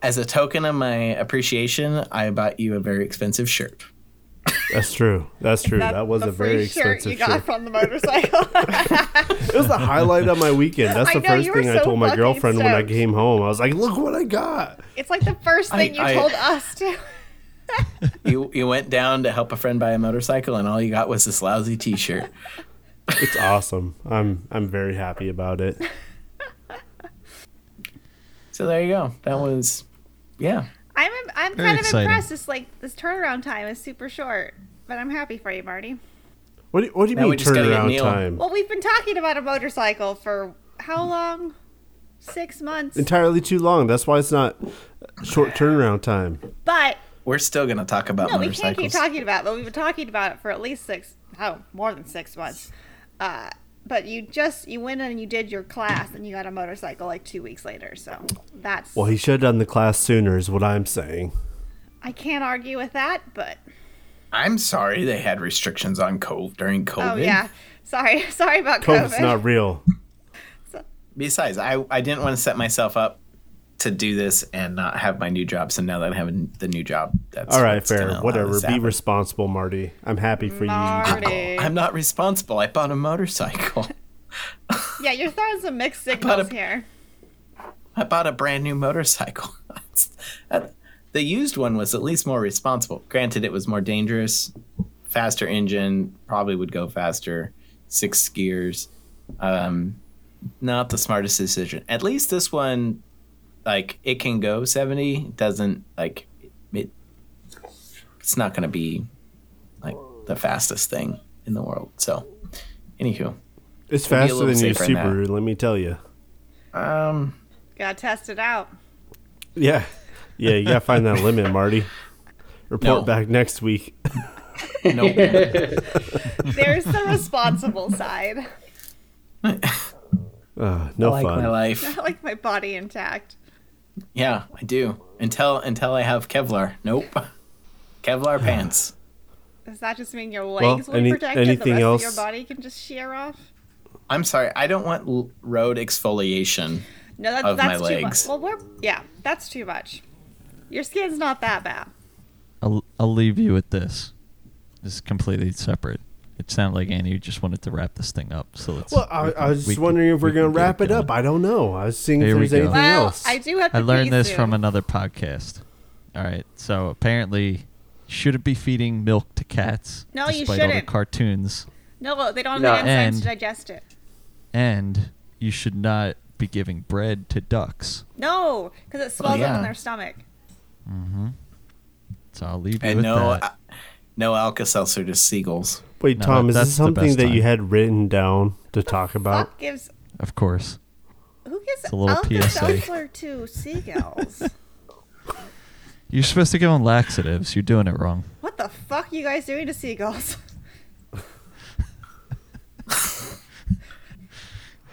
[SPEAKER 4] As a token of my appreciation, I bought you a very expensive shirt.
[SPEAKER 1] that's true. That's true. That, was
[SPEAKER 2] the
[SPEAKER 1] a very
[SPEAKER 2] free shirt
[SPEAKER 1] expensive
[SPEAKER 2] you got
[SPEAKER 1] shirt.
[SPEAKER 2] from the motorcycle.
[SPEAKER 1] It was the highlight of my weekend. That's
[SPEAKER 2] I
[SPEAKER 1] the
[SPEAKER 2] know,
[SPEAKER 1] first
[SPEAKER 2] you were
[SPEAKER 1] thing I
[SPEAKER 2] so
[SPEAKER 1] told my
[SPEAKER 2] fucking
[SPEAKER 1] girlfriend when I
[SPEAKER 2] stoked.
[SPEAKER 1] came home. I was like, "Look what I got."
[SPEAKER 2] it's like the first thing you
[SPEAKER 4] I-
[SPEAKER 2] told us to.
[SPEAKER 4] You, you went down to help a friend buy a motorcycle, and all you got was this lousy T-shirt.
[SPEAKER 1] It's awesome. I'm I'm very happy about it.
[SPEAKER 4] So there you go. That was, yeah.
[SPEAKER 2] I'm I'm
[SPEAKER 5] Very
[SPEAKER 2] kind of
[SPEAKER 5] exciting.
[SPEAKER 2] impressed. It's like this turnaround time is super short, but I'm happy for you, Marty.
[SPEAKER 1] What do, what do you
[SPEAKER 4] Now we
[SPEAKER 1] mean
[SPEAKER 4] just gotta get
[SPEAKER 1] turnaround
[SPEAKER 4] Neil.
[SPEAKER 1] time?
[SPEAKER 2] Well, we've been talking about a motorcycle for how long? Six months.
[SPEAKER 1] Entirely too long. That's why it's not short turnaround time.
[SPEAKER 2] But
[SPEAKER 4] We're still gonna talk about
[SPEAKER 2] no, we
[SPEAKER 4] motorcycles.
[SPEAKER 2] can't keep talking about. it, But we've been talking about it for at least six, oh, more than six months. Uh, but you just you went and you did your class, and you got a motorcycle like two weeks later. So that's
[SPEAKER 1] Well, he should have done the class sooner, is what I'm saying.
[SPEAKER 2] I can't argue with that. But
[SPEAKER 4] I'm sorry they had restrictions on COVID during COVID.
[SPEAKER 2] oh yeah, sorry, sorry about COVID.
[SPEAKER 1] COVID's not real.
[SPEAKER 4] besides I, I didn't want to set myself up to do this and not have my new job so now that i have a- the new job that's
[SPEAKER 1] All right,
[SPEAKER 4] what's gonna
[SPEAKER 1] fair.
[SPEAKER 4] allow
[SPEAKER 1] Whatever.
[SPEAKER 4] this
[SPEAKER 1] Be
[SPEAKER 4] happen.
[SPEAKER 1] responsible, Marty. I'm happy for you.
[SPEAKER 2] Marty.
[SPEAKER 4] i'm not responsible i bought a motorcycle
[SPEAKER 2] Yeah, you're throwing some mixed
[SPEAKER 4] bought a-
[SPEAKER 2] signals here.
[SPEAKER 4] i bought a brand new motorcycle That's- that- the used one was at least more responsible granted it was more dangerous faster engine probably would go faster six gears um not the smartest decision at least this one like it can go 70 It doesn't like it it's not going to be like the fastest thing in the world so anywho
[SPEAKER 1] It's
[SPEAKER 4] be a
[SPEAKER 1] faster
[SPEAKER 4] little
[SPEAKER 1] than your
[SPEAKER 4] safer in that.
[SPEAKER 1] Subaru, let me tell you.
[SPEAKER 4] um
[SPEAKER 2] Gotta test it out.
[SPEAKER 1] Yeah. Yeah, you got to find that limit, Marty. Report
[SPEAKER 4] No.
[SPEAKER 1] back next week.
[SPEAKER 4] nope
[SPEAKER 2] There's the responsible side.
[SPEAKER 1] Uh, no
[SPEAKER 4] like
[SPEAKER 1] fun.
[SPEAKER 4] my life
[SPEAKER 2] I like my body intact.
[SPEAKER 4] Yeah, I do. Until until I have Kevlar. Nope. Kevlar pants.
[SPEAKER 2] Does that just mean your
[SPEAKER 1] Well,
[SPEAKER 2] legs will
[SPEAKER 1] any-
[SPEAKER 2] be protected?
[SPEAKER 1] anything
[SPEAKER 2] the rest
[SPEAKER 1] else?
[SPEAKER 2] of your body can just shear off?
[SPEAKER 4] I'm sorry. I don't want l- road exfoliation.
[SPEAKER 2] No, that's,
[SPEAKER 4] Of my
[SPEAKER 2] that's too
[SPEAKER 4] legs.
[SPEAKER 2] much. Well, we're yeah, that's too much. Your skin's not that bad.
[SPEAKER 5] I'll, I'll leave you with this. This is completely separate. It sounded like Annie just wanted to wrap this thing up. So let's.
[SPEAKER 1] Well, I,
[SPEAKER 5] we can-
[SPEAKER 1] I was
[SPEAKER 5] we
[SPEAKER 1] just
[SPEAKER 5] can-
[SPEAKER 1] wondering if
[SPEAKER 5] we
[SPEAKER 1] we're
[SPEAKER 5] can
[SPEAKER 1] going to
[SPEAKER 5] get
[SPEAKER 1] wrap it up.
[SPEAKER 5] going.
[SPEAKER 1] I don't know. I was seeing if
[SPEAKER 5] Here we
[SPEAKER 1] there's
[SPEAKER 5] go.
[SPEAKER 1] anything
[SPEAKER 2] Well,
[SPEAKER 1] else.
[SPEAKER 2] I do have. To
[SPEAKER 5] I learned
[SPEAKER 2] pee
[SPEAKER 5] this
[SPEAKER 2] soon.
[SPEAKER 5] from another podcast. All right. So apparently, shouldn't be feeding milk to cats.
[SPEAKER 2] No, you
[SPEAKER 5] despite All the
[SPEAKER 2] shouldn't.
[SPEAKER 5] cartoons,
[SPEAKER 2] No, well, they don't have
[SPEAKER 3] No.
[SPEAKER 2] the enzymes
[SPEAKER 5] And-
[SPEAKER 2] to digest it.
[SPEAKER 5] and you should not be giving bread to ducks.
[SPEAKER 2] No, because it swells up
[SPEAKER 4] yeah.
[SPEAKER 2] in their stomach.
[SPEAKER 5] So I'll leave you
[SPEAKER 4] And
[SPEAKER 5] with
[SPEAKER 4] no
[SPEAKER 5] that.
[SPEAKER 4] uh, no Alka Seltzer to seagulls.
[SPEAKER 1] Wait,
[SPEAKER 5] No,
[SPEAKER 1] Tom,
[SPEAKER 5] that-
[SPEAKER 1] is this
[SPEAKER 5] that's the
[SPEAKER 1] something
[SPEAKER 5] best
[SPEAKER 1] that you
[SPEAKER 5] time.
[SPEAKER 1] had written down to talk about?
[SPEAKER 2] Fuck gives.
[SPEAKER 5] of course.
[SPEAKER 2] Who gives
[SPEAKER 5] a little PSA.
[SPEAKER 2] Alka-Seltzer to seagulls?
[SPEAKER 5] You're supposed to give them laxatives. You're doing it wrong.
[SPEAKER 2] what the fuck you guys doing to seagulls?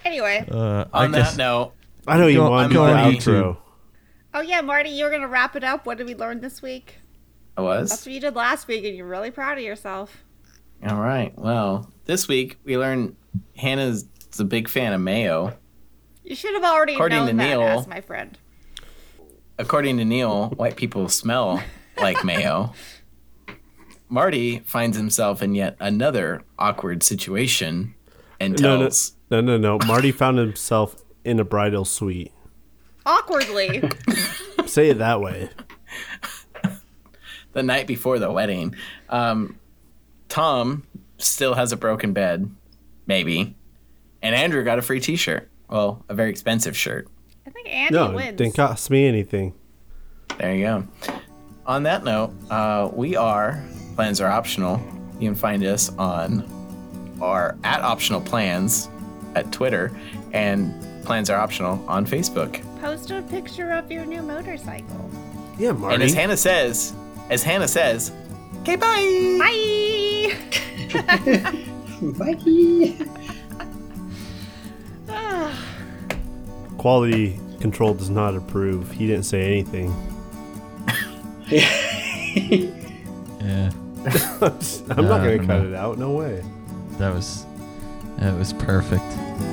[SPEAKER 2] Anyway,
[SPEAKER 5] Uh, I
[SPEAKER 4] On
[SPEAKER 5] guess
[SPEAKER 4] that note,
[SPEAKER 1] I don't even
[SPEAKER 5] Go-
[SPEAKER 1] want
[SPEAKER 4] I'm
[SPEAKER 1] to do the
[SPEAKER 4] going
[SPEAKER 1] outro.
[SPEAKER 2] oh yeah, Marty, you were gonna wrap it up. What did we learn this week?
[SPEAKER 4] I
[SPEAKER 2] That's
[SPEAKER 4] was.
[SPEAKER 2] what you did last week, and you're really proud of yourself.
[SPEAKER 4] All right. Well, this week we learned Hannah's a big fan of mayo.
[SPEAKER 2] You should have already
[SPEAKER 4] According
[SPEAKER 2] known
[SPEAKER 4] to
[SPEAKER 2] that,
[SPEAKER 4] Neil-
[SPEAKER 2] as my friend.
[SPEAKER 4] According to Neil, white people smell like mayo. Marty finds himself in yet another awkward situation and
[SPEAKER 1] No, no,
[SPEAKER 4] tells
[SPEAKER 1] no, no, no. Marty found himself in a bridal suite.
[SPEAKER 2] Awkwardly,
[SPEAKER 1] Say it that way.
[SPEAKER 4] the night before the wedding. Um, Tom still has a broken bed, maybe. And Andrew got a free t shirt. Well, a very expensive shirt.
[SPEAKER 2] I think Andy
[SPEAKER 1] No, it
[SPEAKER 2] wins.
[SPEAKER 1] didn't cost me anything.
[SPEAKER 4] There you go. On that note, uh, we are Plans Are Optional. You can find us on our at Optional Plans at Twitter and Plans Are Optional on Facebook.
[SPEAKER 2] Post a picture of your new motorcycle.
[SPEAKER 1] Yeah,
[SPEAKER 4] And as
[SPEAKER 1] Marty.
[SPEAKER 4] Hannah says, as Hannah says, okay, bye.
[SPEAKER 2] Bye.
[SPEAKER 3] Bye.
[SPEAKER 2] Ah,
[SPEAKER 1] Quality control does not approve. He didn't say anything.
[SPEAKER 5] yeah,
[SPEAKER 1] I'm not
[SPEAKER 5] No,
[SPEAKER 1] going
[SPEAKER 5] no,
[SPEAKER 1] to cut
[SPEAKER 5] no.
[SPEAKER 1] it out. No way.
[SPEAKER 5] that was that was perfect.